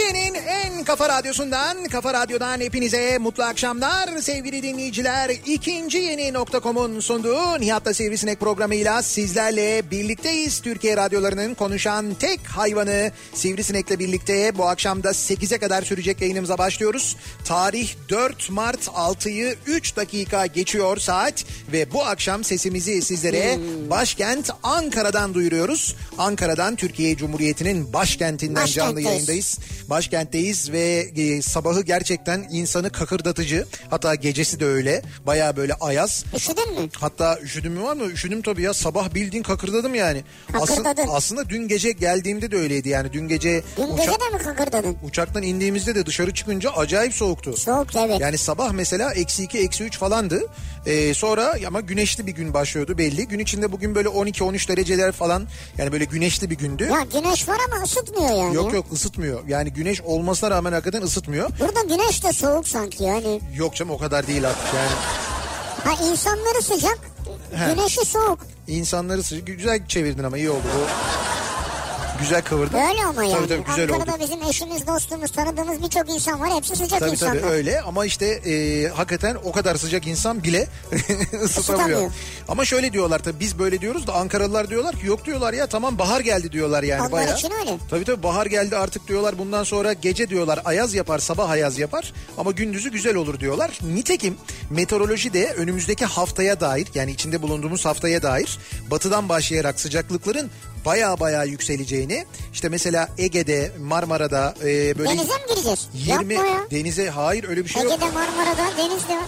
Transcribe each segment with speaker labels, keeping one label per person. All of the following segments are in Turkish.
Speaker 1: En Kafa Radyosu'ndan, Kafa Radyo'dan hepinize mutlu akşamlar sevgili dinleyiciler. İkinci yeni nokta.com'un sunduğu Nihat'la Sivrisinek programıyla sizlerle birlikteyiz. Türkiye Radyoları'nın konuşan tek hayvanı Sivrisinek'le birlikte bu akşamda 8'e kadar sürecek yayınımıza başlıyoruz. Tarih 4 Mart 6'yı 3 dakika geçiyor saat ve bu akşam sesimizi sizlere başkent Ankara'dan duyuruyoruz. Ankara'dan Türkiye Cumhuriyeti'nin başkentinden canlı
Speaker 2: Başkentteyiz.
Speaker 1: yayındayız. Başkent'teyiz. Başkentteyiz ve e, sabahı gerçekten insanı kakırdatıcı. Hatta gecesi de öyle. Baya böyle ayaz.
Speaker 2: Üşüdün mü?
Speaker 1: Hatta üşüdüm mü var mı? Üşüdüm tabii ya. Sabah bildiğin kakırdadım yani. Asıl-
Speaker 2: Kakırdadın.
Speaker 1: aslında dün gece geldiğimde de öyleydi yani. Dün gece
Speaker 2: Dün
Speaker 1: uça-
Speaker 2: gece de mi kakırdadın?
Speaker 1: uçaktan indiğimizde de dışarı çıkınca acayip soğuktu.
Speaker 2: Soğuk evet.
Speaker 1: Yani sabah mesela eksi 2 eksi 3 falandı. Ee, sonra ama güneşli bir gün başlıyordu belli. Gün içinde bugün böyle 12-13 dereceler falan yani böyle güneşli bir gündü.
Speaker 2: Ya güneş var ama ısıtmıyor yani.
Speaker 1: Yok yok ısıtmıyor. Yani güneş olmasına rağmen hakikaten ısıtmıyor.
Speaker 2: Burada güneş de soğuk sanki yani.
Speaker 1: Yok canım o kadar değil artık yani.
Speaker 2: Ha insanları sıcak, güneşi soğuk.
Speaker 1: İnsanları sıcak. Güzel çevirdin ama iyi oldu bu. Güzel kıvırdın.
Speaker 2: Böyle ama
Speaker 1: Tabii
Speaker 2: yani.
Speaker 1: tabii güzel oldu.
Speaker 2: Ankara'da bizim eşimiz, dostumuz, tanıdığımız birçok insan var. Hepsi sıcak
Speaker 1: Tabii
Speaker 2: insanlar.
Speaker 1: tabii öyle ama işte e, hakikaten o kadar sıcak insan bile ısıtamıyor.
Speaker 2: Isıtamıyor.
Speaker 1: Ama şöyle diyorlar tabii biz böyle diyoruz da Ankaralılar diyorlar ki yok diyorlar ya tamam bahar geldi diyorlar yani
Speaker 2: Onlar
Speaker 1: bayağı.
Speaker 2: için öyle.
Speaker 1: Tabii tabii bahar geldi artık diyorlar bundan sonra gece diyorlar ayaz yapar sabah ayaz yapar ama gündüzü güzel olur diyorlar. Nitekim meteoroloji de önümüzdeki haftaya dair yani içinde bulunduğumuz haftaya dair batıdan başlayarak sıcaklıkların baya baya yükseleceğini işte mesela Ege'de Marmara'da e, böyle
Speaker 2: Denize mi gireceğiz?
Speaker 1: 20
Speaker 2: Yapma ya.
Speaker 1: denize hayır öyle bir şey yok.
Speaker 2: Ege'de, Marmara'da, Deniz'de var.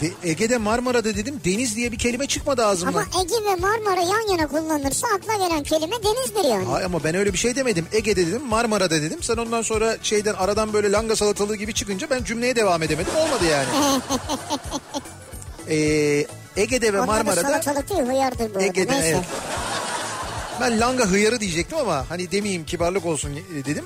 Speaker 1: De- Ege'de Marmara'da dedim deniz diye bir kelime çıkmadı ağzımdan.
Speaker 2: Ama Ege ve Marmara yan yana kullanılırsa akla gelen kelime denizdir yani.
Speaker 1: Ay ama ben öyle bir şey demedim. Ege'de dedim, Marmara'da dedim. Sen ondan sonra şeyden aradan böyle langa salatalığı gibi çıkınca ben cümleye devam edemedim. Olmadı yani. Ee, Ege'de ve
Speaker 2: Onlar da
Speaker 1: Marmara'da
Speaker 2: salatalık değil hıyardır bu arada.
Speaker 1: Ege'de
Speaker 2: Neyse.
Speaker 1: evet. Ben langa hıyarı diyecektim ama hani demeyeyim kibarlık olsun e, dedim.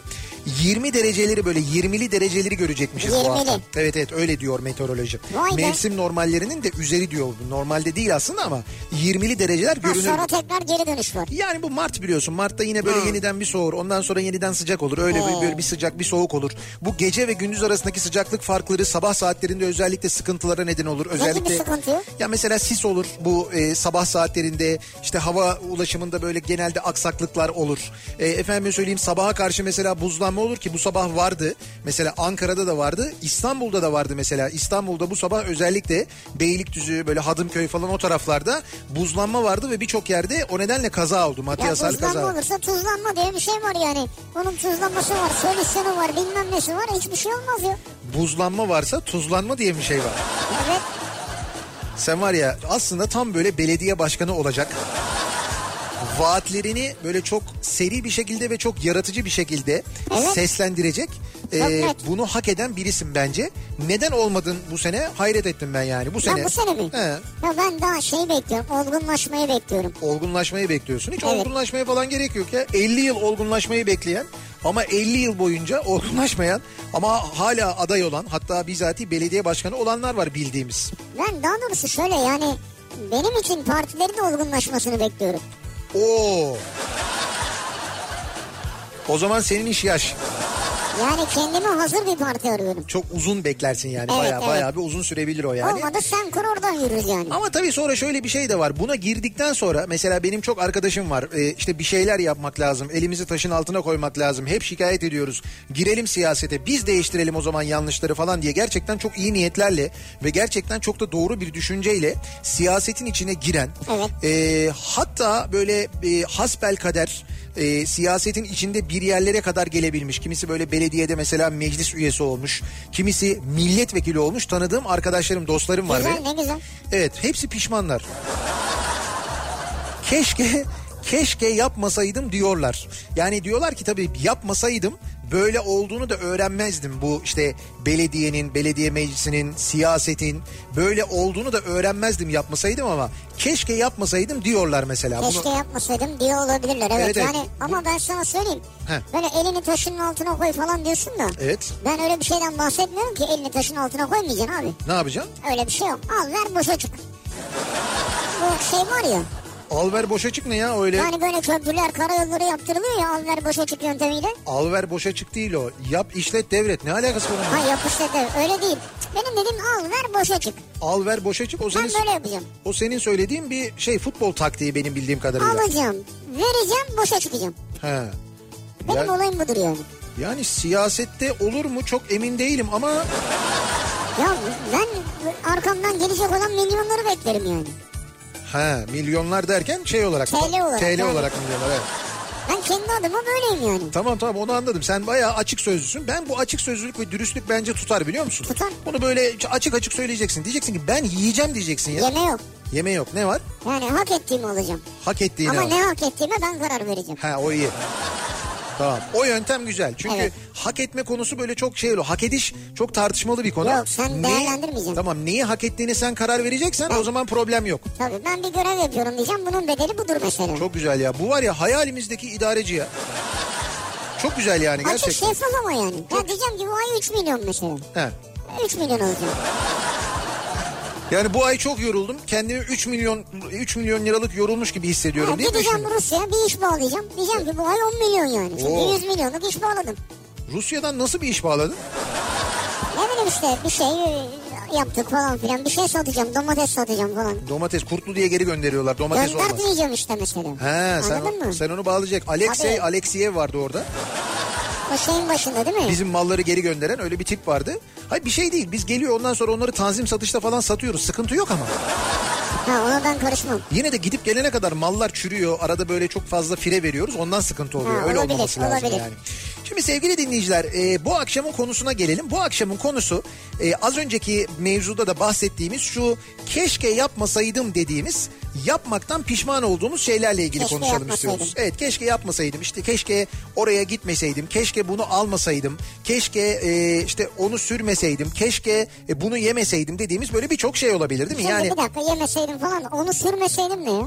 Speaker 1: 20 dereceleri böyle 20'li dereceleri görecekmişiz bu hafta.
Speaker 2: 20'li.
Speaker 1: Evet evet öyle diyor meteoroloji.
Speaker 2: Vay be.
Speaker 1: Mevsim normallerinin de üzeri diyor. Normalde değil aslında ama 20'li dereceler
Speaker 2: Ha,
Speaker 1: görünür.
Speaker 2: sonra tekrar geri dönüş var.
Speaker 1: Yani bu Mart biliyorsun. Mart'ta yine böyle yeniden bir soğur. Ondan sonra yeniden sıcak olur. Öyle bir,
Speaker 2: Oo.
Speaker 1: böyle bir sıcak bir soğuk olur. Bu gece ve gündüz arasındaki sıcaklık farkları sabah saatlerinde özellikle sıkıntılara neden olur. Özellikle
Speaker 2: sıkıntı?
Speaker 1: Ya mesela sis olur. Bu e, sabah saatlerinde işte hava ulaşımında böyle genelde aksaklıklar olur. E, efendim söyleyeyim sabaha karşı mesela buzlanma olur ki bu sabah vardı. Mesela Ankara'da da vardı. İstanbul'da da vardı mesela. İstanbul'da bu sabah özellikle Beylikdüzü böyle Hadımköy falan o taraflarda buzlanma vardı ve birçok yerde o nedenle kaza oldu. Maddi
Speaker 2: Ya
Speaker 1: hasarlı
Speaker 2: buzlanma
Speaker 1: kaza.
Speaker 2: olursa tuzlanma diye bir şey var yani. Onun tuzlanması var, solüsyonu var, bilmem nesi var. Hiçbir şey olmaz ya.
Speaker 1: Buzlanma varsa tuzlanma diye bir şey var.
Speaker 2: Evet.
Speaker 1: Sen var ya aslında tam böyle belediye başkanı olacak. Vaatlerini böyle çok seri bir şekilde ve çok yaratıcı bir şekilde
Speaker 2: Evet.
Speaker 1: seslendirecek. Ee,
Speaker 2: net.
Speaker 1: bunu hak eden birisin bence. Neden olmadın bu sene? Hayret ettim ben yani. Bu sene.
Speaker 2: Ya bu sene mi?
Speaker 1: He.
Speaker 2: Ya ben daha şey bekliyorum, olgunlaşmayı bekliyorum.
Speaker 1: Olgunlaşmayı bekliyorsun. Hiç
Speaker 2: Evet.
Speaker 1: olgunlaşmaya falan gerek yok ya. 50 yıl olgunlaşmayı bekleyen ama 50 yıl boyunca olgunlaşmayan ama hala aday olan hatta bizatihi belediye başkanı olanlar var bildiğimiz.
Speaker 2: Ben daha doğrusu şöyle yani benim için partilerin de olgunlaşmasını bekliyorum.
Speaker 1: Oo. O zaman senin iş yaş.
Speaker 2: Yani kendime hazır bir parti arıyorum.
Speaker 1: Çok uzun beklersin yani.
Speaker 2: Evet,
Speaker 1: bayağı
Speaker 2: evet.
Speaker 1: bayağı bir uzun sürebilir o yani.
Speaker 2: Olmadı sen kur oradan yürürüz yani.
Speaker 1: Ama tabii sonra şöyle bir şey de var. Buna girdikten sonra mesela benim çok arkadaşım var. Ee, işte bir şeyler yapmak lazım. Elimizi taşın altına koymak lazım. Hep şikayet ediyoruz. Girelim siyasete. Biz değiştirelim o zaman yanlışları falan diye. Gerçekten çok iyi niyetlerle ve gerçekten çok da doğru bir düşünceyle siyasetin içine giren.
Speaker 2: Evet.
Speaker 1: e, hatta böyle e, hasbel kader e, siyasetin içinde bir yerlere kadar gelebilmiş. Kimisi böyle belediyede mesela meclis üyesi olmuş. Kimisi milletvekili olmuş. Tanıdığım arkadaşlarım, dostlarım var.
Speaker 2: güzel
Speaker 1: benim.
Speaker 2: ne güzel.
Speaker 1: Evet hepsi pişmanlar. Keşke keşke yapmasaydım diyorlar. Yani diyorlar ki tabii yapmasaydım böyle olduğunu da öğrenmezdim. Bu işte belediyenin, belediye meclisinin, siyasetin böyle olduğunu da öğrenmezdim yapmasaydım ama keşke yapmasaydım diyorlar mesela. Bunu-
Speaker 2: Keşke yapmasaydım diye olabilirler. Evet,
Speaker 1: Evet, evet.
Speaker 2: yani ama ben sana söyleyeyim.
Speaker 1: Heh.
Speaker 2: Böyle elini taşın altına koy falan diyorsun da.
Speaker 1: Evet.
Speaker 2: Ben öyle bir şeyden bahsetmiyorum ki elini taşın altına koymayacaksın abi.
Speaker 1: Ne yapacaksın?
Speaker 2: Öyle bir şey yok. Al ver boşa çık. Bu şey var ya
Speaker 1: Alver boşa çık ne ya öyle?
Speaker 2: Yani böyle köprüler, karayolları yaptırılıyor ya alver boş açık yöntemiyle.
Speaker 1: Alver boşa çık değil o. Yap işlet devret ne alakası var? onun?
Speaker 2: Hayır yok işte de öyle değil. Benim dediğim al ver boş açık.
Speaker 1: Alver boşa çık o
Speaker 2: Ben
Speaker 1: senin,
Speaker 2: böyle yapacağım.
Speaker 1: o senin söylediğin bir şey futbol taktiği benim bildiğim kadarıyla.
Speaker 2: Alacağım, vereceğim, boşa çıkacağım.
Speaker 1: He.
Speaker 2: Benim
Speaker 1: Ya-
Speaker 2: olayım budur yani.
Speaker 1: yani siyasette olur mu çok emin değilim ama
Speaker 2: Ya ben arkamdan gelecek olan milyonları beklerim yani.
Speaker 1: he milyonlar derken şey olarak
Speaker 2: TL olarak,
Speaker 1: TL
Speaker 2: yani.
Speaker 1: olarak milyonlar evet.
Speaker 2: Ben kendi adıma böyleyim yani.
Speaker 1: Tamam tamam onu anladım. Sen bayağı açık sözlüsün. Ben bu açık sözlülük ve dürüstlük bence tutar biliyor musun?
Speaker 2: Tutar.
Speaker 1: Bunu böyle açık açık söyleyeceksin. Diyeceksin ki ben yiyeceğim diyeceksin ya.
Speaker 2: Yeme yok.
Speaker 1: Yeme yok. Ne var?
Speaker 2: Yani hak ettiğimi alacağım.
Speaker 1: Hak ettiğini
Speaker 2: Ama
Speaker 1: al.
Speaker 2: ne hak ettiğime ben karar vereceğim.
Speaker 1: Ha o iyi. Tamam. O yöntem güzel. Çünkü
Speaker 2: Evet.
Speaker 1: hak etme konusu böyle çok şey oluyor. Hak ediş çok tartışmalı bir konu.
Speaker 2: Yok, sen
Speaker 1: Neyi-
Speaker 2: değerlendirmeyeceksin.
Speaker 1: Tamam neyi hak ettiğini sen karar vereceksen o zaman problem yok.
Speaker 2: Tabii ben bir görev yapıyorum diyeceğim. Bunun bedeli budur mesela.
Speaker 1: Çok güzel ya. Bu var ya hayalimizdeki idareci ya. Çok güzel yani
Speaker 2: Açık
Speaker 1: gerçekten.
Speaker 2: şeffaf ama yani. Ya diyeceğim ki bu ay 3 milyon mesela.
Speaker 1: He.
Speaker 2: 3 milyon alacağım.
Speaker 1: Yani bu ay çok yoruldum. Kendimi 3 milyon 3 milyon liralık yorulmuş gibi hissediyorum
Speaker 2: Ha,
Speaker 1: diye
Speaker 2: gideceğim
Speaker 1: düşünüyorum.
Speaker 2: Rusya'ya bir iş bağlayacağım. Diyeceğim ki bu ay 10 milyon yani. Çünkü
Speaker 1: Oo.
Speaker 2: 100 milyonluk iş bağladım.
Speaker 1: Rusya'dan nasıl bir iş bağladın?
Speaker 2: Ne bileyim işte bir şey e, yaptık falan filan. Bir şey satacağım domates satacağım falan.
Speaker 1: Domates kurtlu diye geri gönderiyorlar. Domates olmaz.
Speaker 2: Göndermeyeceğim işte mesela.
Speaker 1: He, sen,
Speaker 2: Anladın mı?
Speaker 1: sen onu bağlayacak. Alexey
Speaker 2: Tabii.
Speaker 1: Alexiev vardı orada.
Speaker 2: O şeyin başında değil mi?
Speaker 1: Bizim malları geri gönderen öyle bir tip vardı. Hayır bir şey değil. Biz geliyor ondan sonra onları tanzim satışta falan satıyoruz. Sıkıntı yok ama.
Speaker 2: Ha ona ben karışmam.
Speaker 1: Yine de gidip gelene kadar mallar çürüyor. Arada böyle çok fazla fire veriyoruz. Ondan sıkıntı oluyor.
Speaker 2: Ha,
Speaker 1: Öyle
Speaker 2: olabilir,
Speaker 1: olmaması lazım
Speaker 2: olabilir.
Speaker 1: yani. Şimdi sevgili dinleyiciler e, bu akşamın konusuna gelelim. Bu akşamın konusu e, az önceki mevzuda da bahsettiğimiz şu keşke yapmasaydım dediğimiz yapmaktan pişman olduğumuz şeylerle ilgili
Speaker 2: Keşke
Speaker 1: konuşalım
Speaker 2: yapmasaydım.
Speaker 1: istiyoruz. Evet keşke yapmasaydım işte keşke oraya gitmeseydim keşke bunu almasaydım keşke e, işte onu sürmeseydim keşke e, bunu yemeseydim dediğimiz böyle birçok şey olabilir değil mi?
Speaker 2: Şimdi
Speaker 1: Yani
Speaker 2: bir dakika yemeseydim falan onu sürmeseydim ne ya?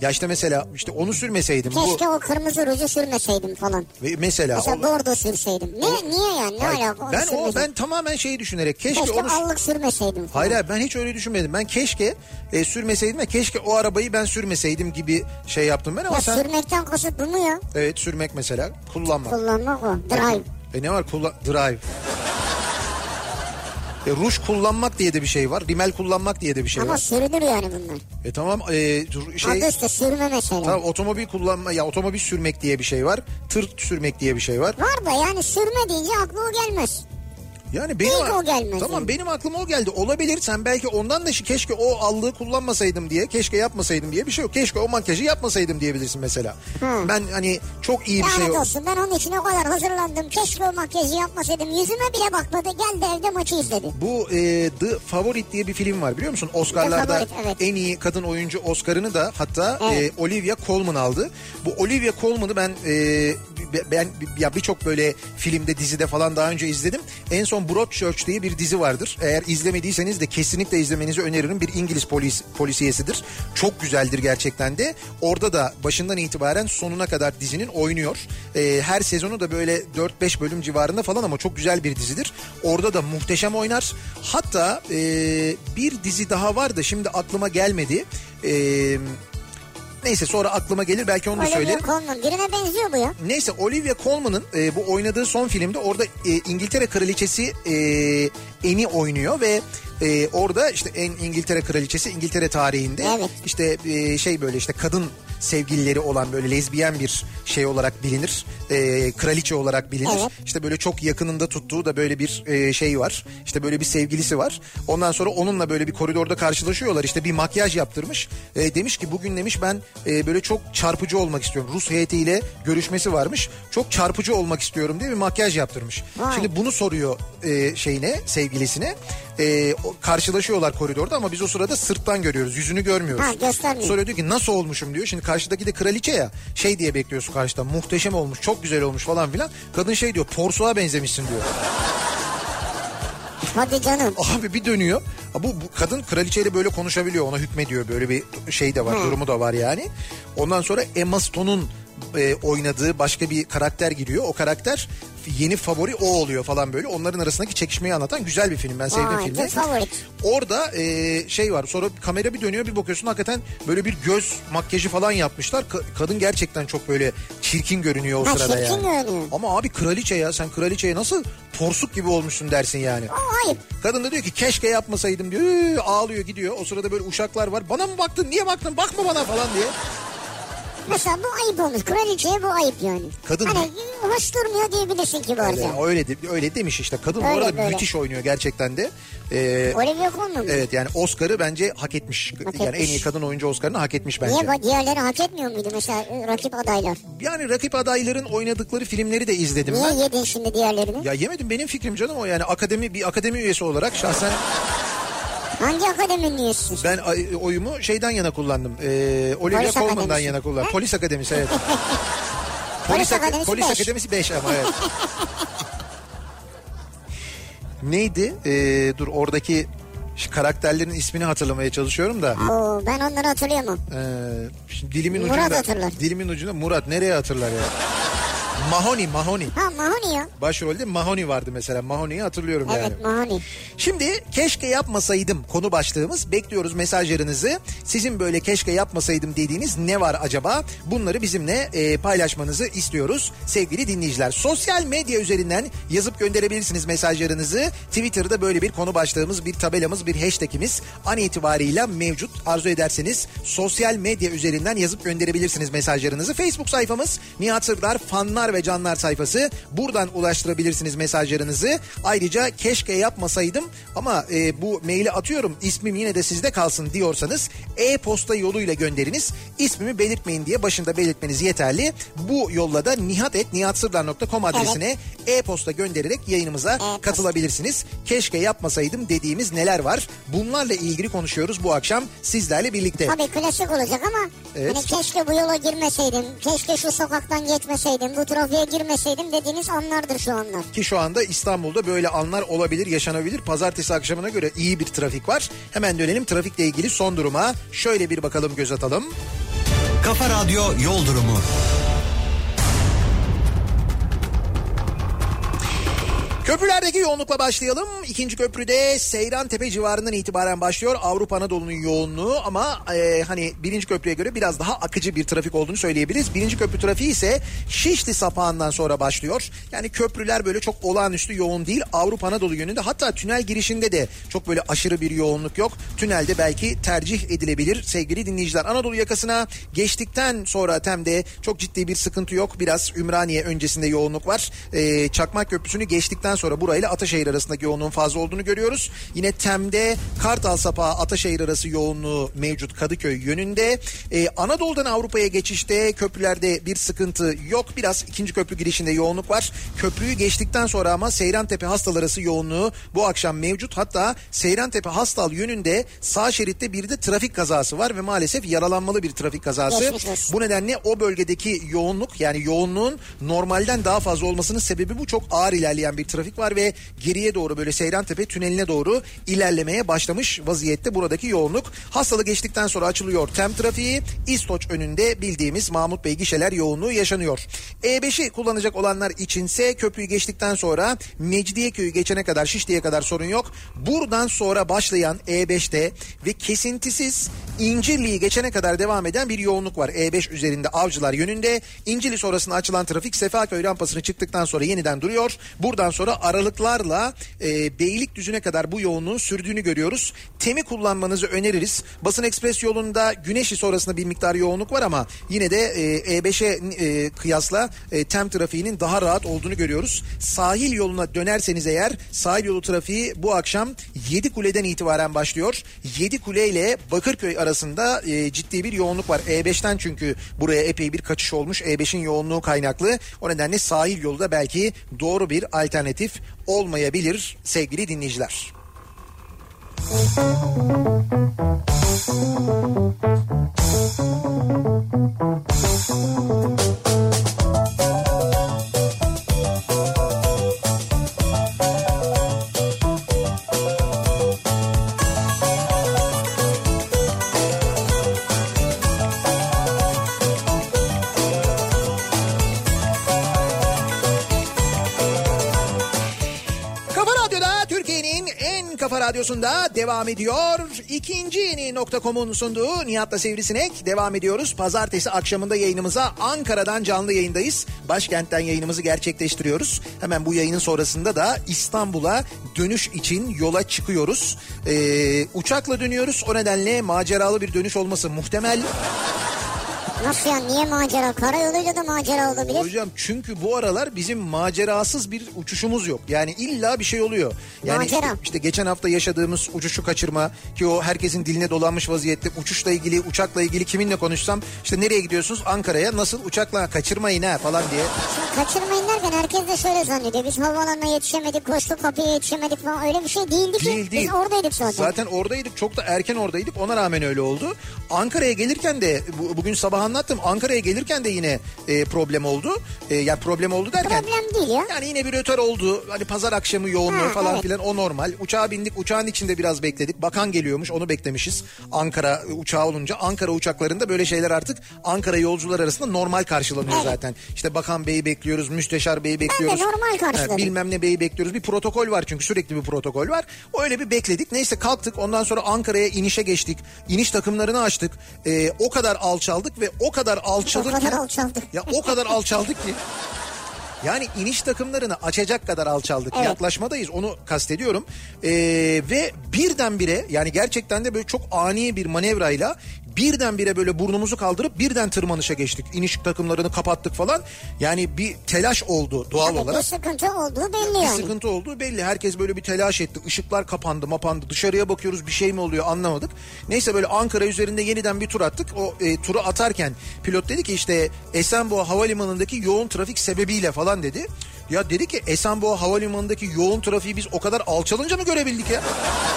Speaker 1: ya işte mesela işte onu sürmeseydim bu
Speaker 2: Keşke o kırmızı ruju sürmeseydim falan.
Speaker 1: Ve mesela
Speaker 2: Mesela
Speaker 1: o-
Speaker 2: bordo sürseydim. Ne, niye yani ne
Speaker 1: Hayır,
Speaker 2: alaka onu
Speaker 1: ben o
Speaker 2: sürmeseydim?
Speaker 1: ben tamamen şeyi düşünerek keşke,
Speaker 2: Keşke
Speaker 1: onu
Speaker 2: allık sürmeseydim falan.
Speaker 1: Hayır hayır, ben hiç öyle düşünmedim. Ben keşke e, sürmeseydim ve keşke o arabayı ben sürmeseydim gibi şey yaptım ben ama
Speaker 2: Ya
Speaker 1: sen
Speaker 2: sürmekten kasıt bu mu ya?
Speaker 1: evet sürmek mesela kullanmak.
Speaker 2: Kullanmak o. Drive.
Speaker 1: E ne var kullan drive. E, ruj kullanmak diye de bir şey var. Rimel kullanmak diye de bir şey
Speaker 2: Ama
Speaker 1: var.
Speaker 2: sürülür yani bunlar.
Speaker 1: E tamam e, dur- şey
Speaker 2: Adı üstü sürme mesela.
Speaker 1: tamam otomobil kullanma ya otomobil sürmek diye bir şey var. Tır sürmek diye bir şey var.
Speaker 2: Var da yani sürme deyince aklıma o gelmez.
Speaker 1: Yani benim
Speaker 2: İlk o gelmez
Speaker 1: Tamam
Speaker 2: yani.
Speaker 1: benim aklıma o geldi. Olabilir. Sen belki ondan da şi- keşke o allığı kullanmasaydım diye, keşke yapmasaydım diye bir şey yok. Keşke o makyajı yapmasaydım diyebilirsin mesela.
Speaker 2: Hı.
Speaker 1: Ben hani çok iyi bir şey
Speaker 2: Lanet
Speaker 1: yok.
Speaker 2: olsun ben onun için o kadar hazırlandım. Keşke o makyajı yapmasaydım. Yüzüme bile bakmadı. Geldi evde maçı izledi.
Speaker 1: Bu e, The Favorite diye bir film var biliyor musun? Oscar'larda
Speaker 2: The Favorite, evet.
Speaker 1: en iyi kadın oyuncu Oscar'ını da hatta
Speaker 2: Evet.
Speaker 1: e, Olivia Colman aldı. Bu Olivia Colman'ı ben e, be- ben ya birçok böyle filmde, dizide falan daha önce izledim. En son Broadchurch diye bir dizi vardır. Eğer izlemediyseniz de kesinlikle izlemenizi öneririm. Bir İngiliz polis polisiyesidir. Çok güzeldir gerçekten de. Orada da başından itibaren sonuna kadar dizinin oynuyor. E, her sezonu da böyle 4-5 bölüm civarında falan ama çok güzel bir dizidir. Orada da muhteşem oynar. Hatta e, bir dizi daha var da şimdi aklıma gelmedi. E, neyse sonra aklıma gelir belki onu da
Speaker 2: Olivia
Speaker 1: söylerim.
Speaker 2: Colman birine benziyor bu ya.
Speaker 1: Neyse Olivia Colman'ın e, bu oynadığı son filmde orada e, İngiltere Kraliçesi e, Annie oynuyor ve e, orada işte en İngiltere Kraliçesi İngiltere tarihinde
Speaker 2: Evet.
Speaker 1: işte e, şey böyle işte kadın sevgilileri olan böyle lezbiyen bir şey olarak bilinir. E, kraliçe olarak bilinir.
Speaker 2: Evet.
Speaker 1: İşte böyle çok yakınında tuttuğu da böyle bir e, şey var. İşte böyle bir sevgilisi var. Ondan sonra onunla böyle bir koridorda karşılaşıyorlar. İşte bir makyaj yaptırmış. E, demiş ki bugün demiş ben e, böyle çok çarpıcı olmak istiyorum. Rus heyetiyle görüşmesi varmış. Çok çarpıcı olmak istiyorum diye bir makyaj yaptırmış.
Speaker 2: Vay.
Speaker 1: Şimdi bunu soruyor e, şeyine sevgilisine. E, o- karşılaşıyorlar koridorda ama biz o sırada sırttan görüyoruz. Yüzünü görmüyoruz.
Speaker 2: Ha, göstermiyor.
Speaker 1: Sonra diyor ki nasıl olmuşum diyor. Şimdi karşıdaki de kraliçe ya. Şey diye bekliyorsun karşıdan. Muhteşem olmuş, çok güzel olmuş falan filan. Kadın şey diyor, porsuğa benzemişsin diyor.
Speaker 2: Hadi canım.
Speaker 1: Abi bir dönüyor. Ha, Bu, bu kadın kraliçeyle böyle konuşabiliyor. Ona hükmediyor. Böyle bir şey de var, durumu da var yani. Ondan sonra Emma Stone'un e, oynadığı başka bir karakter giriyor. O karakter yeni favori o oluyor falan böyle. Onların arasındaki çekişmeyi anlatan güzel bir film. Ben sevdim
Speaker 2: Vay,
Speaker 1: filmi.
Speaker 2: bu favori.
Speaker 1: Orada e, şey var sonra kamera bir dönüyor bir bakıyorsun hakikaten böyle bir göz makyajı falan yapmışlar. Ka- kadın gerçekten çok böyle çirkin görünüyor o
Speaker 2: Ha,
Speaker 1: sırada
Speaker 2: çirkin
Speaker 1: yani.
Speaker 2: görünüyor.
Speaker 1: Ama abi kraliçe ya sen kraliçeye nasıl porsuk gibi olmuşsun dersin yani.
Speaker 2: Aa, ayıp.
Speaker 1: Kadın da diyor ki keşke yapmasaydım diyor. Üü, Ağlıyor gidiyor. O sırada böyle uşaklar var. Bana mı baktın? Niye baktın? Bakma bana falan diye.
Speaker 2: Mesela bu ayıp olmuş. Kraliçeye bu ayıp yani.
Speaker 1: Kadın-
Speaker 2: Hani hoş durmuyor diyebilirsin ki bu
Speaker 1: Öyle,
Speaker 2: arada.
Speaker 1: öyle, de- öyle demiş işte. Kadın bu
Speaker 2: Öyle,
Speaker 1: arada
Speaker 2: böyle.
Speaker 1: müthiş oynuyor gerçekten de. Ee,
Speaker 2: Olivia Colman mı?
Speaker 1: evet yani Oscar'ı bence hak etmiş.
Speaker 2: Hak
Speaker 1: Yani en iyi
Speaker 2: etmiş.
Speaker 1: kadın oyuncu Oscar'ını hak etmiş bence.
Speaker 2: Niye bak diğerleri hak etmiyor muydu mesela e, rakip adaylar?
Speaker 1: Yani rakip adayların oynadıkları filmleri de izledim
Speaker 2: Niye
Speaker 1: E, ben.
Speaker 2: yedin şimdi diğerlerini?
Speaker 1: Ya yemedim benim fikrim canım o yani akademi bir akademi üyesi olarak şahsen
Speaker 2: Hangi akademinin üyesisin?
Speaker 1: ben ay- oyumu şeyden yana kullandım. Ee, Olivia
Speaker 2: Polis
Speaker 1: Colman'dan
Speaker 2: Akademisi.
Speaker 1: yana kullandım.
Speaker 2: Ha?
Speaker 1: Polis Akademisi evet.
Speaker 2: Polis
Speaker 1: Ak-
Speaker 2: Akademisi
Speaker 1: Polis
Speaker 2: beş.
Speaker 1: Akademisi 5 ama evet. Neydi? Ee, dur oradaki şu karakterlerin ismini hatırlamaya çalışıyorum da.
Speaker 2: Oo, ben onları hatırlıyorum.
Speaker 1: Ee, şimdi dilimin
Speaker 2: Murat
Speaker 1: ucunda.
Speaker 2: hatırlar.
Speaker 1: Dilimin ucunda Murat nereye hatırlar ya? Mahoney, Mahoney.
Speaker 2: Ha Mahoney ya.
Speaker 1: Başrolde Mahoney vardı mesela. Mahoney'i hatırlıyorum yani.
Speaker 2: Evet Mahoney.
Speaker 1: Şimdi keşke yapmasaydım konu başlığımız. Bekliyoruz mesajlarınızı. Sizin böyle keşke yapmasaydım dediğiniz ne var acaba? Bunları bizimle e, paylaşmanızı istiyoruz sevgili dinleyiciler. Sosyal medya üzerinden yazıp gönderebilirsiniz mesajlarınızı. Twitter'da böyle bir konu başlığımız, bir tabelamız, bir hashtagimiz an itibariyle mevcut. Arzu ederseniz sosyal medya üzerinden yazıp gönderebilirsiniz mesajlarınızı. Facebook sayfamız Nihat Sırdar fanlar ve canlar sayfası. Buradan ulaştırabilirsiniz mesajlarınızı. Ayrıca keşke yapmasaydım ama e, bu maili atıyorum ismim yine de sizde kalsın diyorsanız e-posta yoluyla gönderiniz. İsmimi belirtmeyin diye başında belirtmeniz yeterli. Bu yolla da nihat.nihatsırdar.com adresine e-posta göndererek yayınımıza
Speaker 2: E-posta.
Speaker 1: katılabilirsiniz. Keşke yapmasaydım dediğimiz neler var? Bunlarla ilgili konuşuyoruz bu akşam sizlerle birlikte.
Speaker 2: Tabii klasik olacak ama
Speaker 1: Evet.
Speaker 2: hani keşke bu yola girmeseydim, keşke şu sokaktan geçmeseydim, bu trafiğe girmeseydim dediğiniz anlardır şu anlar.
Speaker 1: Ki şu anda İstanbul'da böyle anlar olabilir, yaşanabilir. Pazartesi akşamına göre iyi bir trafik var. Hemen dönelim trafikle ilgili son duruma. Şöyle bir bakalım göz atalım.
Speaker 3: Kafa Radyo Yol Durumu.
Speaker 1: Köprülerdeki yoğunlukla başlayalım. İkinci köprüde Seyran Tepe civarından itibaren başlıyor Avrupa Anadolu'nun yoğunluğu ama e, hani birinci köprüye göre biraz daha akıcı bir trafik olduğunu söyleyebiliriz. Birinci köprü trafiği ise Şişli sapağından sonra başlıyor. Yani köprüler böyle çok olağanüstü yoğun değil. Avrupa Anadolu yönünde hatta tünel girişinde de çok böyle aşırı bir yoğunluk yok. Tünelde belki tercih edilebilir sevgili dinleyiciler. Anadolu yakasına geçtikten sonra Tem'de çok ciddi bir sıkıntı yok. Biraz Ümraniye öncesinde yoğunluk var. Ee, Çakmak Köprüsü'nü geçtikten sonra burayla Ataşehir arasındaki yoğunluğun fazla olduğunu görüyoruz. Yine Tem'de Kartal Sapağı Ataşehir arası yoğunluğu mevcut Kadıköy yönünde. Ee, Anadolu'dan Avrupa'ya geçişte köprülerde bir sıkıntı yok. Biraz ikinci köprü girişinde yoğunluk var. Köprüyü geçtikten sonra ama Seyran Tepe Hastal arası yoğunluğu bu akşam mevcut. Hatta Seyran Tepe Hastal yönünde sağ şeritte bir de trafik kazası var ve maalesef yaralanmalı bir trafik kazası.
Speaker 2: Geçmiş olsun.
Speaker 1: Bu nedenle o bölgedeki yoğunluk yani yoğunluğun normalden daha fazla olmasının sebebi bu çok ağır ilerleyen bir trafik var ve geriye doğru böyle Seyrantepe tüneline doğru ilerlemeye başlamış vaziyette buradaki yoğunluk. Hastalığı geçtikten sonra açılıyor tem trafiği. İstoç önünde bildiğimiz Mahmut Bey gişeler yoğunluğu yaşanıyor. E5'i kullanacak olanlar içinse köprüyü geçtikten sonra Mecidiyeköy'ü geçene kadar Şişli'ye kadar sorun yok. Buradan sonra başlayan E5'te ve kesintisiz İncirli'yi geçene kadar devam eden bir yoğunluk var. E5 üzerinde avcılar yönünde. İncirli sonrasında açılan trafik Sefaköy rampasını çıktıktan sonra yeniden duruyor. Buradan sonra aralıklarla e, Beylikdüzü'ne kadar bu yoğunluğun sürdüğünü görüyoruz. Temi kullanmanızı öneririz. Basın Ekspres yolunda Güneşli sonrasında bir miktar yoğunluk var ama yine de e, E5'e e, kıyasla e, tem trafiğinin daha rahat olduğunu görüyoruz. Sahil yoluna dönerseniz eğer sahil yolu trafiği bu akşam 7 kuleden itibaren başlıyor. 7 kule ile Bakırköy arasında e, ciddi bir yoğunluk var. E5'ten çünkü buraya epey bir kaçış olmuş. E5'in yoğunluğu kaynaklı. O nedenle sahil yolu da belki doğru bir alternatif olmayabilir sevgili dinleyiciler. Radyo'da Türkiye'nin en kafa radyosunda devam ediyor. İkinci yeni nokta.com'un sunduğu Nihat'la Sivrisinek devam ediyoruz. Pazartesi akşamında yayınımıza Ankara'dan canlı yayındayız. Başkent'ten yayınımızı gerçekleştiriyoruz. Hemen bu yayının sonrasında da İstanbul'a dönüş için yola çıkıyoruz. Ee, uçakla dönüyoruz. O nedenle maceralı bir dönüş olması muhtemel.
Speaker 2: Nasıl ya niye macera? Karayoluyla da macera olabilir.
Speaker 1: Hocam çünkü bu aralar bizim macerasız bir uçuşumuz yok. Yani illa bir şey oluyor. Yani
Speaker 2: Macera.
Speaker 1: işte, işte geçen hafta yaşadığımız uçuşu kaçırma ki o herkesin diline dolanmış vaziyette. Uçuşla ilgili, uçakla ilgili kiminle konuşsam işte nereye gidiyorsunuz? Ankara'ya nasıl uçakla kaçırmayın ha falan diye.
Speaker 2: Şimdi kaçırmayın derken herkes de şöyle zannediyor. Biz havalanına yetişemedik, koştu kapıya yetişemedik falan öyle bir şey değildi ki.
Speaker 1: Değil değil.
Speaker 2: Biz oradaydık zaten.
Speaker 1: Zaten oradaydık çok da erken oradaydık ona rağmen öyle oldu. Ankara'ya gelirken de bu- bugün sabah anlattım Ankara'ya gelirken de yine e, problem oldu. E, yani problem oldu derken.
Speaker 2: Problem değil ya.
Speaker 1: Yani yine bir rötar oldu. Hani pazar akşamı yoğunluğu
Speaker 2: Ha,
Speaker 1: falan
Speaker 2: evet.
Speaker 1: filan o normal. Uçağa bindik uçağın içinde biraz bekledik. Bakan geliyormuş onu beklemişiz. Ankara e, uçağı olunca Ankara uçaklarında böyle şeyler artık Ankara yolcular arasında normal karşılanıyor
Speaker 2: Evet.
Speaker 1: zaten. İşte bakan beyi bekliyoruz, müsteşar beyi bekliyoruz. Ha,
Speaker 2: normal karşıladım.
Speaker 1: bilmem bilmem ne beyi bekliyoruz. Bir protokol var çünkü sürekli bir protokol var. Öyle bir bekledik. Neyse kalktık. Ondan sonra Ankara'ya inişe geçtik. İniş takımlarını açtık. Ee, o kadar alçaldık ve o kadar alçalırken...
Speaker 2: O kadar alçaldık.
Speaker 1: Ya o kadar alçaldık ki... Yani iniş takımlarını açacak kadar alçaldık.
Speaker 2: Evet.
Speaker 1: Yaklaşmadayız onu kastediyorum. Ee, ve birdenbire yani gerçekten de böyle çok ani bir manevrayla birdenbire böyle burnumuzu kaldırıp birden tırmanışa geçtik. İniş takımlarını kapattık falan. Yani bir telaş oldu doğal
Speaker 2: Tabii
Speaker 1: olarak.
Speaker 2: Bir sıkıntı olduğu belli
Speaker 1: Bir
Speaker 2: yani.
Speaker 1: sıkıntı olduğu belli. Herkes böyle bir telaş etti. Işıklar kapandı, mapandı. Dışarıya bakıyoruz bir şey mi oluyor anlamadık. Neyse böyle Ankara üzerinde yeniden bir tur attık. O e, turu atarken pilot dedi ki işte Esenboğa Havalimanı'ndaki yoğun trafik sebebiyle falan dedi. Ya dedi ki Esenboğa Havalimanı'ndaki yoğun trafiği biz o kadar alçalınca mı görebildik ya?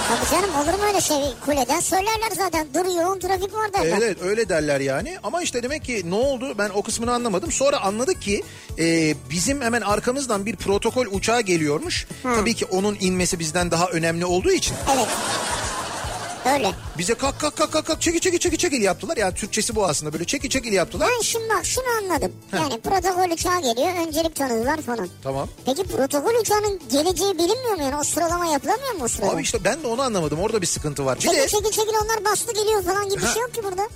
Speaker 2: Tabii canım olur mu öyle şey? Kuleden söylerler zaten. Dur yoğun trafik var derler.
Speaker 1: Evet öyle derler yani ama işte demek ki ne oldu ben o kısmını anlamadım. Sonra anladık ki e, bizim hemen arkamızdan bir protokol uçağı geliyormuş. Tabii ki onun inmesi bizden daha önemli olduğu için.
Speaker 2: Evet. Öyle.
Speaker 1: Bize kalk kalk kalk kalk kalk çeki çeki çeki çekil yaptılar. Yani Türkçesi bu aslında böyle çeki çekil yaptılar.
Speaker 2: Ben şimdi bak şunu anladım.
Speaker 1: Heh.
Speaker 2: Yani protokol uçağı geliyor. Öncelik tanıdılar falan.
Speaker 1: Tamam.
Speaker 2: Peki protokol uçağının geleceği bilinmiyor mu yani? O sıralama yapılamıyor mu o sıralama?
Speaker 1: Abi işte ben de onu anlamadım. Orada bir sıkıntı var. Bir de
Speaker 2: Çekil çekil çekil onlar bastı geliyor falan gibi bir
Speaker 1: Ha.
Speaker 2: şey yok ki burada.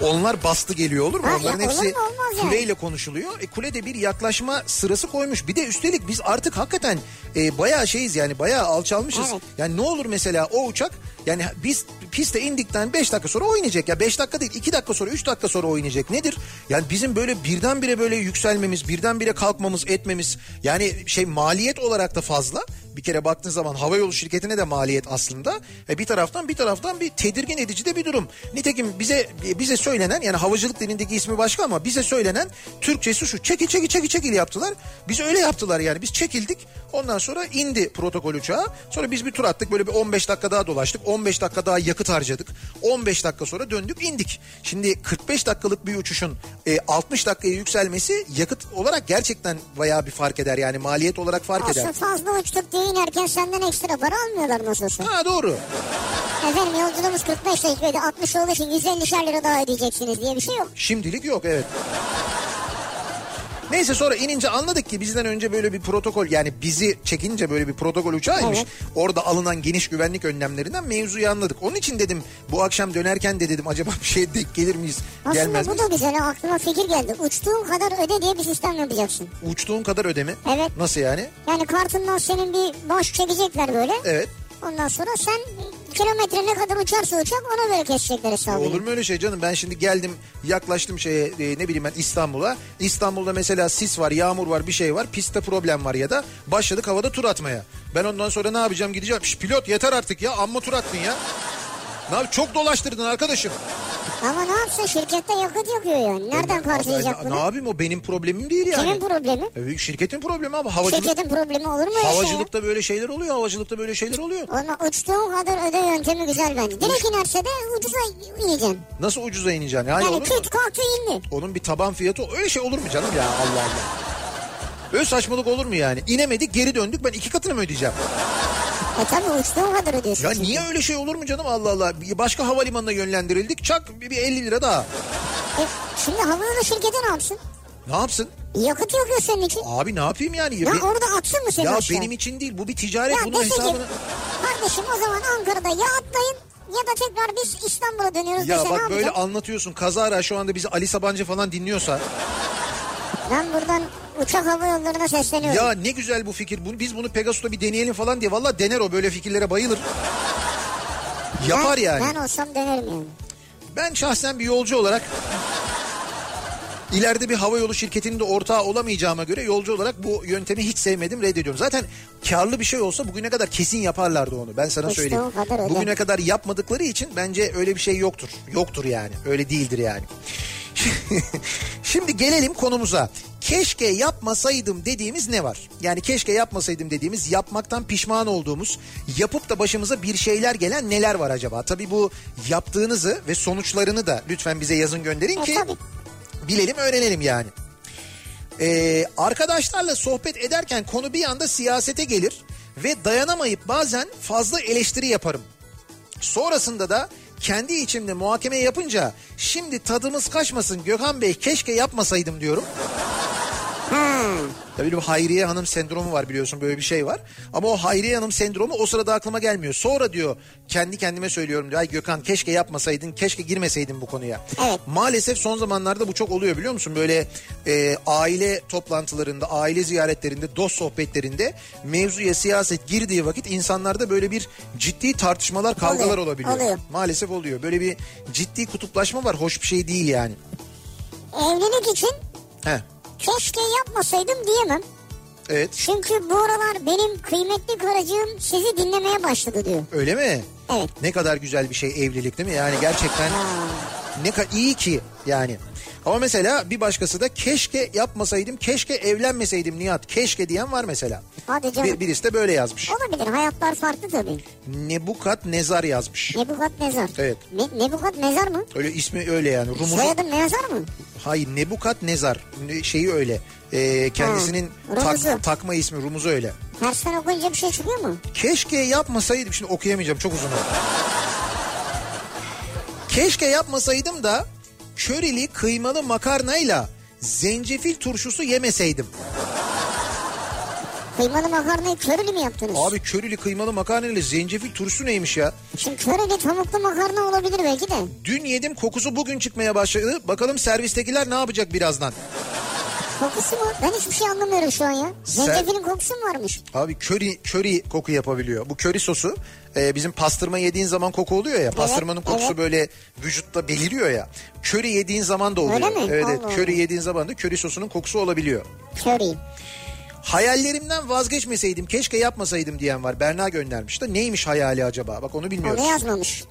Speaker 1: onlar bastı geliyor olur mu?
Speaker 2: Ha,
Speaker 1: Onların
Speaker 2: ya olur
Speaker 1: hepsi
Speaker 2: mu? Olmaz yani.
Speaker 1: kuleyle konuşuluyor. E, kulede bir yaklaşma sırası koymuş. Bir de üstelik biz artık hakikaten e, bayağı şeyiz yani bayağı alçalmışız.
Speaker 2: Evet.
Speaker 1: Yani ne olur mesela o uçak yani biz piste indikten 5 dakika sonra o inecek. Ya 5 dakika değil 2 dakika sonra 3 dakika sonra o inecek. Nedir? Yani bizim böyle birdenbire böyle yükselmemiz, birdenbire kalkmamız, etmemiz yani şey maliyet olarak da fazla. Bir kere baktığın zaman havayolu şirketine de maliyet aslında. E bir taraftan bir taraftan bir tedirgin edici de bir durum. Nitekim bize bize söylenen yani havacılık dilindeki ismi başka ama bize söylenen Türkçesi şu çekil çekil çekil çekil yaptılar. Biz öyle yaptılar yani biz çekildik. Ondan sonra indi protokol uçağı. Sonra biz bir tur attık böyle bir 15 dakika daha dolaştık. 15 dakika daha yakıt harcadık. 15 dakika sonra döndük indik. Şimdi 45 dakikalık bir uçuşun e, 60 dakikaya yükselmesi yakıt olarak gerçekten bayağı bir fark eder. Yani maliyet olarak fark eder.
Speaker 2: Aslında fazla uçtuk diye inerken senden ekstra para almıyorlar mı olsa.
Speaker 1: Ha doğru.
Speaker 2: Efendim yolculuğumuz 45 dakikaydı 60 olduğu için 150'şer lira daha ödeyeceksiniz diye bir şey yok.
Speaker 1: Şimdilik yok evet. Neyse sonra inince anladık ki bizden önce böyle bir protokol yani bizi çekince böyle bir protokol uçağıymış.
Speaker 2: Evet.
Speaker 1: Orada alınan geniş güvenlik önlemlerinden mevzuyu anladık. Onun için dedim bu akşam dönerken de dedim acaba bir şeye denk gelir miyiz
Speaker 2: Aslında
Speaker 1: gelmez
Speaker 2: bu
Speaker 1: miyiz?
Speaker 2: da güzel ha, aklıma fikir geldi. Uçtuğun kadar öde diye bir sistem yapacaksın.
Speaker 1: Uçtuğun kadar ödeme.
Speaker 2: Evet.
Speaker 1: Nasıl yani?
Speaker 2: Yani kartından senin bir boş çekecekler böyle.
Speaker 1: Evet.
Speaker 2: Ondan sonra sen kilometre ne kadar uçarsa uçak ona göre kesecekler hesabını.
Speaker 1: Olur mu öyle şey canım? Ben şimdi geldim yaklaştım şeye e, ne bileyim ben İstanbul'a. İstanbul'da mesela sis var, yağmur var, bir şey var. Pistte problem var ya da başladık havada tur atmaya. Ben ondan sonra ne yapacağım? Gideceğim. Şş, pilot yeter artık ya. Amma tur attın ya. Ne yap? Çok dolaştırdın arkadaşım.
Speaker 2: Ama ne yapsın şirkette yakıt yakıyor yani. Nereden karşılayacak
Speaker 1: Ne, ne
Speaker 2: bunu?
Speaker 1: yapayım o benim problemim değil yani.
Speaker 2: Kimin problemi?
Speaker 1: E, Şirketin problemi abi. Havacılık,
Speaker 2: Şirketin problemi olur mu öyle şey ya?
Speaker 1: havacılıkta böyle şeyler oluyor. Havacılıkta böyle şeyler oluyor.
Speaker 2: Ama uçtuğun kadar öde yöntemi güzel bence. Direkt inerse de ucuza ineceksin.
Speaker 1: Nasıl ucuza ineceksin? Yani,
Speaker 2: Yani
Speaker 1: olur mu?
Speaker 2: küt kalktı indi.
Speaker 1: Onun bir taban fiyatı öyle şey olur mu canım ya Allah Allah. Öyle saçmalık olur mu yani? İnemedik geri döndük ben iki katını mı ödeyeceğim?
Speaker 2: E tabi uçtuğun kadar ödüyorsun.
Speaker 1: Ya
Speaker 2: çünkü.
Speaker 1: niye öyle şey olur mu canım Allah Allah? Başka havalimanına yönlendirildik çak bir bir 50 lira daha.
Speaker 2: E, şimdi havayolu şirketi ne yapsın?
Speaker 1: Ne yapsın?
Speaker 2: Yakıt yakıyor senin için.
Speaker 1: Abi ne yapayım yani?
Speaker 2: Ya
Speaker 1: Be-
Speaker 2: orada atsın mı seni
Speaker 1: ya
Speaker 2: aşağı?
Speaker 1: benim için değil bu bir ticaret
Speaker 2: Ya
Speaker 1: bunun
Speaker 2: desin ki
Speaker 1: hesabını.
Speaker 2: kardeşim o zaman Ankara'da ya atlayın ya da tekrar biz İstanbul'a dönüyoruz.
Speaker 1: Ya
Speaker 2: dese
Speaker 1: bak
Speaker 2: ne
Speaker 1: böyle
Speaker 2: yapacak?
Speaker 1: anlatıyorsun kazara şu anda bizi Ali Sabancı falan dinliyorsa.
Speaker 2: Ben buradan uçak hava yollarına sesleniyorum.
Speaker 1: Ya ne güzel bu fikir. Bunu, biz bunu Pegasus'ta bir deneyelim falan diye. Valla dener o böyle fikirlere bayılır. Yapar
Speaker 2: ben,
Speaker 1: yani.
Speaker 2: Ben olsam dönerim yani.
Speaker 1: Ben şahsen bir yolcu olarak ileride bir havayolu şirketinin de ortağı olamayacağıma göre yolcu olarak bu yöntemi hiç sevmedim reddediyorum. Zaten karlı bir şey olsa bugüne kadar kesin yaparlardı onu ben sana
Speaker 2: İşte
Speaker 1: söyleyeyim.
Speaker 2: o kadar öyle.
Speaker 1: Bugüne kadar yapmadıkları için bence öyle bir şey yoktur. Yoktur yani öyle değildir yani. Şimdi gelelim konumuza. Keşke yapmasaydım dediğimiz ne var? Yani keşke yapmasaydım dediğimiz yapmaktan pişman olduğumuz yapıp da başımıza bir şeyler gelen neler var acaba? Tabii bu yaptığınızı ve sonuçlarını da lütfen bize yazın gönderin
Speaker 2: E,
Speaker 1: ki
Speaker 2: tabii.
Speaker 1: bilelim öğrenelim yani. Ee, arkadaşlarla sohbet ederken konu bir anda siyasete gelir ve dayanamayıp bazen fazla eleştiri yaparım. Sonrasında da kendi içimde muhakeme yapınca şimdi tadımız kaçmasın Gökhan Bey keşke yapmasaydım diyorum. Tabii bu Hayriye Hanım sendromu var biliyorsun böyle bir şey var. Ama o Hayriye Hanım sendromu o sırada aklıma gelmiyor. Sonra diyor kendi kendime söylüyorum diyor. Ay Gökhan keşke yapmasaydın keşke girmeseydin bu konuya.
Speaker 2: Evet.
Speaker 1: Maalesef son zamanlarda bu çok oluyor biliyor musun? Böyle e, aile toplantılarında, aile ziyaretlerinde, dost sohbetlerinde mevzuya siyaset girdiği vakit insanlarda böyle bir ciddi tartışmalar, kavgalar
Speaker 2: Oluyor,
Speaker 1: olabiliyor.
Speaker 2: oluyor.
Speaker 1: Maalesef oluyor. Böyle bir ciddi kutuplaşma var. Hoş bir şey değil yani.
Speaker 2: Evlilik için
Speaker 1: Heh.
Speaker 2: keşke yapmasaydım diyemem.
Speaker 1: Evet.
Speaker 2: Çünkü bu aralar benim kıymetli karıcığım sizi dinlemeye başladı diyor.
Speaker 1: Öyle mi?
Speaker 2: Evet.
Speaker 1: Ne kadar güzel bir şey evlilik değil mi? Yani gerçekten ne kadar iyi ki yani. Ama mesela bir başkası da keşke yapmasaydım, keşke evlenmeseydim Nihat. Keşke diyen var mesela.
Speaker 2: Hadi canım.
Speaker 1: Bir, birisi de böyle yazmış.
Speaker 2: Olabilir hayatlar farklı tabii.
Speaker 1: Nebukat Nezar yazmış.
Speaker 2: Nebukat Nezar.
Speaker 1: Evet.
Speaker 2: Ne, Nebukat Nezar mı?
Speaker 1: Öyle ismi öyle yani. Rumuzun
Speaker 2: Soyadın Nezar mı?
Speaker 1: Hayır Nebukat Nezar Ne- şeyi öyle. Ee, kendisinin
Speaker 2: Ha,
Speaker 1: tak-
Speaker 2: Rumuzu.
Speaker 1: takma ismi Rumuzu öyle.
Speaker 2: Tersten okuyunca bir şey çıkıyor mu?
Speaker 1: Keşke yapmasaydım. Şimdi okuyamayacağım çok uzun oldu. Keşke yapmasaydım da körili kıymalı makarnayla zencefil turşusu yemeseydim.
Speaker 2: Kıymalı makarnayı körülü mü yaptınız?
Speaker 1: Abi körili kıymalı makarnayla zencefil turşusu neymiş ya?
Speaker 2: Şimdi köreli tavuklu makarna olabilir belki de.
Speaker 1: Dün yedim kokusu bugün çıkmaya başladı. Bakalım servistekiler ne yapacak birazdan?
Speaker 2: Kokusu mu? Ben hiçbir şey anlamıyorum şu an ya.
Speaker 1: Sen-
Speaker 2: Zencefilin kokusu mu varmış?
Speaker 1: Abi köri köri koku yapabiliyor. Bu köri sosu e, bizim pastırma yediğin zaman koku oluyor ya. Pastırmanın kokusu
Speaker 2: evet.
Speaker 1: böyle vücutta beliriyor ya. Köri yediğin zaman da oluyor.
Speaker 2: Öyle mi?
Speaker 1: Evet,
Speaker 2: Allah
Speaker 1: evet.
Speaker 2: Allah.
Speaker 1: Köri yediğin zaman da köri sosunun kokusu olabiliyor.
Speaker 2: Köri.
Speaker 1: Hayallerimden vazgeçmeseydim keşke yapmasaydım diyen var. Berna göndermiş de neymiş hayali acaba? Bak onu
Speaker 2: O
Speaker 1: bilmiyoruz.
Speaker 2: ne yazmamış?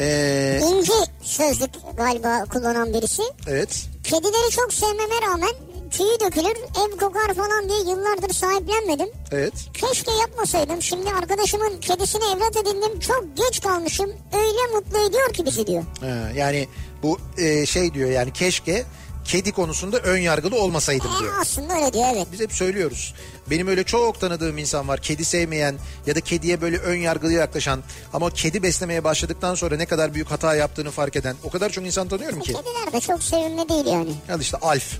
Speaker 1: Ee,
Speaker 2: İnci sözlük galiba kullanan birisi.
Speaker 1: evet.
Speaker 2: Kedileri çok sevmeme rağmen tüyü dökülür, ev kokar falan diye yıllardır sahiplenmedim.
Speaker 1: Evet.
Speaker 2: Keşke yapmasaydım. Şimdi arkadaşımın kedisini evlat edindim. Çok geç kalmışım. Öyle mutlu ediyor ki bizi diyor.
Speaker 1: Ha, yani bu e, şey diyor yani keşke kedi konusunda ön yargılı olmasaydım
Speaker 2: E,
Speaker 1: diyor.
Speaker 2: aslında öyle diyor evet.
Speaker 1: Biz hep söylüyoruz. Benim öyle çok tanıdığım insan var. Kedi sevmeyen ya da kediye böyle ön yargılı yaklaşan ama kedi beslemeye başladıktan sonra ne kadar büyük hata yaptığını fark eden. O kadar çok insan tanıyorum ki.
Speaker 2: Kediler de çok sevimli değil yani.
Speaker 1: Al işte Alf.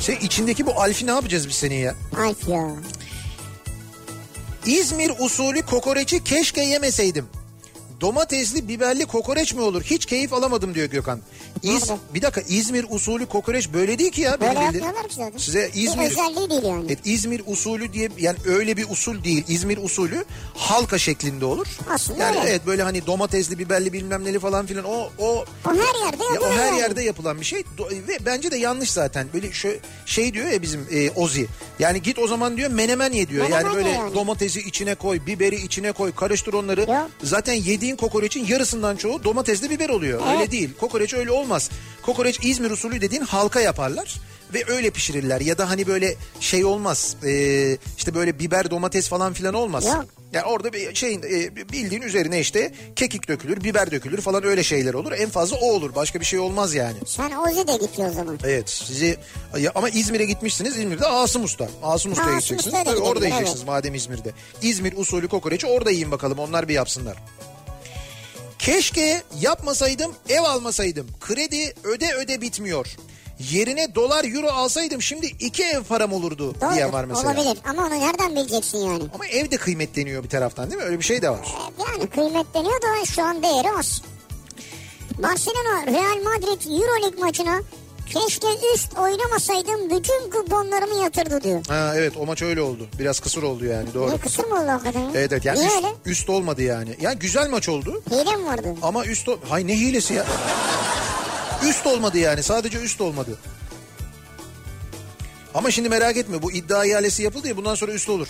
Speaker 1: Şey içindeki bu Alf'i ne yapacağız biz senin ya?
Speaker 2: Alf ya.
Speaker 1: İzmir usulü kokoreçi keşke yemeseydim. Domatesli biberli kokoreç mi olur? Hiç keyif alamadım diyor Gökhan. İz,
Speaker 2: Nerede?
Speaker 1: bir dakika İzmir usulü kokoreç böyle değil ki ya. benim
Speaker 2: Böyle
Speaker 1: bildiğim.
Speaker 2: yapmıyorlar ki zaten.
Speaker 1: Size İzmir...
Speaker 2: Bir özelliği değil yani.
Speaker 1: Evet, E, İzmir usulü diye yani öyle bir usul değil. İzmir usulü halka şeklinde olur.
Speaker 2: Aslında
Speaker 1: yani
Speaker 2: öyle.
Speaker 1: evet böyle hani domatesli, biberli bilmem neli falan filan o o
Speaker 2: O her yerde
Speaker 1: ya o
Speaker 2: yapılıyor
Speaker 1: her
Speaker 2: yani.
Speaker 1: yerde yapılan bir şey Do- ve bence de yanlış zaten. Böyle şö- şey diyor ya bizim e, Ozi. Yani git o zaman diyor menemen ye diyor.
Speaker 2: Menemen
Speaker 1: yani
Speaker 2: ye
Speaker 1: böyle
Speaker 2: yani.
Speaker 1: domatesi içine koy, biberi içine koy, karıştır onları.
Speaker 2: Ya.
Speaker 1: Zaten yediğin kokoreçin yarısından çoğu domatesli biber oluyor. Öyle değil. Kokoreç öyle olmaz. Kokoreç İzmir usulü dediğin halka yaparlar ve öyle pişirirler. Ya da hani böyle şey olmaz. E, işte böyle biber, domates falan filan olmaz.
Speaker 2: Yok.
Speaker 1: Yani orada bir şeyin e, bildiğin üzerine işte kekik dökülür, biber dökülür falan öyle şeyler olur. En fazla o olur. Başka bir şey olmaz yani.
Speaker 2: Sen Ozi de gidiyor o zaman.
Speaker 1: Evet sizi ya ama İzmir'e gitmişsiniz. İzmir'de Asım Usta. Asım Usta'ya
Speaker 2: Asım
Speaker 1: gideceksiniz.
Speaker 2: Usta'ya da
Speaker 1: Tabii orada
Speaker 2: gidelim,
Speaker 1: yiyeceksiniz madem İzmir'de. İzmir usulü kokoreçi orada yiyin bakalım. Onlar bir yapsınlar. Keşke yapmasaydım ev almasaydım. Kredi öde öde bitmiyor. Yerine dolar euro alsaydım şimdi iki ev param olurdu diye
Speaker 2: Doğrudur,
Speaker 1: var mesela.
Speaker 2: Olabilir ama onu nereden bileceksin yani? E,
Speaker 1: Ama ev de kıymetleniyor bir taraftan değil mi? Öyle bir şey de var.
Speaker 2: Yani kıymetleniyor da şu an değeri az. Barcelona Real Madrid Euroleague maçına keşke üst oynamasaydım bütün kuponlarımı yatırdı diyor.
Speaker 1: Ha, evet o maç öyle oldu. Biraz kısır oldu yani doğru.
Speaker 2: Ne kısır mı oldu hakikaten? ya?
Speaker 1: Evet evet yani
Speaker 2: Niye
Speaker 1: üst,
Speaker 2: öyle?
Speaker 1: üst olmadı yani. Yani güzel maç oldu
Speaker 2: Hile mi vardı?
Speaker 1: ama üst... ol- Hay ne hilesi ya. Üst olmadı yani sadece üst olmadı. Ama şimdi merak etme bu iddia ihalesi yapıldı ya bundan sonra üst olur.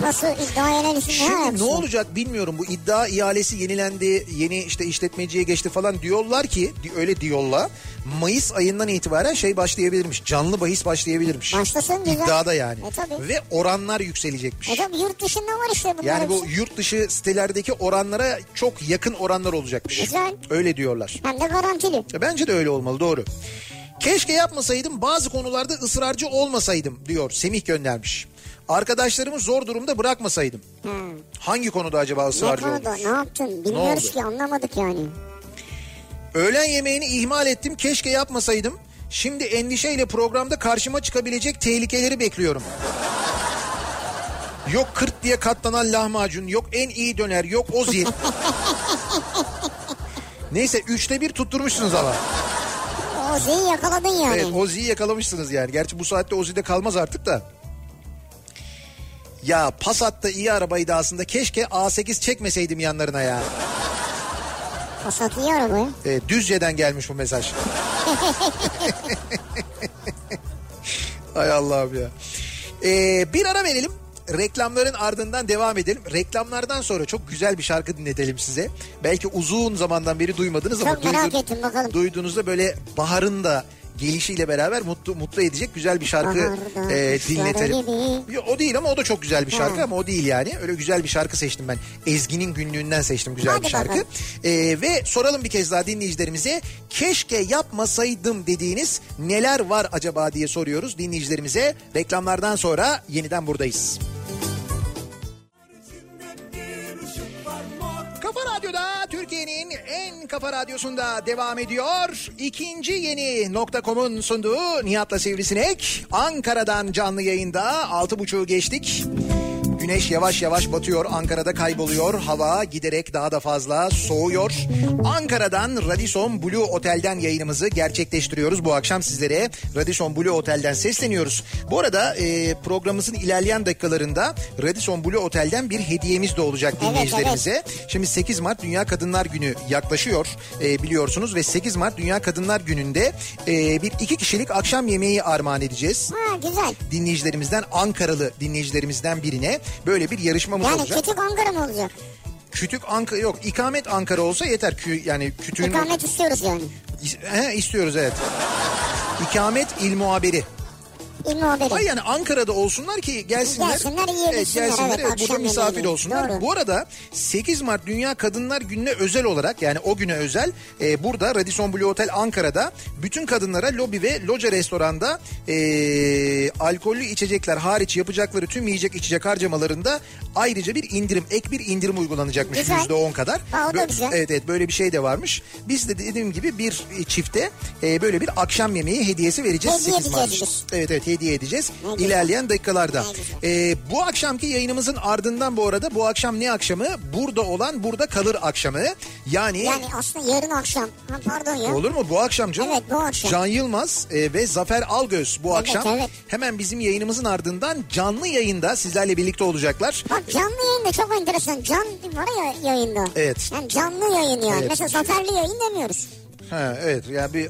Speaker 2: Nasıl iddia enerjisi ne
Speaker 1: Şimdi ne
Speaker 2: yapsın?
Speaker 1: olacak bilmiyorum bu iddia ihalesi yenilendi yeni işte işletmeciye geçti falan diyorlar ki di- öyle diyorlar Mayıs ayından itibaren şey başlayabilirmiş canlı bahis başlayabilirmiş.
Speaker 2: Başlasın güzel.
Speaker 1: İddiada yani
Speaker 2: E tabii.
Speaker 1: ve oranlar yükselecekmiş.
Speaker 2: E tabii yurt dışında var işte bunlar
Speaker 1: Yani bu
Speaker 2: hepsi.
Speaker 1: yurt dışı sitelerdeki oranlara çok yakın oranlar olacakmış.
Speaker 2: Güzel.
Speaker 1: Öyle diyorlar.
Speaker 2: Hem de garantili.
Speaker 1: E, Bence de öyle olmalı doğru. Keşke yapmasaydım bazı konularda ısrarcı olmasaydım diyor Semih göndermiş. Arkadaşlarımı zor durumda bırakmasaydım. Hangi konuda acaba
Speaker 2: Hmm. Ne
Speaker 1: ısrarcı
Speaker 2: konuda
Speaker 1: olmuş?
Speaker 2: ne yaptın bilmiyoruz
Speaker 1: oldu?
Speaker 2: ki anlamadık yani.
Speaker 1: Öğlen yemeğini ihmal ettim keşke yapmasaydım. Şimdi endişeyle programda karşıma çıkabilecek tehlikeleri bekliyorum. Yok 40 diye katlanan lahmacun, yok en iyi döner, yok ozil. Neyse üçte bir tutturmuşsunuz ama.
Speaker 2: Ozi'yi yakaladın yani.
Speaker 1: Evet Ozi'yi yakalamışsınız yani. Gerçi bu saatte Ozi'de kalmaz artık da. Ya Passat'ta iyi arabaydı aslında. Keşke A8 çekmeseydim yanlarına ya.
Speaker 2: Passat iyi araba ya.
Speaker 1: E, Düzce'den gelmiş bu mesaj. Hay Allah'ım ya. E, bir ara verelim. Reklamların ardından devam edelim. Reklamlardan sonra çok güzel bir şarkı dinletelim size. Belki uzun zamandan beri duymadınız ama
Speaker 2: Çok merak ettim, bakalım.
Speaker 1: duyduğunuzda böyle baharın da gelişiyle beraber mutlu mutlu edecek güzel bir şarkı
Speaker 2: Baharda
Speaker 1: e,
Speaker 2: kuşlar
Speaker 1: dinletelim.
Speaker 2: gibi.
Speaker 1: Yo, o değil ama o da çok güzel bir şarkı
Speaker 2: Ha.
Speaker 1: ama o değil yani. Öyle güzel bir şarkı seçtim ben. Ezgi'nin günlüğünden seçtim güzel
Speaker 2: Hadi
Speaker 1: bir şarkı.
Speaker 2: bakalım.
Speaker 1: Ee, ve soralım bir kez daha dinleyicilerimize keşke yapmasaydım dediğiniz neler var acaba diye soruyoruz dinleyicilerimize. Reklamlardan sonra yeniden buradayız. Kafa Radyo'da Türkiye'nin en kafa radyosunda devam ediyor. İkinci yeni nokta.com'un sunduğu Nihat'la Sivrisinek. Ankara'dan canlı yayında altı buçuğu geçtik. Güneş yavaş yavaş batıyor, Ankara'da kayboluyor. Hava giderek daha da fazla soğuyor. Ankara'dan Radisson Blue Otel'den yayınımızı gerçekleştiriyoruz bu akşam sizlere. Radisson Blue Otel'den sesleniyoruz. Bu arada e, programımızın ilerleyen dakikalarında Radisson Blue Otel'den bir hediyemiz de olacak
Speaker 2: evet.
Speaker 1: dinleyicilerimize. Şimdi 8 Mart Dünya Kadınlar Günü yaklaşıyor e, biliyorsunuz ve 8 Mart Dünya Kadınlar Günü'nde e, bir iki kişilik akşam yemeği armağan edeceğiz
Speaker 2: Ha güzel.
Speaker 1: dinleyicilerimizden Ankaralı dinleyicilerimizden birine böyle bir yarışmamız
Speaker 2: Yani
Speaker 1: olacak.
Speaker 2: küçük Ankara mı olacak?
Speaker 1: Kütük Ankara yok ikamet Ankara olsa yeter kü yani kütüğün
Speaker 2: İkamet istiyoruz yani.
Speaker 1: İs- he, istiyoruz evet. İkamet il muhabiri.
Speaker 2: İlmi haberi.
Speaker 1: Ay yani Ankara'da olsunlar ki gelsinler.
Speaker 2: Gelsinler, yiyebilsinler,
Speaker 1: Evet, gelsinler.
Speaker 2: evet,
Speaker 1: evet, burada
Speaker 2: akşam
Speaker 1: misafir
Speaker 2: yemeğini.
Speaker 1: olsunlar.
Speaker 2: Doğru.
Speaker 1: Bu arada 8 Mart Dünya Kadınlar Günü'ne özel olarak yani o güne özel e, burada Radisson Blue Hotel Ankara'da bütün kadınlara lobi ve loca restoranda e, alkollü içecekler hariç yapacakları tüm yiyecek içecek harcamalarında ayrıca bir indirim ek bir indirim uygulanacakmış
Speaker 2: Güzel.
Speaker 1: %10 kadar.
Speaker 2: Aa, o da
Speaker 1: Bö-
Speaker 2: güzel.
Speaker 1: Evet evet böyle bir şey de varmış. Biz de dediğim gibi bir e, çifte e, böyle bir akşam yemeği hediyesi vereceğiz.
Speaker 2: Hediye
Speaker 1: 8 Mart.
Speaker 2: edeceğiz.
Speaker 1: Evet evet hediye edeceğiz.
Speaker 2: Ne güzel.
Speaker 1: İlerleyen dakikalarda.
Speaker 2: Ne güzel.
Speaker 1: Ee, bu akşamki yayınımızın ardından bu arada bu akşam ne akşamı? Burada olan burada kalır akşamı. Yani,
Speaker 2: Yani aslında yarın akşam. Ha, pardon ya.
Speaker 1: olur mu bu akşam canım?
Speaker 2: Evet, bu akşam.
Speaker 1: Can Yılmaz e, ve Zafer Algöz bu
Speaker 2: Evet,
Speaker 1: akşam.
Speaker 2: evet.
Speaker 1: Hemen bizim yayınımızın ardından canlı yayında sizlerle birlikte olacaklar.
Speaker 2: Bak canlı yayında çok enteresan. Can var ya yayında.
Speaker 1: Evet.
Speaker 2: Yani canlı yayın yani.
Speaker 1: Evet.
Speaker 2: Mesela zaferli yayın demiyoruz.
Speaker 1: Ha, evet yani bir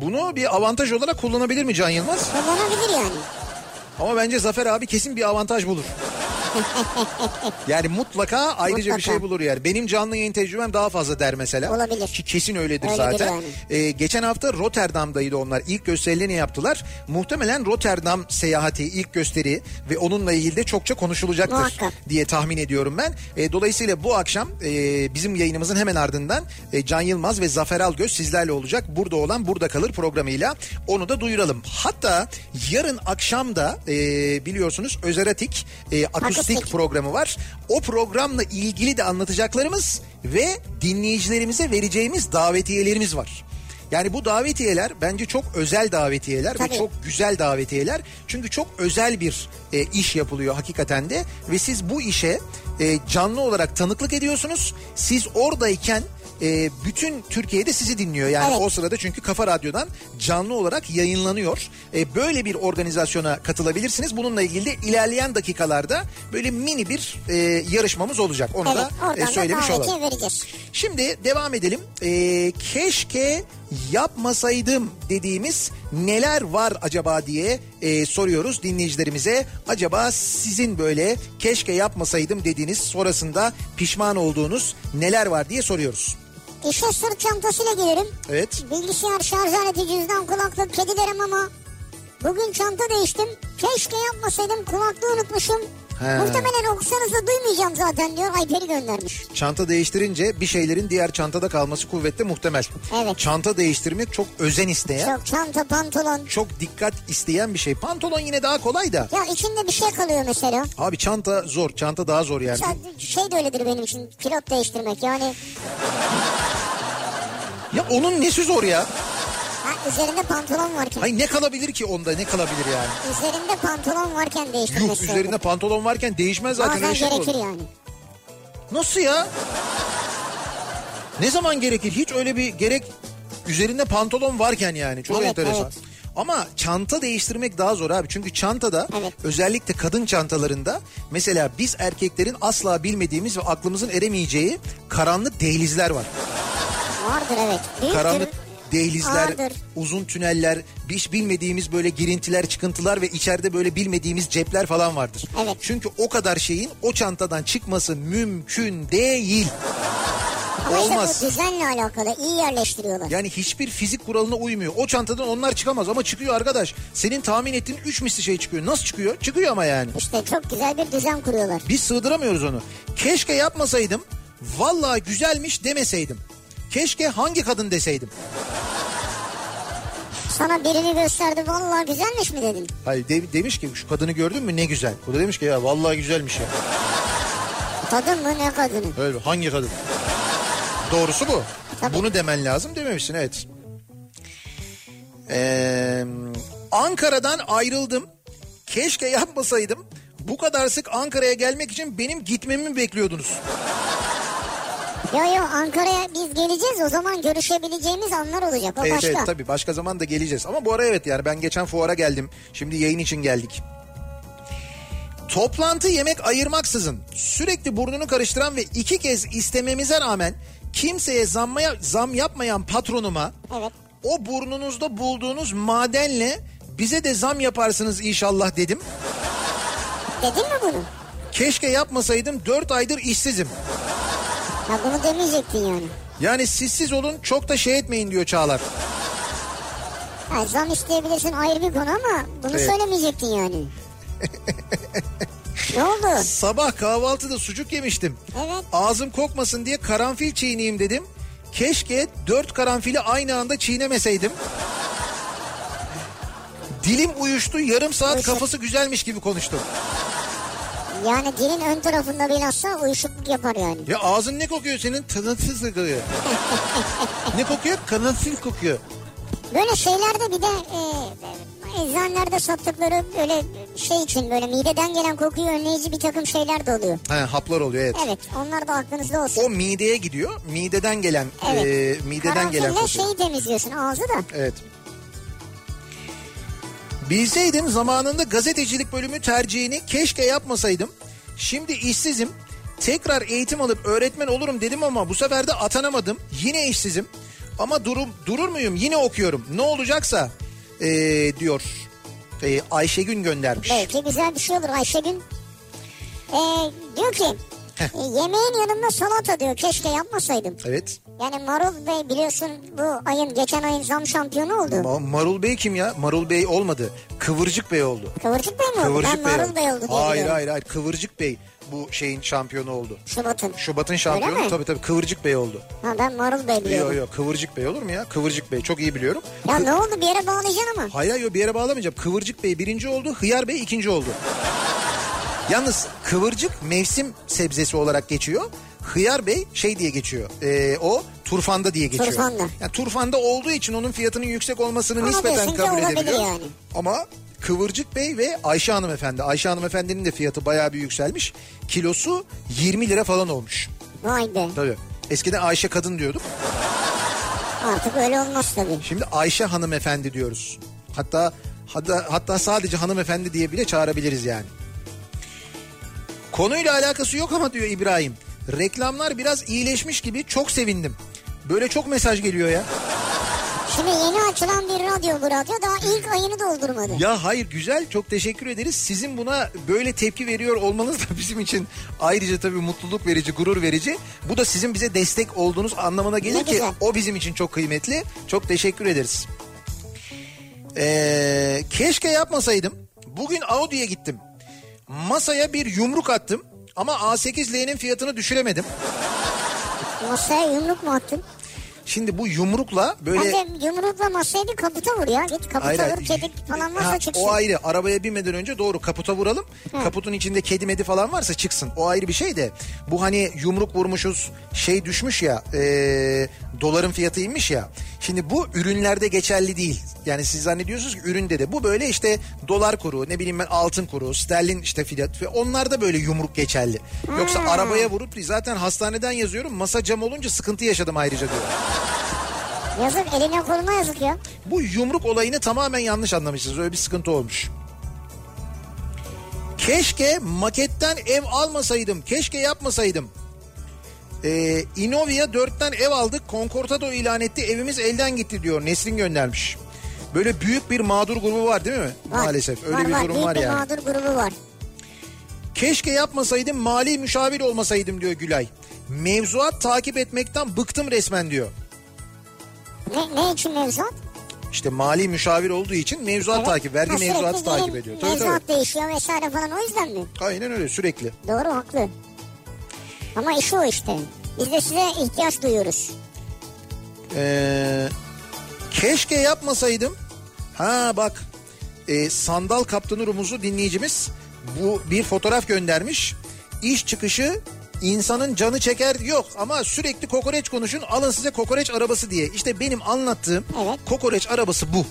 Speaker 1: bunu bir avantaj olarak kullanabilir mi Can Yılmaz?
Speaker 2: Kullanabilir yani.
Speaker 1: Ama bence Zafer abi kesin bir avantaj bulur. yani mutlaka ayrıca bir
Speaker 2: Mutlaka.
Speaker 1: şey bulur yani. Benim canlı yayın tecrübem daha fazla der mesela.
Speaker 2: Olabilir.
Speaker 1: Ki kesin öyledir,
Speaker 2: Öyledir
Speaker 1: zaten.
Speaker 2: yani.
Speaker 1: Ee, geçen hafta Rotterdam'daydı onlar. İlk gösterilerini yaptılar. Muhtemelen Rotterdam seyahati ilk gösteri ve onunla ilgili de çokça konuşulacaktır
Speaker 2: Muhakkak.
Speaker 1: diye tahmin ediyorum ben. E, dolayısıyla bu akşam e, bizim yayınımızın hemen ardından e, Can Yılmaz ve Zafer Algöz sizlerle olacak. Burada olan burada kalır programıyla onu da duyuralım. Hatta yarın akşam da e, biliyorsunuz Özeratik e, akustik, akustik programı var. O programla ilgili de anlatacaklarımız ve dinleyicilerimize vereceğimiz davetiyelerimiz var. Yani bu davetiyeler bence çok özel davetiyeler
Speaker 2: Tabii.
Speaker 1: ve çok güzel davetiyeler. Çünkü çok özel bir e, iş yapılıyor hakikaten de ve siz bu işe e, canlı olarak tanıklık ediyorsunuz. Siz oradayken e, bütün Türkiye'de sizi dinliyor. Yani
Speaker 2: Evet.
Speaker 1: o sırada çünkü Kafa Radyo'dan canlı olarak yayınlanıyor. E, böyle bir organizasyona katılabilirsiniz. Bununla ilgili de ilerleyen dakikalarda böyle mini bir e, yarışmamız olacak. Onu
Speaker 2: Evet
Speaker 1: da e,
Speaker 2: oradan da
Speaker 1: söylemiş olalım.
Speaker 2: davetiye vereceğiz.
Speaker 1: Şimdi devam edelim. Ee, keşke yapmasaydım dediğimiz neler var acaba diye e, soruyoruz dinleyicilerimize. Acaba sizin böyle keşke yapmasaydım dediğiniz sonrasında pişman olduğunuz neler var diye soruyoruz.
Speaker 2: İşe sırt çantasıyla gelirim.
Speaker 1: Evet.
Speaker 2: Bilgisayar, şarj aleti, cüzdan, kulaklık, kedilerim ama bugün çanta değiştim. Keşke yapmasaydım kulaklığı unutmuşum.
Speaker 1: He.
Speaker 2: Muhtemelen okusanız da duymayacağım zaten diyor. Ayper'i göndermiş.
Speaker 1: Çanta değiştirince bir şeylerin diğer çantada kalması kuvvetle muhtemel.
Speaker 2: Evet.
Speaker 1: Çanta değiştirmek çok özen isteyen,
Speaker 2: Çok çanta, pantolon.
Speaker 1: çok dikkat isteyen bir şey. Pantolon yine daha kolay da.
Speaker 2: Ya içinde bir şey kalıyor mesela.
Speaker 1: Abi çanta zor, çanta daha zor yani.
Speaker 2: Sa- Şey de öyledir benim için pilot değiştirmek yani
Speaker 1: Ya onun nesi zor ya?
Speaker 2: ha, üzerinde pantolon varken
Speaker 1: Ay ne kalabilir ki onda ne kalabilir yani?
Speaker 2: üzerinde pantolon varken
Speaker 1: Yuh
Speaker 2: değiştirmesi
Speaker 1: üzerinde pantolon varken değişmez zaten.
Speaker 2: bazen
Speaker 1: öyle şey mi
Speaker 2: gerekir
Speaker 1: olur?
Speaker 2: yani.
Speaker 1: Nasıl ya? Ne zaman gerekir? Hiç öyle bir gerek üzerinde pantolon varken yani. Çok
Speaker 2: Evet,
Speaker 1: enteresan.
Speaker 2: evet.
Speaker 1: Ama çanta değiştirmek daha zor abi. Çünkü çantada
Speaker 2: Evet.
Speaker 1: özellikle kadın çantalarında mesela biz erkeklerin asla bilmediğimiz ve aklımızın eremeyeceği karanlık dehlizler var.
Speaker 2: Vardır evet. Büyüktür.
Speaker 1: Karanlık dehlizler,
Speaker 2: Ağırdır.
Speaker 1: uzun tüneller, hiç bilmediğimiz böyle girintiler, çıkıntılar ve içeride böyle bilmediğimiz cepler falan vardır.
Speaker 2: Evet.
Speaker 1: Çünkü o kadar şeyin o çantadan çıkması mümkün değil.
Speaker 2: Ama işte bu
Speaker 1: Olmaz.
Speaker 2: düzenle alakalı iyi yerleştiriyorlar.
Speaker 1: Yani hiçbir fizik kuralına uymuyor. O çantadan onlar çıkamaz ama çıkıyor arkadaş. Senin tahmin ettiğin 3 misli şey çıkıyor. Nasıl çıkıyor? Çıkıyor ama yani.
Speaker 2: İşte çok güzel bir düzen kuruyorlar.
Speaker 1: Biz sığdıramıyoruz onu. Keşke yapmasaydım. Vallahi güzelmiş demeseydim. Keşke hangi kadın deseydim.
Speaker 2: Sana birini gösterdi vallahi güzelmiş mi dedin?
Speaker 1: Hayır de- demiş ki şu kadını gördün mü ne güzel. O da demiş ki ya vallahi güzelmiş ya.
Speaker 2: Kadın mı ne kadını?
Speaker 1: Öyle hangi kadın? Doğrusu bu.
Speaker 2: Tabii.
Speaker 1: Bunu demen lazım dememişsin evet. Ee, Ankara'dan ayrıldım. Keşke yapmasaydım. Bu kadar sık Ankara'ya gelmek için benim gitmemi mi bekliyordunuz?
Speaker 2: Yo yo Ankara'ya biz geleceğiz o zaman görüşebileceğimiz anlar olacak o
Speaker 1: evet
Speaker 2: başka.
Speaker 1: evet tabii başka zaman da geleceğiz. Ama bu ara evet yani ben geçen fuara geldim. Şimdi yayın için geldik. Toplantı yemek ayırmaksızın sürekli burnunu karıştıran ve iki kez istememize rağmen kimseye zammaya, zam yapmayan patronuma
Speaker 2: Evet.
Speaker 1: o burnunuzda bulduğunuz madenle bize de zam yaparsınız inşallah dedim.
Speaker 2: Dedin mi bunu?
Speaker 1: Keşke yapmasaydım 4 aydır işsizim.
Speaker 2: Ya bunu demeyecektin yani.
Speaker 1: Yani sizsiz olun çok da şey etmeyin diyor Çağlar.
Speaker 2: Ha, zam isteyebilirsin ayrı bir konu ama bunu
Speaker 1: Evet.
Speaker 2: söylemeyecektin yani. ne oldu?
Speaker 1: Sabah kahvaltıda sucuk yemiştim.
Speaker 2: Evet.
Speaker 1: Ağzım kokmasın diye karanfil çiğneyeyim dedim. Keşke dört karanfili aynı anda çiğnemeseydim. Dilim uyuştu yarım saat
Speaker 2: Uyuşur.
Speaker 1: kafası güzelmiş gibi konuştum.
Speaker 2: Yani dilin ön tarafında bilhassa uyuşukluk yapar yani.
Speaker 1: Ya ağzın ne kokuyor senin? Kanatsız kokuyor. ne kokuyor? Kanatsız kokuyor.
Speaker 2: Böyle şeylerde bir de e, e, eczanelerde sattıkları böyle şey için böyle mideden gelen kokuyu önleyici bir takım şeyler de oluyor.
Speaker 1: Ha, haplar oluyor evet.
Speaker 2: Evet onlar da aklınızda olsun.
Speaker 1: O mideye gidiyor. Mideden gelen
Speaker 2: Evet.
Speaker 1: e, mideden gelen
Speaker 2: Karanfille
Speaker 1: koku.
Speaker 2: şeyi şey temizliyorsun ağzı da.
Speaker 1: Evet. Bilseydim zamanında gazetecilik bölümü tercihini keşke yapmasaydım. Şimdi işsizim. Tekrar eğitim alıp öğretmen olurum dedim ama bu sefer de atanamadım. Yine işsizim. Ama durum, durur muyum? Yine okuyorum. Ne olacaksa e, diyor. E, Ayşegün göndermiş.
Speaker 2: Belki güzel bir şey olur Ayşegül. E, diyor ki
Speaker 1: Heh.
Speaker 2: e, yemeğin yanında salata diyor keşke yapmasaydım.
Speaker 1: Evet.
Speaker 2: Yani Marul Bey biliyorsun bu ayın geçen ayın zam şampiyonu oldu.
Speaker 1: Ma- Marul Bey kim ya? Marul Bey olmadı. Kıvırcık Bey oldu.
Speaker 2: Kıvırcık Bey mi oldu? ben
Speaker 1: Kıvırcık Bey.
Speaker 2: Marul Bey oldu diye
Speaker 1: hayır
Speaker 2: biliyorum.
Speaker 1: hayır hayır. Kıvırcık Bey bu şeyin şampiyonu oldu.
Speaker 2: Şubat'ın.
Speaker 1: Şubat'ın şampiyonu
Speaker 2: mi?
Speaker 1: tabii tabii Kıvırcık Bey oldu.
Speaker 2: Ha, ben Marul Bey
Speaker 1: Yok
Speaker 2: biliyorum.
Speaker 1: yok Kıvırcık Bey olur mu ya? Kıvırcık Bey çok iyi biliyorum.
Speaker 2: Ya ne oldu bir yere bağlayacaksın ama.
Speaker 1: Hayır hayır, yok bir yere bağlamayacağım. Kıvırcık Bey birinci oldu. Hıyar Bey ikinci oldu. Yalnız kıvırcık mevsim sebzesi olarak geçiyor. Hıyar Bey şey diye geçiyor. Ee, o turfanda diye geçiyor.
Speaker 2: Turfanda.
Speaker 1: Yani turfanda olduğu için onun fiyatının yüksek olmasını
Speaker 2: Ama
Speaker 1: nispeten
Speaker 2: diyorsun ki
Speaker 1: kabul
Speaker 2: olabilir
Speaker 1: edebiliyor.
Speaker 2: yani.
Speaker 1: Ama Kıvırcık Bey ve Ayşe Hanım Efendi. Ayşe Hanım Efendi'nin de fiyatı bayağı bir yükselmiş. Kilosu 20 lira falan olmuş.
Speaker 2: Vay be.
Speaker 1: Tabii. Eskiden Ayşe Kadın diyorduk.
Speaker 2: Artık öyle olmaz tabii.
Speaker 1: Şimdi Ayşe hanımefendi diyoruz. Hatta hatta, hatta sadece hanımefendi diye bile çağırabiliriz yani. Konuyla alakası yok ama diyor İbrahim. Reklamlar biraz iyileşmiş gibi çok sevindim. Böyle çok mesaj geliyor ya.
Speaker 2: Şimdi yeni açılan bir radyo bu radyo daha ilk ayını doldurmadı.
Speaker 1: Ya hayır güzel çok teşekkür ederiz. Sizin buna böyle tepki veriyor olmanız da bizim için ayrıca tabii mutluluk verici, gurur verici. Bu da sizin bize destek olduğunuz anlamına gelir
Speaker 2: Ne
Speaker 1: ki
Speaker 2: güzel.
Speaker 1: o bizim için çok kıymetli. Çok teşekkür ederiz. Ee, keşke yapmasaydım. Bugün Audi'ye gittim. Masaya bir yumruk attım ama A8L'nin fiyatını düşüremedim.
Speaker 2: Masaya yumruk mu attın?
Speaker 1: Şimdi bu yumrukla böyle...
Speaker 2: Bence yumrukla masaya bir kaputa vur ya. Git kaputa
Speaker 1: Hayır,
Speaker 2: vur
Speaker 1: hayır.
Speaker 2: kedik falan varsa
Speaker 1: Ha,
Speaker 2: çıksın.
Speaker 1: O ayrı. Arabaya binmeden önce doğru kaputa vuralım. Kaputun içinde kedi medi falan varsa çıksın. O ayrı bir şey de. Bu hani yumruk vurmuşuz şey düşmüş ya e, doların fiyatı inmiş ya. Şimdi bu ürünlerde geçerli değil. Yani siz zannediyorsunuz ki üründe de. Bu böyle işte dolar kuru ne bileyim ben altın kuru sterlin işte fiyat. ve Onlarda böyle yumruk geçerli. Yoksa
Speaker 2: Hmm.
Speaker 1: arabaya vurup zaten hastaneden yazıyorum masa cam olunca sıkıntı yaşadım ayrıca diyor.
Speaker 2: Yazık eline koluna yazık ya.
Speaker 1: Bu yumruk olayını tamamen yanlış anlamışsınız. Öyle bir sıkıntı olmuş. Keşke maketten ev almasaydım. Keşke yapmasaydım. Ee, Inovia 4'ten ev aldık. Concordato ilan etti. Evimiz elden gitti diyor. Nesrin göndermiş. Böyle büyük bir mağdur grubu var değil mi?
Speaker 2: Var.
Speaker 1: Maalesef. Öyle
Speaker 2: var,
Speaker 1: bir
Speaker 2: var.
Speaker 1: durum
Speaker 2: Büyük
Speaker 1: var
Speaker 2: bir
Speaker 1: yani.
Speaker 2: mağdur grubu var.
Speaker 1: Keşke yapmasaydım mali müşavir olmasaydım diyor Gülay. Mevzuat takip etmekten bıktım resmen diyor.
Speaker 2: Ne, ne için mevzuat?
Speaker 1: İşte mali müşavir olduğu için mevzuat takip, vergi
Speaker 2: Ha, sürekli
Speaker 1: mevzuatı takip
Speaker 2: yeni
Speaker 1: ediyor. Tabii, tabii.
Speaker 2: Mevzuat değişiyor vesaire falan o yüzden mi?
Speaker 1: Aynen öyle sürekli.
Speaker 2: Doğru haklı. Ama işi o işte. Biz de size ihtiyaç duyuyoruz.
Speaker 1: Ee, keşke yapmasaydım. Ha bak Ee, sandal kaptanı Rumuzlu dinleyicimiz bu bir fotoğraf göndermiş. İş çıkışı insanın canı çeker yok ama sürekli kokoreç konuşun alın size kokoreç arabası diye. İşte benim anlattığım
Speaker 2: Evet.
Speaker 1: kokoreç arabası bu.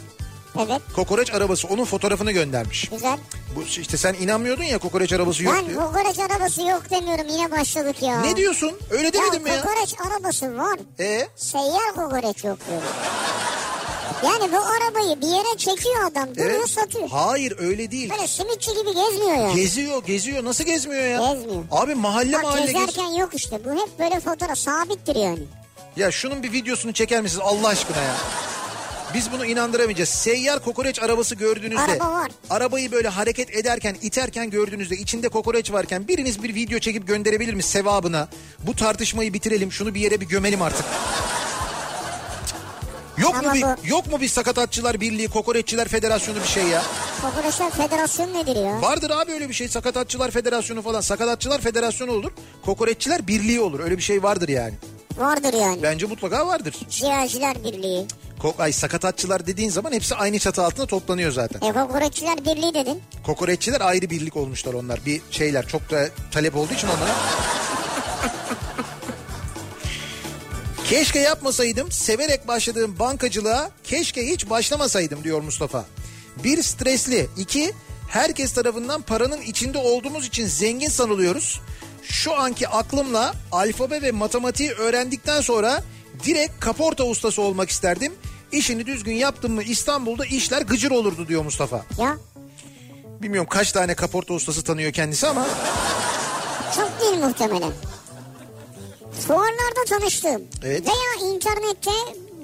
Speaker 2: Evet
Speaker 1: Kokoreç arabası onun fotoğrafını göndermiş.
Speaker 2: güzel.
Speaker 1: Bu işte sen inanmıyordun ya kokoreç arabası yok
Speaker 2: ben
Speaker 1: diyor.
Speaker 2: kokoreç arabası yok demiyorum yine başladık ya.
Speaker 1: Ne diyorsun? Öyle demedim mi
Speaker 2: ya?
Speaker 1: ya?
Speaker 2: Kokoreç arabası var.
Speaker 1: Ee?
Speaker 2: Seyyar kokoreç yok diyorum. Yani bu arabayı bir yere çekiyor adam. Duruyor
Speaker 1: Evet.
Speaker 2: satıyor.
Speaker 1: Hayır öyle değil.
Speaker 2: Böyle simitçi gibi gezmiyor yani.
Speaker 1: Geziyor geziyor nasıl gezmiyor ya?
Speaker 2: Gezmiyor.
Speaker 1: Abi mahalle
Speaker 2: Bak
Speaker 1: mahalle gez.
Speaker 2: gezerken yok işte. Bu hep böyle fotoğraf sabittir yani.
Speaker 1: Ya şunun bir videosunu çeker misiniz Allah aşkına ya? Biz bunu inandıramayacağız. Seyyar kokoreç arabası gördüğünüzde
Speaker 2: Araba var.
Speaker 1: arabayı böyle hareket ederken iterken gördüğünüzde içinde kokoreç varken biriniz bir video çekip gönderebilir mi sevabına? Bu tartışmayı bitirelim şunu bir yere bir gömelim artık. Yok mu
Speaker 2: Ama
Speaker 1: bir
Speaker 2: bu-
Speaker 1: yok mu bir sakatatçılar birliği, kokoreççiler federasyonu bir şey ya?
Speaker 2: Kokoreçler Federasyonu nedir ya?
Speaker 1: Vardır abi öyle bir şey. Sakatatçılar Federasyonu falan. Sakatatçılar Federasyonu olur. Kokoreççiler Birliği olur. Öyle bir şey vardır yani.
Speaker 2: Vardır yani.
Speaker 1: Bence mutlaka vardır.
Speaker 2: Ciğerciler Birliği.
Speaker 1: Ko- Ay sakatatçılar dediğin zaman hepsi aynı çatı altında toplanıyor zaten.
Speaker 2: E kokoreççiler Birliği dedin.
Speaker 1: Kokoreççiler ayrı birlik olmuşlar onlar. Bir şeyler çok da talep olduğu için onlara. Keşke yapmasaydım. Severek başladığım bankacılığa keşke hiç başlamasaydım diyor Mustafa. Bir stresli. iki herkes tarafından paranın içinde olduğumuz için zengin sanılıyoruz. Şu anki aklımla alfabe ve matematiği öğrendikten sonra direkt kaporta ustası olmak isterdim. İşini düzgün yaptım mı İstanbul'da işler gıcır olurdu diyor Mustafa.
Speaker 2: Ya
Speaker 1: Bilmiyorum kaç tane kaporta ustası tanıyor kendisi ama
Speaker 2: çok değil muhtemelen. Fuarlarda tanıştığım
Speaker 1: Evet.
Speaker 2: veya internette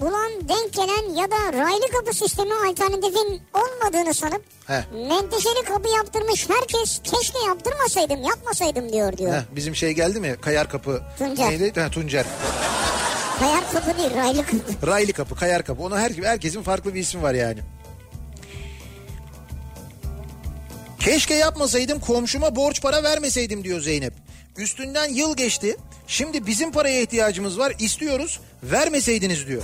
Speaker 2: bulan denk gelen ya da raylı kapı sistemi alternatifin olmadığını sanıp
Speaker 1: He.
Speaker 2: menteşeli kapı yaptırmış herkes keşke yaptırmasaydım yapmasaydım diyor diyor.
Speaker 1: heh, bizim şey geldi mi? Kayar kapı.
Speaker 2: Tuncer.
Speaker 1: Neydi? Ha, Tuncer.
Speaker 2: Kayar kapı değil raylı kapı.
Speaker 1: Raylı kapı, kayar kapı. Ona her, herkesin farklı bir ismi var yani. Keşke yapmasaydım komşuma borç para vermeseydim diyor Zeynep. Üstünden yıl geçti. Şimdi bizim paraya ihtiyacımız var. istiyoruz. Vermeseydiniz diyor.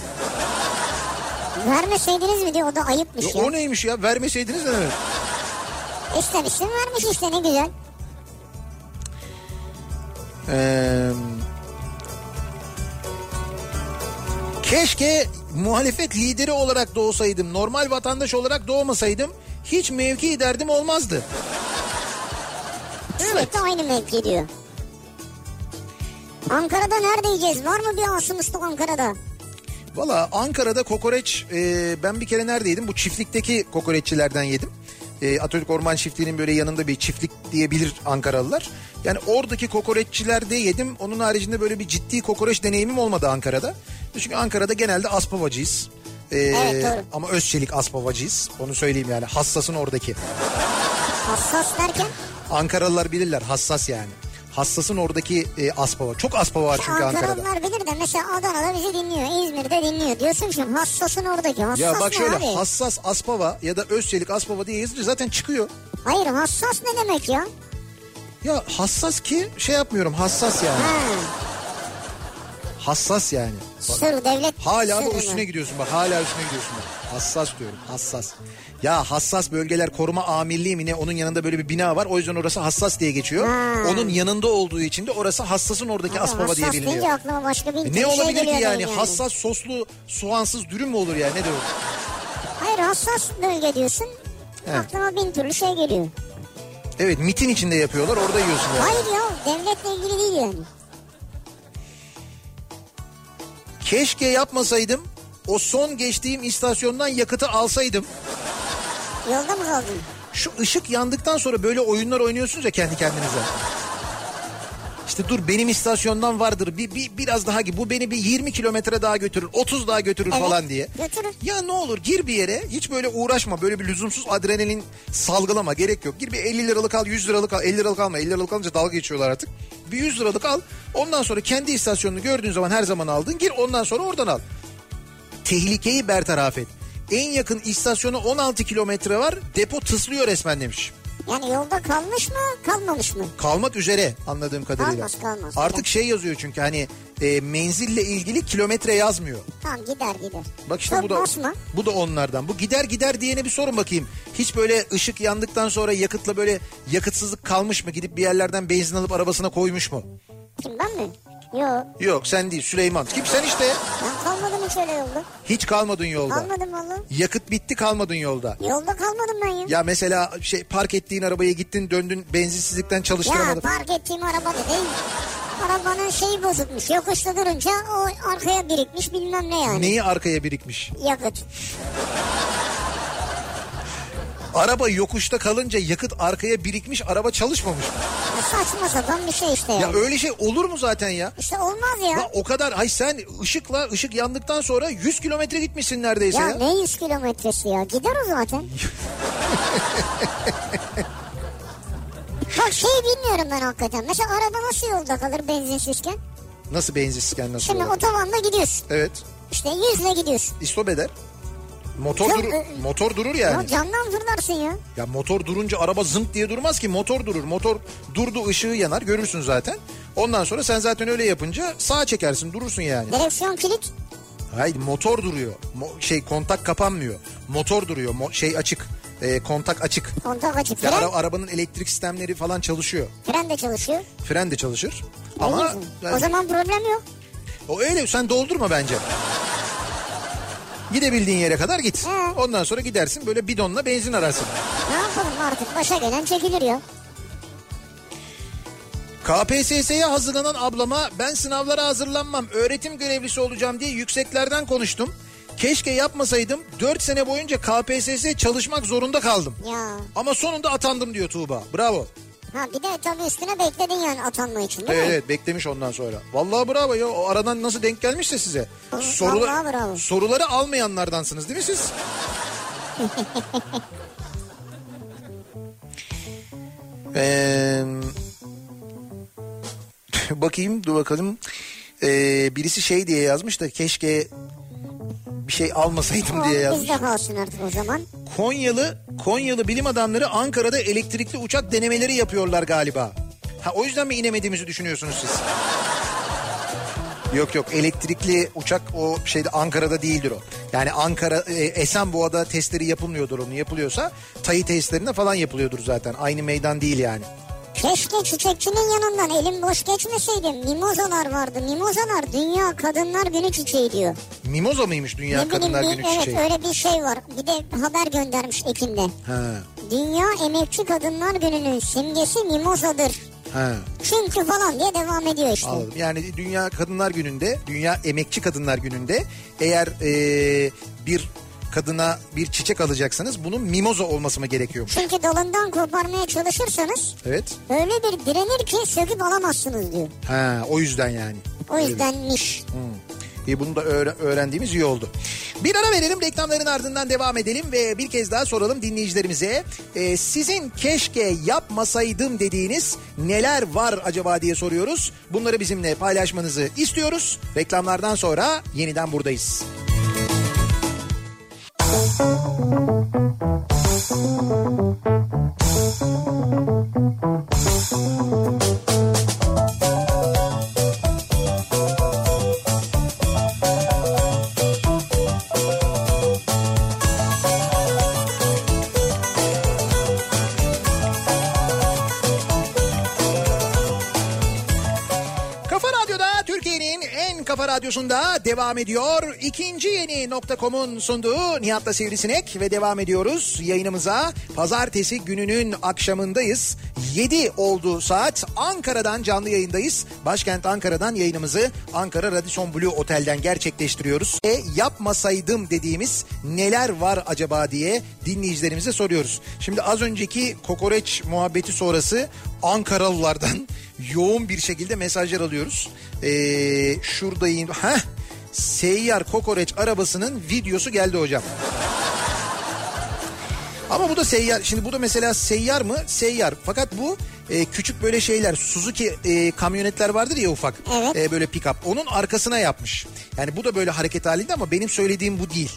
Speaker 2: Vermeseydiniz mi diyor o da şey. ayıpmış
Speaker 1: Ya
Speaker 2: ya.
Speaker 1: o neymiş ya? Vermeseydiniz ne demek?
Speaker 2: şey İstemişsin vermiş işte ne güzel.
Speaker 1: Ee, keşke muhalefet lideri olarak doğsaydım. Normal vatandaş olarak doğmasaydım hiç mevki derdim olmazdı. Evet.
Speaker 2: Sürekli aynı mevki diyor. Ankara'da nerede yiyeceğiz? Var mı bir Asım Usta Ankara'da?
Speaker 1: Valla Ankara'da kokoreç e, ben bir kere neredeydim? Bu çiftlikteki kokoreççilerden yedim. E, Atatürk Orman Çiftliği'nin böyle yanında bir çiftlik diyebilir Ankaralılar. Yani oradaki kokoreççilerde yedim. Onun haricinde böyle bir ciddi kokoreç deneyimim olmadı Ankara'da. Çünkü Ankara'da genelde aspavacıyız. E,
Speaker 2: Evet, doğru.
Speaker 1: ama özçelik aspavacıyız. Onu söyleyeyim yani hassasın oradaki.
Speaker 2: Hassas derken
Speaker 1: Ankaralılar bilirler hassas yani. Hassasın oradaki e, aspava. Çok aspava var çünkü Ankara'da.
Speaker 2: Ankaralılar bilir de mesela Adana'da bizi dinliyor. İzmir'de dinliyor. Diyorsun ki hassasın oradaki. Hassas
Speaker 1: Ya bak
Speaker 2: ne
Speaker 1: şöyle
Speaker 2: abi?
Speaker 1: hassas aspava ya da özçelik aspava diye yazınca zaten çıkıyor.
Speaker 2: Hayır hassas ne demek ya?
Speaker 1: Ya hassas ki şey yapmıyorum hassas yani.
Speaker 2: Ha,
Speaker 1: Hassas yani. Bak,
Speaker 2: sır devlet
Speaker 1: hala da
Speaker 2: sırrı.
Speaker 1: üstüne gidiyorsun bak hala üstüne gidiyorsun bak. Hassas diyorum hassas. Ya hassas bölgeler koruma amirliği mi ne onun yanında böyle bir bina var o yüzden orası hassas diye geçiyor.
Speaker 2: Ha.
Speaker 1: Onun yanında olduğu için de orası hassasın oradaki
Speaker 2: Abi
Speaker 1: aspava diye
Speaker 2: hassas
Speaker 1: biliniyor.
Speaker 2: deyince aklıma başka bir
Speaker 1: E
Speaker 2: şey
Speaker 1: Ne olabilir ki
Speaker 2: geliyor
Speaker 1: yani?
Speaker 2: benim
Speaker 1: hassas soslu soğansız dürüm mü olur ya ne diyor?
Speaker 2: Hayır hassas bölge diyorsun.
Speaker 1: Evet.
Speaker 2: Aklıma bin türlü şey geliyor.
Speaker 1: Evet mitin içinde yapıyorlar orada yiyorsun yani.
Speaker 2: Hayır ya devletle ilgili değil yani.
Speaker 1: Keşke yapmasaydım o son geçtiğim istasyondan yakıtı alsaydım.
Speaker 2: Yolda mı kaldın?
Speaker 1: Şu ışık yandıktan sonra böyle oyunlar oynuyorsunuz ya kendi kendinize. İşte dur benim istasyondan vardır bir, bir biraz daha gibi bu beni bir 20 kilometre daha götürür 30 daha götürür
Speaker 2: Evet,
Speaker 1: falan diye.
Speaker 2: götürür.
Speaker 1: Ya ne olur gir bir yere hiç böyle uğraşma böyle bir lüzumsuz adrenalin salgılama gerek yok. Gir bir 50 liralık al 100 liralık al 50 liralık alma 50 liralık alınca dalga geçiyorlar artık. Bir 100 liralık al ondan sonra kendi istasyonunu gördüğün zaman her zaman aldın gir ondan sonra oradan al. Tehlikeyi bertaraf et. En yakın istasyona 16 kilometre var depo tıslıyor resmen demiş.
Speaker 2: Yani yolda kalmış mı kalmamış mı?
Speaker 1: Kalmak üzere anladığım kadarıyla.
Speaker 2: Kalmaz, kalmaz.
Speaker 1: Artık şey yazıyor çünkü hani e, menzille ilgili kilometre yazmıyor.
Speaker 2: Tamam gider gider.
Speaker 1: Bak işte
Speaker 2: Çok
Speaker 1: bu da
Speaker 2: basma.
Speaker 1: bu da onlardan. Bu gider gider diyene bir sorun bakayım. Hiç böyle ışık yandıktan sonra yakıtla böyle yakıtsızlık kalmış mı? Gidip bir yerlerden benzin alıp arabasına koymuş mu?
Speaker 2: Kim ben mi? Yok
Speaker 1: Yok sen değil Süleyman. Kim sen işte?
Speaker 2: ben kalmadım hiç öyle yolda.
Speaker 1: Hiç kalmadın yolda.
Speaker 2: Kalmadım oğlum.
Speaker 1: Yakıt bitti kalmadın yolda.
Speaker 2: Yolda kalmadım ben ya.
Speaker 1: Ya mesela şey park ettiğin arabaya gittin döndün benzinsizlikten
Speaker 2: Ya,
Speaker 1: çalıştıramadın.
Speaker 2: park ettiğim araba da değil. Arabanın şeyi bozukmuş. Yokuşta durunca o arkaya birikmiş bilmem ne yani.
Speaker 1: Neyi arkaya birikmiş?
Speaker 2: Yakıt.
Speaker 1: Araba yokuşta kalınca yakıt arkaya birikmiş araba çalışmamış.
Speaker 2: Ya saçma sapan bir şey işte
Speaker 1: Ya
Speaker 2: yani.
Speaker 1: öyle şey olur mu zaten ya?
Speaker 2: İşte olmaz ya.
Speaker 1: Ya o kadar hay sen ışıkla ışık yandıktan sonra 100 kilometre gitmişsin neredeyse
Speaker 2: Ya
Speaker 1: ya.
Speaker 2: ne 100 kilometresi ya? Gider o zaten. Bak şey bilmiyorum ben hakikaten. Mesela araba nasıl yolda kalır benzinsizken?
Speaker 1: Nasıl benzinsizken nasıl
Speaker 2: Şimdi
Speaker 1: olur?
Speaker 2: otobanda gidiyorsun.
Speaker 1: Evet.
Speaker 2: İşte yüzle gidiyorsun.
Speaker 1: İstop eder. Motor
Speaker 2: Ya,
Speaker 1: durur,
Speaker 2: e-
Speaker 1: motor durur yani.
Speaker 2: Ya camdan fırlarsın ya.
Speaker 1: Ya motor durunca araba zınk diye durmaz ki motor durur. Motor durdu ışığı yanar görürsün zaten. Ondan sonra sen zaten öyle yapınca sağa çekersin durursun yani.
Speaker 2: Direksiyon kilit.
Speaker 1: Hayır motor duruyor. Mo- şey kontak kapanmıyor. Motor duruyor. Mo- şey açık. E, kontak açık.
Speaker 2: Kontak açık.
Speaker 1: Ya
Speaker 2: Fren,
Speaker 1: ara- arabanın elektrik sistemleri falan çalışıyor.
Speaker 2: fren de çalışıyor.
Speaker 1: Fren de çalışır.
Speaker 2: Ne
Speaker 1: Ama
Speaker 2: diyorsun?
Speaker 1: yani-
Speaker 2: O zaman problem yok.
Speaker 1: O öyle sen doldurma bence. Gidebildiğin yere kadar git.
Speaker 2: Hı.
Speaker 1: Ondan sonra gidersin böyle bidonla benzin ararsın.
Speaker 2: Ne yapalım artık başa gelen çekilir ya.
Speaker 1: KPSS'ye hazırlanan ablama ben sınavlara hazırlanmam öğretim görevlisi olacağım diye yükseklerden konuştum. Keşke yapmasaydım 4 sene boyunca KPSS çalışmak zorunda kaldım.
Speaker 2: Ya.
Speaker 1: Ama sonunda atandım diyor Tuğba. Bravo.
Speaker 2: Ha bir de tabii üstüne bekledin yani atanma için değil
Speaker 1: Evet,
Speaker 2: mi?
Speaker 1: evet, beklemiş ondan sonra. Vallahi bravo ya o aradan nasıl denk gelmişse size.
Speaker 2: Vallahi bravo.
Speaker 1: Soruları almayanlardansınız değil mi siz? Ee, bakayım dur bakalım. Ee, birisi şey diye yazmış da keşke bir şey almasaydım diye
Speaker 2: Tamam,
Speaker 1: yazmış.
Speaker 2: bizde kalsın artık o zaman.
Speaker 1: Konyalı Konyalı bilim adamları Ankara'da elektrikli uçak denemeleri yapıyorlar galiba. Ha o yüzden mi inemediğimizi düşünüyorsunuz siz? Yok yok elektrikli uçak o şeyde Ankara'da değildir o. Yani Ankara e, Esenboğa'da testleri yapılmıyordur onun yapılıyorsa Tayı testlerinde falan yapılıyordur zaten. Aynı meydan değil yani.
Speaker 2: Keşke çiçekçinin yanından elim boş geçmeseydim. Mimozalar vardı. Mimozalar Dünya Kadınlar Günü çiçeği diyor.
Speaker 1: Mimoza mıymış Dünya
Speaker 2: Ne bileyim
Speaker 1: Kadınlar
Speaker 2: bir-
Speaker 1: Günü
Speaker 2: evet
Speaker 1: çiçeği?
Speaker 2: öyle bir şey var. Bir de haber göndermiş Ekim'de.
Speaker 1: Ha,
Speaker 2: Dünya Emekçi Kadınlar Günü'nün simgesi mimozadır.
Speaker 1: ha.
Speaker 2: Çünkü falan diye devam ediyor işte.
Speaker 1: Anladım. Yani Dünya Kadınlar Günü'nde, Dünya Emekçi Kadınlar Günü'nde eğer eee, bir kadına bir çiçek alacaksanız bunun mimoza olması mı gerekiyormuş?
Speaker 2: Çünkü dalından koparmaya çalışırsanız
Speaker 1: Evet.
Speaker 2: öyle bir direnir ki söküp alamazsınız diyor.
Speaker 1: Ha, o yüzden yani.
Speaker 2: O yüzdenmiş.
Speaker 1: E bunu da öğre- öğrendiğimiz iyi oldu. Bir ara verelim reklamların ardından devam edelim ve bir kez daha soralım dinleyicilerimize. E, sizin keşke yapmasaydım dediğiniz neler var acaba diye soruyoruz. Bunları bizimle paylaşmanızı istiyoruz. Reklamlardan sonra yeniden buradayız. Kafa Radyo'da Türkiye'nin en kafa radyosunda devam ediyor. İkinci yeni nokta.com'un sunduğu Nihat'la Sivrisinek ve devam ediyoruz yayınımıza. Pazartesi gününün akşamındayız. 7 oldu saat. Ankara'dan canlı yayındayız. Başkent Ankara'dan yayınımızı Ankara Radisson Blue Otel'den gerçekleştiriyoruz. E, yapmasaydım dediğimiz neler var acaba diye dinleyicilerimize soruyoruz. Şimdi az önceki kokoreç muhabbeti sonrası Ankaralılardan yoğun bir şekilde mesajlar alıyoruz. Ee, şuradayım. Heh, seyyar kokoreç arabasının videosu geldi hocam. Ama bu da seyyar. Şimdi bu da mesela seyyar mı? Seyyar. Fakat bu e, küçük böyle şeyler Suzuki e, kamyonetler vardır ya ufak.
Speaker 2: Evet.
Speaker 1: E, böyle pick-up. Onun arkasına yapmış. Yani bu da böyle hareket halinde ama benim söylediğim bu değil.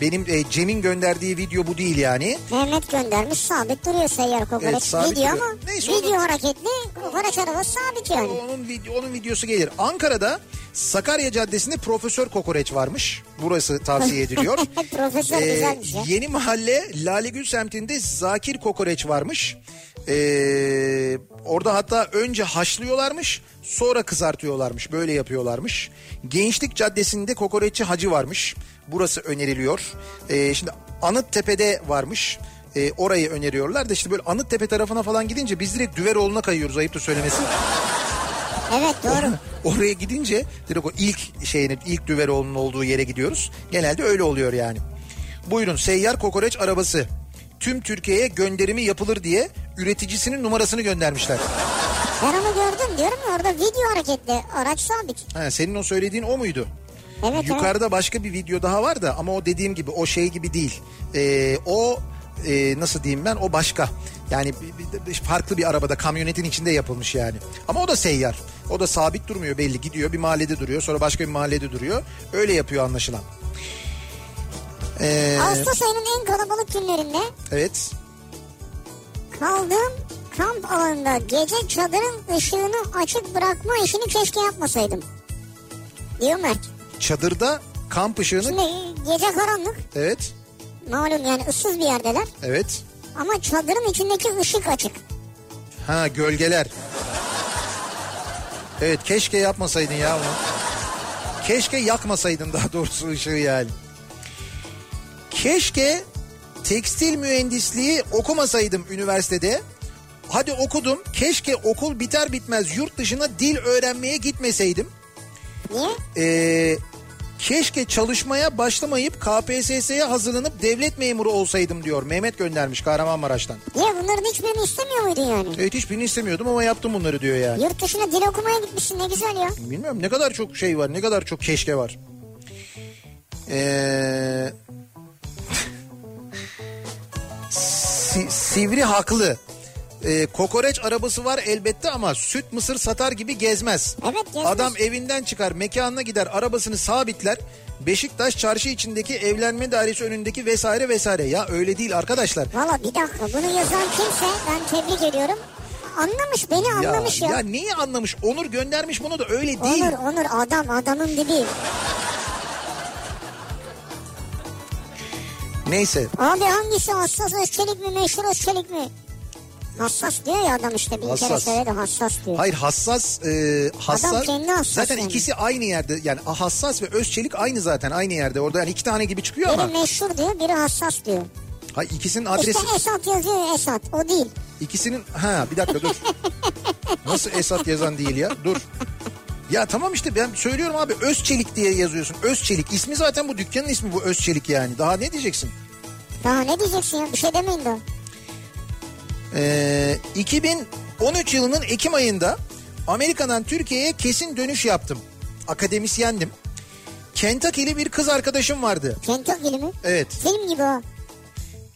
Speaker 1: Benim e, Cem'in gönderdiği video bu değil yani.
Speaker 2: Mehmet göndermiş sabit duruyor seyyar kokoreç.
Speaker 1: Evet, sabit
Speaker 2: video
Speaker 1: duruyor.
Speaker 2: ama
Speaker 1: Neyse,
Speaker 2: video
Speaker 1: onu-
Speaker 2: hareketli kokoreç arabası sabit yani.
Speaker 1: Onun, vid- onun videosu gelir. Ankara'da Sakarya Caddesi'nde Profesör Kokoreç varmış. Burası tavsiye ediliyor.
Speaker 2: Profesör şey.
Speaker 1: Ee,
Speaker 2: güzelmiş ya.
Speaker 1: Yeni Mahalle Lalegül semtinde Zakir Kokoreç varmış. Ee, orada hatta önce haşlıyorlarmış sonra kızartıyorlarmış böyle yapıyorlarmış. Gençlik Caddesi'nde kokoreççi hacı varmış. Burası öneriliyor. Ee, şimdi Anıttepe'de varmış. Ee, orayı öneriyorlar da işte böyle Anıttepe tarafına falan gidince biz direkt Düveroğlu'na kayıyoruz ayıp da söylemesi.
Speaker 2: Evet doğru.
Speaker 1: Oraya gidince direkt o ilk şeyin ilk Düveroğlu'nun olduğu yere gidiyoruz. Genelde öyle oluyor yani. Buyurun seyyar kokoreç arabası. Tüm Türkiye'ye gönderimi yapılır diye üreticisinin numarasını göndermişler.
Speaker 2: Ben onu gördüm diyorum ya orada video hareketli araç sabit.
Speaker 1: Ha, senin o söylediğin o muydu?
Speaker 2: Evet evet.
Speaker 1: Yukarıda başka bir video daha var da ama o dediğim gibi o şey gibi değil. Ee, o e, nasıl diyeyim ben o başka. Yani bir- bir- bir- farklı bir arabada kamyonetin içinde yapılmış yani. Ama o da seyyar. O da sabit durmuyor belli gidiyor bir mahallede duruyor sonra başka bir mahallede duruyor. Öyle yapıyor anlaşılan. Ee,
Speaker 2: Ağustos ayının en kalabalık günlerinde
Speaker 1: evet.
Speaker 2: Kaldığım kamp alanında gece çadırın ışığını açık bırakma işini keşke yapmasaydım. Diyor Mert.
Speaker 1: Çadırda kamp ışığını
Speaker 2: Şimdi gece karanlık
Speaker 1: evet
Speaker 2: malum yani ıssız bir yerdeler
Speaker 1: evet.
Speaker 2: ama çadırın içindeki ışık açık.
Speaker 1: Ha gölgeler. Evet keşke yapmasaydın ya onu. Keşke yakmasaydın daha doğrusu ışığı yani. Keşke tekstil mühendisliği okumasaydım üniversitede. Hadi okudum. Keşke okul biter bitmez yurt dışına dil öğrenmeye gitmeseydim.
Speaker 2: Niye?
Speaker 1: Ee, keşke çalışmaya başlamayıp KPSS'ye hazırlanıp devlet memuru olsaydım diyor. Mehmet göndermiş Kahramanmaraş'tan.
Speaker 2: Niye bunların hiçbirini istemiyor muydun yani?
Speaker 1: Evet hiçbirini istemiyordum ama yaptım bunları diyor yani.
Speaker 2: Yurt dışına dil okumaya gitmişsin ne güzel ya.
Speaker 1: Bilmiyorum ne kadar çok şey var, ne kadar çok keşke var. Ee, Si- sivri haklı. Ee, kokoreç arabası var elbette ama süt mısır satar gibi gezmez.
Speaker 2: Evet, gezmez.
Speaker 1: Adam evinden çıkar mekanına gider arabasını sabitler. Beşiktaş çarşı içindeki evlenme dairesi önündeki vesaire vesaire. Ya öyle değil arkadaşlar.
Speaker 2: Valla bir dakika bunu yazan kimse ben tebrik ediyorum. Anlamış beni anlamış ya.
Speaker 1: ya neyi anlamış? Onur göndermiş bunu da öyle değil.
Speaker 2: Onur Onur adam adamın dibi.
Speaker 1: Neyse.
Speaker 2: Abi hangisi hassas öz çelik mi meşhur öz çelik mi? Hassas diyor ya adam işte bir kere
Speaker 1: Hassas.
Speaker 2: söyledi hassas diyor.
Speaker 1: Hayır hassas e, hassas.
Speaker 2: Adam kendi hassas
Speaker 1: zaten
Speaker 2: yani.
Speaker 1: ikisi aynı yerde yani hassas ve özçelik aynı zaten aynı yerde. Orada yani iki tane gibi çıkıyor ama
Speaker 2: Biri meşhur diyor biri hassas diyor.
Speaker 1: ha, ikisinin adresi
Speaker 2: İşte Esat yazıyor ya, Esat o değil.
Speaker 1: ikisinin ha bir dakika dur. Nasıl Esat yazan değil ya dur. Ya tamam işte ben söylüyorum abi Özçelik diye yazıyorsun. Özçelik ismi zaten bu dükkanın ismi bu Özçelik yani. Daha ne diyeceksin?
Speaker 2: Daha ne diyeceksin ya bir şey demeyin de.
Speaker 1: Ee, 2013 yılının Ekim ayında Amerika'dan Türkiye'ye kesin dönüş yaptım. Akademisyendim. Kentucky'li bir kız arkadaşım vardı.
Speaker 2: Kentucky'li mi?
Speaker 1: Evet.
Speaker 2: Film gibi o.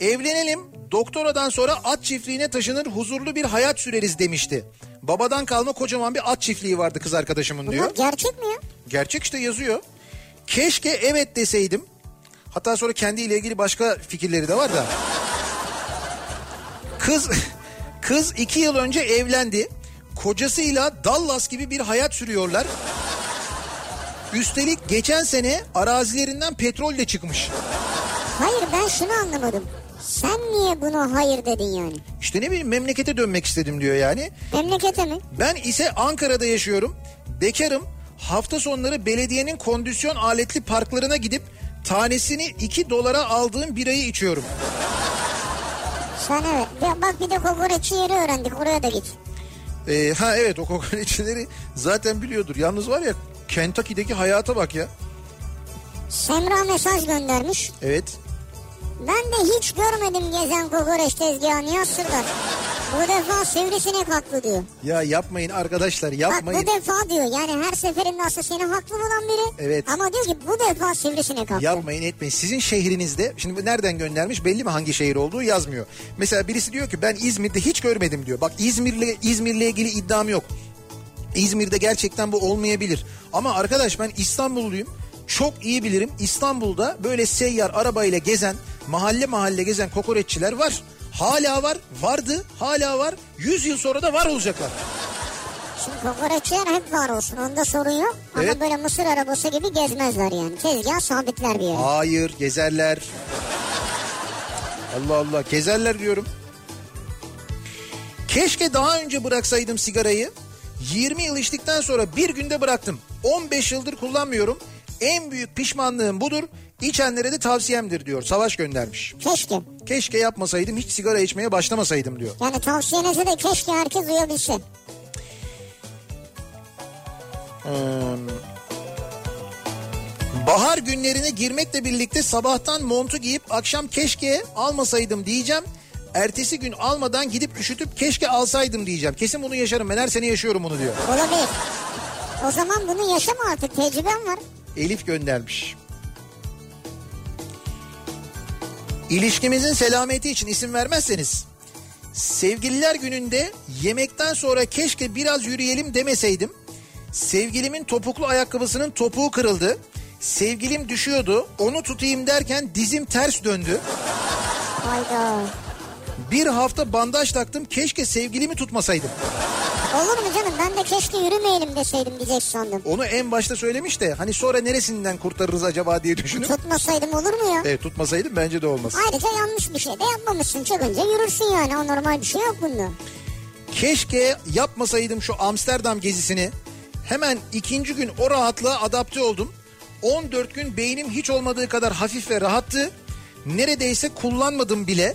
Speaker 1: Evlenelim, doktoradan sonra at çiftliğine taşınır, huzurlu bir hayat süreriz demişti. Babadan kalma kocaman bir at çiftliği vardı kız arkadaşımın
Speaker 2: Bunlar
Speaker 1: diyor.
Speaker 2: gerçek mi ya?
Speaker 1: Gerçek işte yazıyor. Keşke evet deseydim. Hatta sonra kendiyle ilgili başka fikirleri de var da. Kız kız iki yıl önce evlendi. Kocasıyla Dallas gibi bir hayat sürüyorlar. Üstelik geçen sene arazilerinden petrol de çıkmış.
Speaker 2: Hayır ben şunu anlamadım. Sen niye buna hayır dedin yani?
Speaker 1: İşte ne bileyim memlekete dönmek istedim diyor yani.
Speaker 2: Memlekete mi?
Speaker 1: Ben ise Ankara'da yaşıyorum. Bekarım. Hafta sonları belediyenin kondisyon aletli parklarına gidip tanesini 2 dolara aldığım birayı içiyorum.
Speaker 2: Sen evet. Ya bak bir de kokoreççi yeri öğrendik oraya da git.
Speaker 1: Ee, ha evet o kokoreççileri zaten biliyordur. Yalnız var ya Kentucky'deki hayata bak ya.
Speaker 2: Semra mesaj göndermiş.
Speaker 1: Evet.
Speaker 2: Ben de hiç görmedim gezen kokoreç tezgahını yazsırlar. Bu defa sivrisinek haklı diyor.
Speaker 1: Ya yapmayın arkadaşlar
Speaker 2: Bak bu
Speaker 1: yapmayın.
Speaker 2: defa diyor yani her seferinde aslında seni haklı bulan biri.
Speaker 1: Evet.
Speaker 2: Ama diyor ki bu defa sivrisinek haklı.
Speaker 1: Yapmayın etmeyin. Sizin şehrinizde şimdi bu nereden göndermiş belli mi hangi şehir olduğu yazmıyor. Mesela birisi diyor ki ben İzmir'de hiç görmedim diyor. Bak İzmir'le İzmir'le ilgili iddiam yok. İzmir'de gerçekten bu olmayabilir. Ama arkadaş ben İstanbulluyum. Çok iyi bilirim. İstanbul'da böyle seyyar arabayla gezen, mahalle mahalle gezen kokoreççiler var. Hala var, vardı, hala var. 100 yıl sonra da var olacaklar.
Speaker 2: Şimdi kokoreççiler hep var olsun onda sorun yok. Ama
Speaker 1: Evet.
Speaker 2: böyle mısır arabası gibi gezmezler yani. Tezgah sabitler bir yere.
Speaker 1: Hayır, gezerler. Allah Allah, gezerler diyorum. Keşke daha önce bıraksaydım sigarayı. 20 yıl içtikten sonra bir günde bıraktım. 15 yıldır kullanmıyorum. En büyük pişmanlığım budur. İçenlere de tavsiyemdir diyor. Savaş göndermiş.
Speaker 2: Keşke.
Speaker 1: Keşke yapmasaydım, hiç sigara içmeye başlamasaydım diyor.
Speaker 2: Yani tavsiyenizi de keşke herkes uyabilse.
Speaker 1: Hmm. Bahar günlerine girmekle birlikte sabahtan montu giyip akşam keşke almasaydım diyeceğim. Ertesi gün almadan gidip üşütüp keşke alsaydım diyeceğim. Kesin bunu yaşarım. Ben her sene yaşıyorum bunu diyor.
Speaker 2: Olabilir. O zaman bunu yaşama artık tecrüben var.
Speaker 1: Elif göndermiş. İlişkimizin selameti için isim vermezseniz sevgililer gününde yemekten sonra keşke biraz yürüyelim demeseydim. Sevgilimin topuklu ayakkabısının topuğu kırıldı. Sevgilim düşüyordu. Onu tutayım derken dizim ters döndü.
Speaker 2: Hayda.
Speaker 1: Bir hafta bandaj taktım. Keşke sevgilimi tutmasaydım.
Speaker 2: Olur mu canım ben de keşke yürümeyelim deseydim diyecek sandım.
Speaker 1: Onu en başta söylemiş de hani sonra neresinden kurtarırız acaba diye düşünüp.
Speaker 2: Tutmasaydım olur mu ya?
Speaker 1: Evet tutmasaydım bence de olmaz.
Speaker 2: Ayrıca yanlış bir şey de yapmamışsın. Çıkınca yürürsün yani. O normal bir şey yok bunda.
Speaker 1: Keşke yapmasaydım şu Amsterdam gezisini. Hemen ikinci gün o rahatlığa adapte oldum. 14 gün beynim hiç olmadığı kadar hafif ve rahattı. Neredeyse kullanmadım bile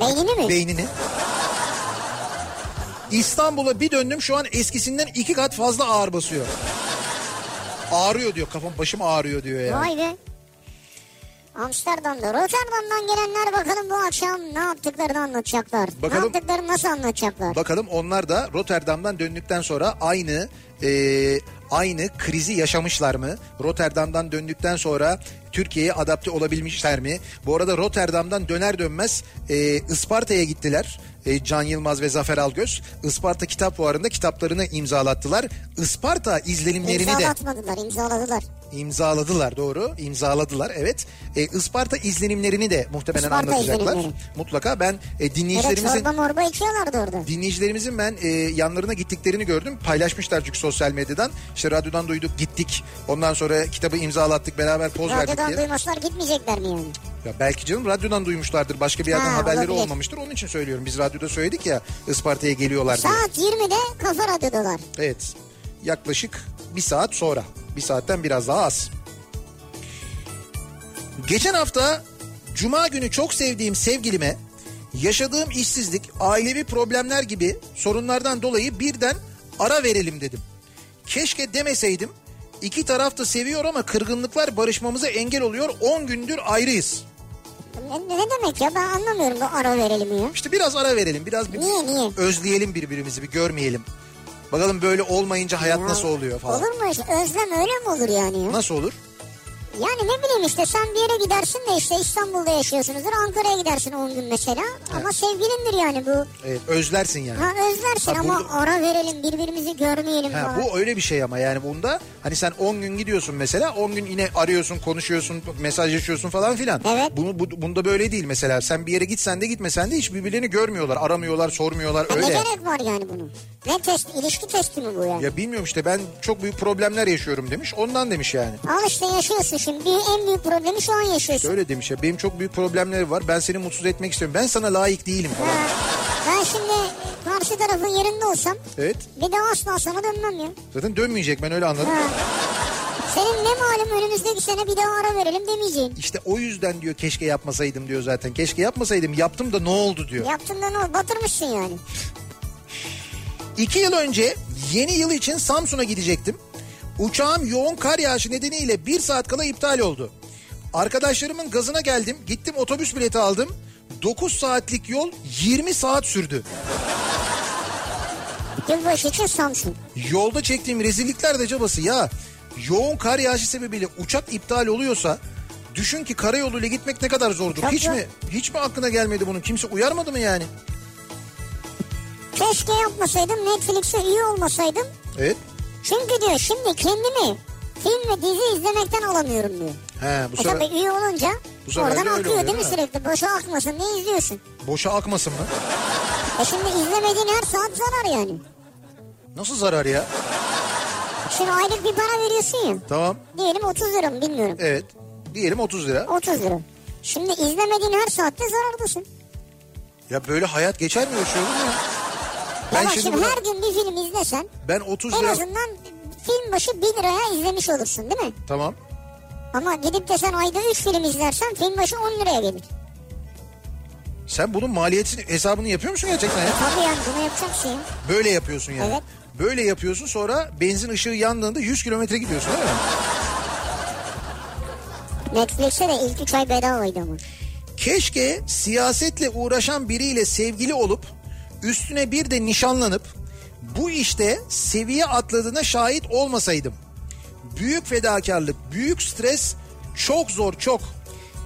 Speaker 2: Beynini mi?
Speaker 1: beynini. İstanbul'a bir döndüm şu an eskisinden iki kat fazla ağır basıyor. Ağrıyor diyor kafam başım ağrıyor diyor yani.
Speaker 2: Vay be. Amsterdam'da. Rotterdam'dan gelenler bakalım bu akşam ne yaptıklarını anlatacaklar.
Speaker 1: Bakalım.
Speaker 2: Ne yaptıklarını nasıl anlatacaklar.
Speaker 1: Bakalım onlar da Rotterdam'dan döndükten sonra aynı e, aynı krizi yaşamışlar mı? Rotterdam'dan döndükten sonra Türkiye'ye adapte olabilmişler mi? Bu arada Rotterdam'dan döner dönmez e, Isparta'ya gittiler. E, Can Yılmaz ve Zafer Algöz Isparta Kitap Fuarı'nda kitaplarını imzalattılar. Isparta izlenimlerini de
Speaker 2: İmzalatmadılar, imzaladılar.
Speaker 1: imzaladılar doğru imzaladılar evet. E, Isparta izlenimlerini de muhtemelen
Speaker 2: Isparta
Speaker 1: anlatacaklar.
Speaker 2: izlenimleri.
Speaker 1: Mutlaka ben e,
Speaker 2: Böyle
Speaker 1: dinleyicilerimizin
Speaker 2: çorba morba içiyorlardı orada.
Speaker 1: Dinleyicilerimizin ben e, yanlarına gittiklerini gördüm. Paylaşmışlar çünkü sosyal medyadan. İşte radyodan duyduk gittik. Ondan sonra kitabı imzalattık beraber poz verdik
Speaker 2: Radyodan
Speaker 1: diye.
Speaker 2: duymaslar gitmeyecekler mi yani?
Speaker 1: Ya belki canım radyodan duymuşlardır. Başka bir yerden
Speaker 2: Ha,
Speaker 1: haberleri
Speaker 2: olabilir.
Speaker 1: olmamıştır. Onun için söylüyorum. Biz radyoda söyledik ya Isparta'ya geliyorlar diye.
Speaker 2: Saat 20'de Kafa Radyo'dalar.
Speaker 1: Evet. Yaklaşık bir saat sonra. Bir saatten biraz daha az. Geçen hafta Cuma günü çok sevdiğim sevgilime yaşadığım işsizlik, ailevi problemler gibi sorunlardan dolayı birden ara verelim dedim. Keşke demeseydim. İki taraf da seviyor ama kırgınlıklar barışmamıza engel oluyor. 10 gündür ayrıyız.
Speaker 2: Ne, ne demek ya ben anlamıyorum bu ara verelim ya.
Speaker 1: İşte biraz ara verelim. Biraz bir
Speaker 2: Niye niye?
Speaker 1: özleyelim birbirimizi, bir görmeyelim. Bakalım böyle olmayınca hayat nasıl oluyor falan.
Speaker 2: Olur mu? işte? Özlem öyle mi olur yani ya?
Speaker 1: Nasıl olur?
Speaker 2: Yani ne bileyim işte sen bir yere gidersin de işte İstanbul'da yaşıyorsunuzdur. Ankara'ya gidersin 10 gün mesela. Ama sevgilindir yani bu.
Speaker 1: Evet, özlersin yani.
Speaker 2: Ha özlersin
Speaker 1: Ha,
Speaker 2: ama
Speaker 1: burada-
Speaker 2: ara verelim birbirimizi görmeyelim
Speaker 1: Ha,
Speaker 2: falan.
Speaker 1: bu öyle bir şey ama yani bunda hani sen 10 gün gidiyorsun mesela 10 gün yine arıyorsun konuşuyorsun mesajlaşıyorsun falan filan.
Speaker 2: Evet.
Speaker 1: Bunu, bu- bunda böyle değil mesela sen bir yere gitsen de gitmesen de hiç birbirlerini görmüyorlar aramıyorlar sormuyorlar
Speaker 2: Ha, Ne
Speaker 1: öyle.
Speaker 2: gerek var yani bunun? Ne test, ilişki testi mi bu yani?
Speaker 1: Ya bilmiyorum işte ben çok büyük problemler yaşıyorum demiş ondan demiş yani.
Speaker 2: Al işte yaşıyorsun şimdi. Bir- en büyük problemi şu an yaşıyorsun.
Speaker 1: Öyle demiş ya benim çok büyük problemlerim var ben seni mutsuz etmek istiyorum ben sana layık değilim falan.
Speaker 2: Ha, ben şimdi karşı tarafın yerinde olsam
Speaker 1: Evet
Speaker 2: bir de asla sana dönmem ya.
Speaker 1: zaten dönmeyecek ben öyle anladım.
Speaker 2: Ha. Senin ne malum önümüzdeki sene bir daha ara verelim demeyeceğin.
Speaker 1: İşte o yüzden diyor keşke yapmasaydım diyor zaten keşke yapmasaydım yaptım da ne oldu diyor.
Speaker 2: Yaptın da ne oldu? Batırmışsın yani.
Speaker 1: İki yıl önce yeni yıl için Samsun'a gidecektim. Uçağım yoğun kar yağışı nedeniyle bir saat kala iptal oldu. Arkadaşlarımın gazına geldim. Gittim otobüs bileti aldım. 9 saatlik yol 20 saat sürdü.
Speaker 2: Yılbaşı için Samsun.
Speaker 1: Yolda çektiğim rezillikler de cabası ya. Yoğun kar yağışı sebebiyle uçak iptal oluyorsa düşün ki karayoluyla gitmek ne kadar zordur.
Speaker 2: Çok
Speaker 1: hiç
Speaker 2: zor.
Speaker 1: mi hiç mi aklına gelmedi bunun? Kimse uyarmadı mı yani?
Speaker 2: Keşke yapmasaydım Netflix'e iyi olmasaydım.
Speaker 1: Evet.
Speaker 2: Çünkü diyor şimdi kendimi film ve dizi izlemekten alamıyorum diyor.
Speaker 1: He bu
Speaker 2: E
Speaker 1: sefer
Speaker 2: tabii iyi olunca
Speaker 1: Bu sefer
Speaker 2: oradan
Speaker 1: de öyle
Speaker 2: akıyor
Speaker 1: oluyor,
Speaker 2: değil mi
Speaker 1: değil mi?
Speaker 2: sürekli? Boşa akmasın diye izliyorsun.
Speaker 1: boşa akmasın mı?
Speaker 2: E şimdi izlemediğin her saat zarar yani.
Speaker 1: Nasıl zarar ya?
Speaker 2: Şimdi aylık bir para veriyorsun ya.
Speaker 1: Tamam.
Speaker 2: Diyelim 30 lira mı bilmiyorum.
Speaker 1: Evet. Diyelim 30 lira.
Speaker 2: 30 lira. Şimdi izlemediğin her saatte zarardasın.
Speaker 1: Ya böyle hayat geçer mi yaşıyor olur mu ya? Ben
Speaker 2: Ama
Speaker 1: şimdi,
Speaker 2: şimdi,
Speaker 1: burada-
Speaker 2: her gün bir film izlesen
Speaker 1: ben 30
Speaker 2: en
Speaker 1: lira
Speaker 2: azından film başı 1 liraya izlemiş olursun değil mi?
Speaker 1: tamam.
Speaker 2: Ama gidip de sen ayda 3 film izlersen film başı 10 liraya gelir.
Speaker 1: Sen bunun maliyetini hesabını yapıyor musun gerçekten ya?
Speaker 2: Tabii yani bunu yapacaksın. ya.
Speaker 1: Böyle yapıyorsun yani.
Speaker 2: Evet.
Speaker 1: Böyle yapıyorsun sonra benzin ışığı yandığında 100 kilometre gidiyorsun değil mi?
Speaker 2: Netflix'e de ilk 3 ay bedavaydı ama.
Speaker 1: Keşke siyasetle uğraşan biriyle sevgili olup üstüne bir de nişanlanıp bu işte seviye atladığına şahit olmasaydım. Büyük fedakarlık, büyük stres, çok zor çok.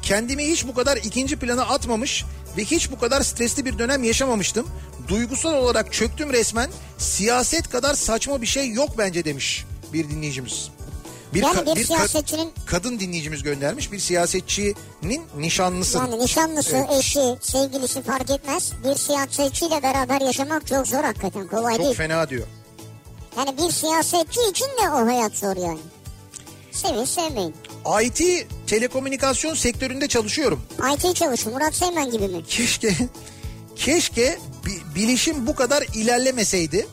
Speaker 1: Kendimi hiç bu kadar ikinci plana atmamış ve hiç bu kadar stresli bir dönem yaşamamıştım. Duygusal olarak çöktüm resmen. Siyaset kadar saçma bir şey yok bence demiş bir dinleyicimiz. Bir,
Speaker 2: Yani
Speaker 1: ka-
Speaker 2: bir
Speaker 1: ka-
Speaker 2: siyasetçinin-
Speaker 1: kadın dinleyicimiz göndermiş. Bir siyasetçinin nişanlısı.
Speaker 2: Yani nişanlısı, eşi, sevgilisi fark etmez. Bir siyasetçiyle beraber yaşamak çok zor hakikaten. Kolay
Speaker 1: Çok
Speaker 2: değil.
Speaker 1: fena diyor.
Speaker 2: Yani bir siyasetçi için de o hayat zor yani. Sevin sevmeyin.
Speaker 1: IT telekomünikasyon sektöründe çalışıyorum.
Speaker 2: IT çalışın Murat Seymen gibi mi?
Speaker 1: Keşke keşke bi- bilişim bu kadar ilerlemeseydi.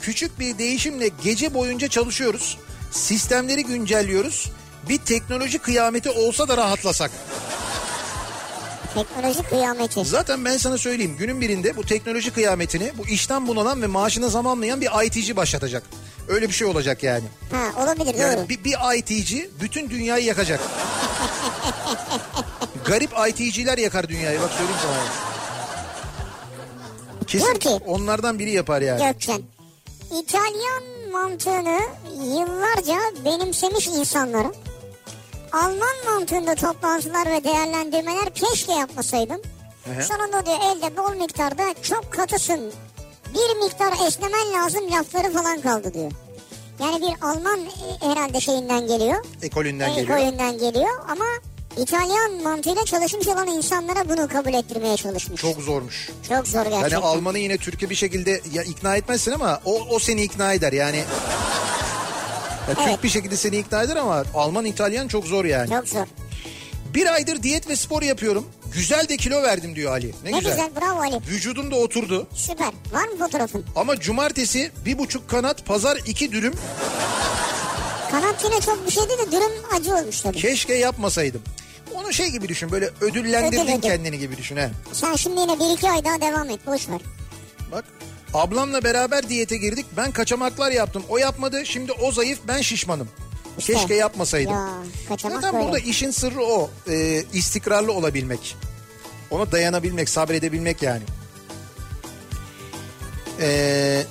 Speaker 1: Küçük bir değişimle gece boyunca çalışıyoruz. Sistemleri güncelliyoruz. Bir teknoloji kıyameti olsa da rahatlasak.
Speaker 2: Teknoloji kıyameti.
Speaker 1: Zaten ben sana söyleyeyim günün birinde bu teknoloji kıyametini bu işten bunalan ve maaşına zamanlayan bir IT'ci başlatacak. Öyle bir şey olacak yani.
Speaker 2: Ha olabilir doğru.
Speaker 1: Yani bir, bir IT'ci bütün dünyayı yakacak. Garip IT'ciler yakar dünyayı bak söyleyeyim sana.
Speaker 2: Diyor
Speaker 1: Kesin
Speaker 2: ki-
Speaker 1: onlardan biri yapar yani.
Speaker 2: Gökçen. İtalyan mantığını yıllarca benimsemiş insanların Alman mantığında toplantılar ve değerlendirmeler keşke yapmasaydım.
Speaker 1: Hı hı.
Speaker 2: Sonunda diyor elde bol miktarda çok katısın. Bir miktar esnemen lazım lafları falan kaldı diyor. Yani bir Alman e, herhalde şeyinden geliyor.
Speaker 1: Ekolünden
Speaker 2: İlk
Speaker 1: geliyor.
Speaker 2: oyundan geliyor ama İtalyan mantığıyla çalışmış olan insanlara bunu kabul ettirmeye çalışmış.
Speaker 1: Çok zormuş.
Speaker 2: Çok zor gerçekten.
Speaker 1: Yani Alman'ı yine Türkiye bir şekilde ya ikna etmezsin ama o, o seni ikna eder yani. Ya Türk
Speaker 2: Evet.
Speaker 1: bir şekilde seni ikna eder ama Alman İtalyan çok zor yani.
Speaker 2: Çok zor.
Speaker 1: Bir aydır diyet ve spor yapıyorum. Güzel de kilo verdim diyor Ali. Ne,
Speaker 2: Ne güzel. bravo Ali.
Speaker 1: Vücudum da oturdu.
Speaker 2: Süper. Var mı fotoğrafın?
Speaker 1: Ama cumartesi bir buçuk kanat, pazar iki dürüm.
Speaker 2: Kanat yine çok bir şeydi de dürüm acı olmuş tabii.
Speaker 1: Keşke yapmasaydım. Onu şey gibi düşün böyle ödüllendirdin
Speaker 2: Ödül, ödül.
Speaker 1: kendini gibi düşün. He.
Speaker 2: Sen şimdi yine bir iki ay daha devam et. Boş ver.
Speaker 1: Bak ablamla beraber diyete girdik. Ben kaçamaklar yaptım. O yapmadı. Şimdi o zayıf ben şişmanım. Keşke yapmasaydım.
Speaker 2: Ya kaçamak
Speaker 1: Zaten
Speaker 2: böyle.
Speaker 1: burada işin sırrı o. Ee, istikrarlı olabilmek. Ona dayanabilmek, sabredebilmek yani. Ee,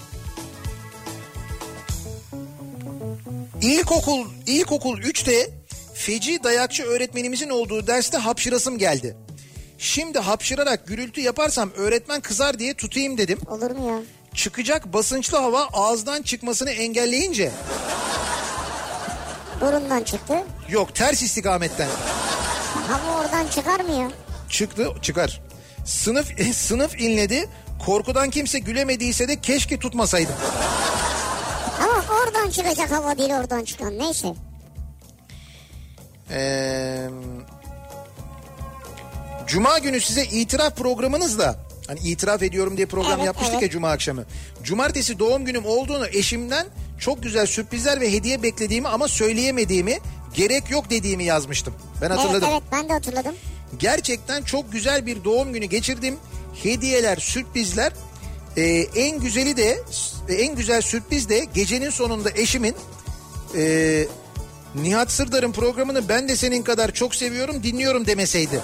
Speaker 1: ilkokul, ilkokul 3'te feci dayakçı öğretmenimizin olduğu derste hapşırasım geldi. Şimdi hapşırarak gürültü yaparsam öğretmen kızar diye tutayım dedim.
Speaker 2: Olur mu ya?
Speaker 1: Çıkacak basınçlı hava ağızdan çıkmasını engelleyince
Speaker 2: Burundan çıktı.
Speaker 1: yok ters istikametten
Speaker 2: Hava oradan çıkar mı ya?
Speaker 1: Çıktı çıkar. Sınıf sınıf inledi. Korkudan kimse gülemediyse de keşke tutmasaydım.
Speaker 2: Ama oradan çıkacak hava değil oradan çıkan. Neyse.
Speaker 1: Ee, Cuma günü size itiraf programınızla hani itiraf ediyorum diye program
Speaker 2: Evet,
Speaker 1: yapmıştık
Speaker 2: evet.
Speaker 1: ya Cuma akşamı. Cumartesi doğum günüm olduğunu eşimden çok güzel sürprizler ve hediye beklediğimi ama söyleyemediğimi gerek yok dediğimi yazmıştım. Ben hatırladım.
Speaker 2: Evet evet ben de hatırladım.
Speaker 1: Gerçekten çok güzel bir doğum günü geçirdim. Hediyeler, sürprizler. Ee, en güzeli de en güzel sürpriz de gecenin sonunda eşimin ee, Nihat Sırdar'ın programını ben de senin kadar çok seviyorum dinliyorum demeseydi.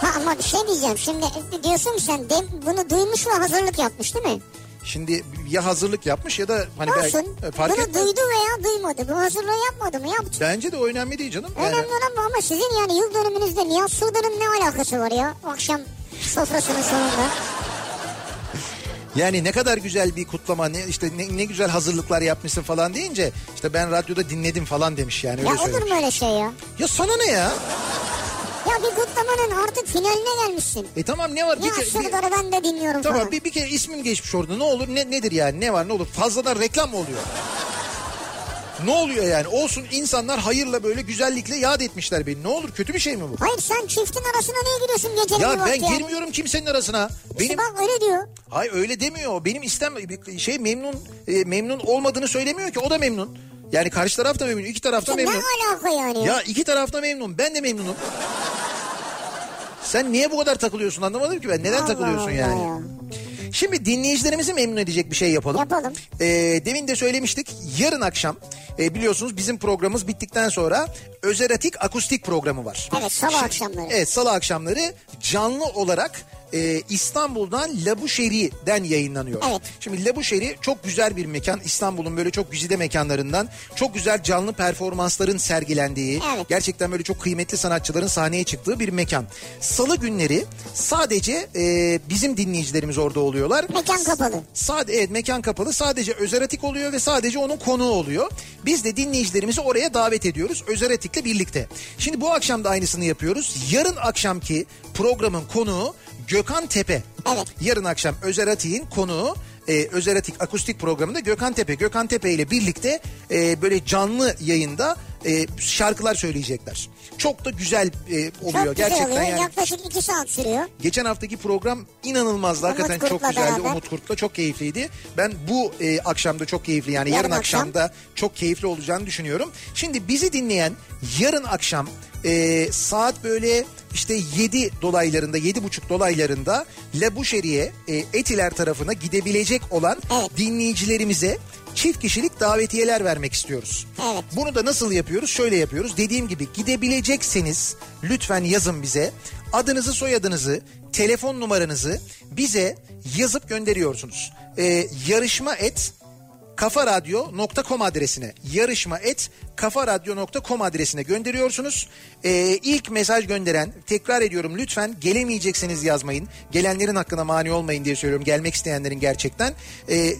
Speaker 2: Ha ama bir şey diyeceğim. Şimdi diyorsun ki sen de- bunu duymuş ve hazırlık yapmış değil mi?
Speaker 1: Şimdi ya hazırlık yapmış ya da hani
Speaker 2: Olsun.
Speaker 1: belki- e, fark
Speaker 2: bunu
Speaker 1: etmez.
Speaker 2: duydu veya duymadı. Bu hazırlığı yapmadı mı? Yaptı.
Speaker 1: Bence de o önemli değil canım. Yani
Speaker 2: Önemli olan bu ama sizin yani yıl dönümünüzde Nihat Sırdar'ın ne alakası var ya? Akşam sofrasının sonunda.
Speaker 1: yani ne kadar güzel bir kutlama ne işte ne, ne güzel hazırlıklar yapmışsın falan deyince işte ben radyoda dinledim falan demiş yani öyle
Speaker 2: ya olur
Speaker 1: söylemiş.
Speaker 2: mu öyle şey ya?
Speaker 1: Ya sana ne ya?
Speaker 2: Ya bir kutlamanın artık finaline gelmişsin.
Speaker 1: E tamam ne var? Bir
Speaker 2: Nihat
Speaker 1: ke- bir-
Speaker 2: Sırdar'ı ben de dinliyorum
Speaker 1: Tamam
Speaker 2: falan.
Speaker 1: bir, bir kere ismim geçmiş orada ne olur ne nedir yani ne var ne olur fazladan reklam mı oluyor? Ne oluyor yani olsun insanlar hayırla böyle güzellikle yad etmişler beni ne olur kötü bir şey mi bu?
Speaker 2: Hayır sen çiftin arasına niye giriyorsun gecenin bir
Speaker 1: Ya
Speaker 2: vakti
Speaker 1: ben
Speaker 2: yani?
Speaker 1: girmiyorum kimsenin arasına.
Speaker 2: İşte
Speaker 1: Benim
Speaker 2: Bak öyle diyor.
Speaker 1: ay öyle demiyor. o. Benim istem bir şey memnun e, memnun olmadığını söylemiyor ki o da memnun. Yani karşı taraf da memnun, iki taraf da
Speaker 2: Ya ne
Speaker 1: memnun.
Speaker 2: alaka yani?
Speaker 1: Ya iki taraf da memnun. Ben de memnunum. Sen niye bu kadar takılıyorsun anlamadım ki ben. Neden
Speaker 2: Allah
Speaker 1: takılıyorsun
Speaker 2: Allah
Speaker 1: yani?
Speaker 2: ya.
Speaker 1: Şimdi dinleyicilerimizi memnun edecek bir şey yapalım.
Speaker 2: Yapalım.
Speaker 1: Ee, demin de söylemiştik. Yarın akşam e, biliyorsunuz bizim programımız bittikten sonra Özeratik Akustik programı var.
Speaker 2: Evet salı
Speaker 1: Şi-
Speaker 2: akşamları.
Speaker 1: Evet salı akşamları canlı olarak e, İstanbul'dan Labuşeri'den yayınlanıyor.
Speaker 2: Evet.
Speaker 1: Şimdi Labuşeri çok güzel bir mekan. İstanbul'un böyle çok güzide mekanlarından. Çok güzel canlı performansların sergilendiği.
Speaker 2: Evet.
Speaker 1: Gerçekten böyle çok kıymetli sanatçıların sahneye çıktığı bir mekan. Salı günleri sadece e, bizim dinleyicilerimiz orada oluyorlar.
Speaker 2: Mekan kapalı.
Speaker 1: Sade, evet mekan kapalı sadece özeratik oluyor ve sadece onun konuğu oluyor. Biz de dinleyicilerimizi oraya davet ediyoruz özeratikle birlikte. Şimdi bu akşam da aynısını yapıyoruz. Yarın akşamki programın konuğu Gökhan Tepe.
Speaker 2: Evet.
Speaker 1: Yarın akşam Özeratik'in konuğu e, Özeratik Akustik programında Gökhan Tepe. Gökhan Tepe ile birlikte e, böyle canlı yayında e, şarkılar söyleyecekler. Çok da güzel e, oluyor
Speaker 2: Çok güzel
Speaker 1: gerçekten
Speaker 2: oluyor.
Speaker 1: yani.
Speaker 2: Yaklaşık iki saat sürüyor.
Speaker 1: Geçen haftaki program inanılmazdı.
Speaker 2: Umut
Speaker 1: Hakikaten çok
Speaker 2: Kurt'la
Speaker 1: güzeldi.
Speaker 2: beraber.
Speaker 1: Umut Kurt'la çok keyifliydi. Ben bu e, akşamda çok keyifli yani yarın,
Speaker 2: Yarın akşam.
Speaker 1: akşamda çok keyifli olacağını düşünüyorum. Şimdi bizi dinleyen yarın akşam e, saat böyle işte 7 dolaylarında 7.30 dolaylarında La Boucherie e, Etiler tarafına gidebilecek olan
Speaker 2: Evet.
Speaker 1: dinleyicilerimize çift kişilik davetiyeler vermek istiyoruz.
Speaker 2: Evet.
Speaker 1: Bunu da nasıl yapıyoruz? Şöyle yapıyoruz. Dediğim gibi gidebilecekseniz lütfen yazın bize. Adınızı, soyadınızı, telefon numaranızı bize yazıp gönderiyorsunuz. Ee, yarışma et kafaradyo.com adresine yarışma et kafaradyo.com adresine gönderiyorsunuz. Ee, ilk mesaj gönderen tekrar ediyorum lütfen gelemeyecekseniz yazmayın. Gelenlerin hakkına mani olmayın diye söylüyorum gelmek isteyenlerin gerçekten. Ee,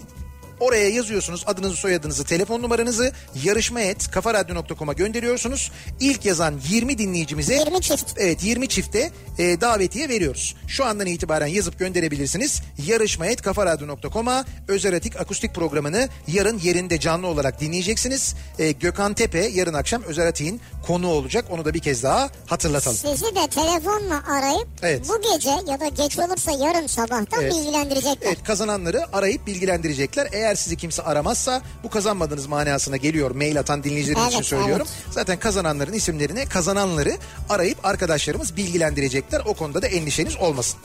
Speaker 1: Oraya yazıyorsunuz adınızı soyadınızı telefon numaranızı yarışma et kafaradyo.com'a gönderiyorsunuz. İlk yazan 20 dinleyicimize
Speaker 2: 20 çift.
Speaker 1: Evet 20 çifte e, davetiye veriyoruz. Şu andan itibaren yazıp gönderebilirsiniz. Yarışma et kafaradyo.com'a Özeratik Akustik programını yarın yerinde canlı olarak dinleyeceksiniz. E, Gökhan Tepe yarın akşam Özeratik'in konuğu olacak. Onu da bir kez daha hatırlatalım.
Speaker 2: Sizi de telefonla arayıp
Speaker 1: Evet.
Speaker 2: bu gece ya da geç olursa yarın sabahtan
Speaker 1: Evet.
Speaker 2: bilgilendirecekler.
Speaker 1: Evet kazananları arayıp bilgilendirecekler. Eğer sizi kimse aramazsa bu kazanmadığınız manasına geliyor. Mail atan dinleyicilerimiz için
Speaker 2: Evet,
Speaker 1: söylüyorum. Zaten kazananların isimlerini kazananları arayıp arkadaşlarımız bilgilendirecekler. O konuda da endişeniz olmasın.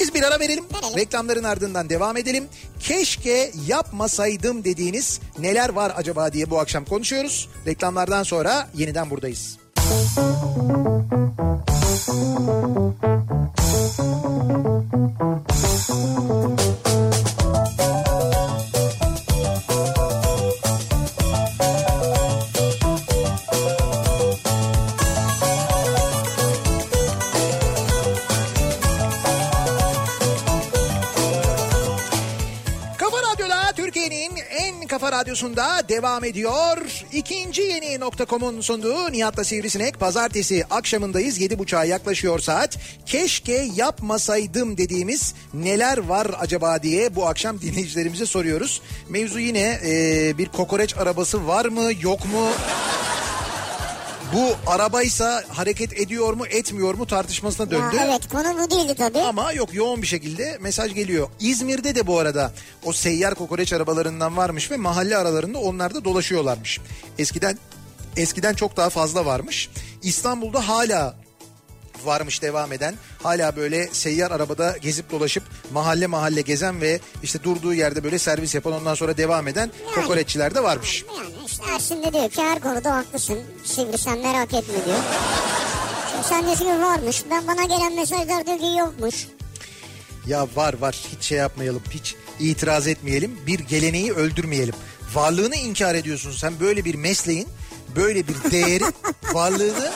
Speaker 1: Biz bir ara verelim.
Speaker 2: Verelim.
Speaker 1: Reklamların ardından devam edelim. Keşke yapmasaydım dediğiniz neler var acaba diye bu akşam konuşuyoruz. Reklamlardan sonra yeniden buradayız. Kafa Radyo'da Türkiye'nin en kafa radyosunda devam ediyor. İkinci yeni nokta.com'un sunduğu Nihat'la Sivrisinek pazartesi akşamındayız. Yedi buçuğa yaklaşıyor saat. Keşke yapmasaydım dediğimiz neler var acaba diye bu akşam dinleyicilerimize soruyoruz. Mevzu yine e, bir kokoreç arabası var mı yok mu? Bu arabaysa hareket ediyor mu etmiyor mu tartışmasına
Speaker 2: Ya
Speaker 1: döndü.
Speaker 2: evet konu bu değildi tabii.
Speaker 1: Ama yok yoğun bir şekilde mesaj geliyor. İzmir'de de bu arada o seyyar kokoreç arabalarından varmış ve mahalle aralarında onlar da dolaşıyorlarmış. Eskiden eskiden çok daha fazla varmış. İstanbul'da hala varmış devam eden hala böyle seyyar arabada gezip dolaşıp mahalle mahalle gezen ve işte durduğu yerde böyle servis yapan ondan sonra devam eden kokoreççiler de varmış.
Speaker 2: Yani işte Ersin de diyor ki her konuda haklısın. Sivri sen merak etme diyor. Şimdi sen diyorsun ki varmış. Ben bana gelen mesajlar diyor ki yokmuş.
Speaker 1: Ya var var hiç şey yapmayalım hiç itiraz etmeyelim bir geleneği öldürmeyelim. Varlığını inkar ediyorsun sen böyle bir mesleğin böyle bir değerin varlığını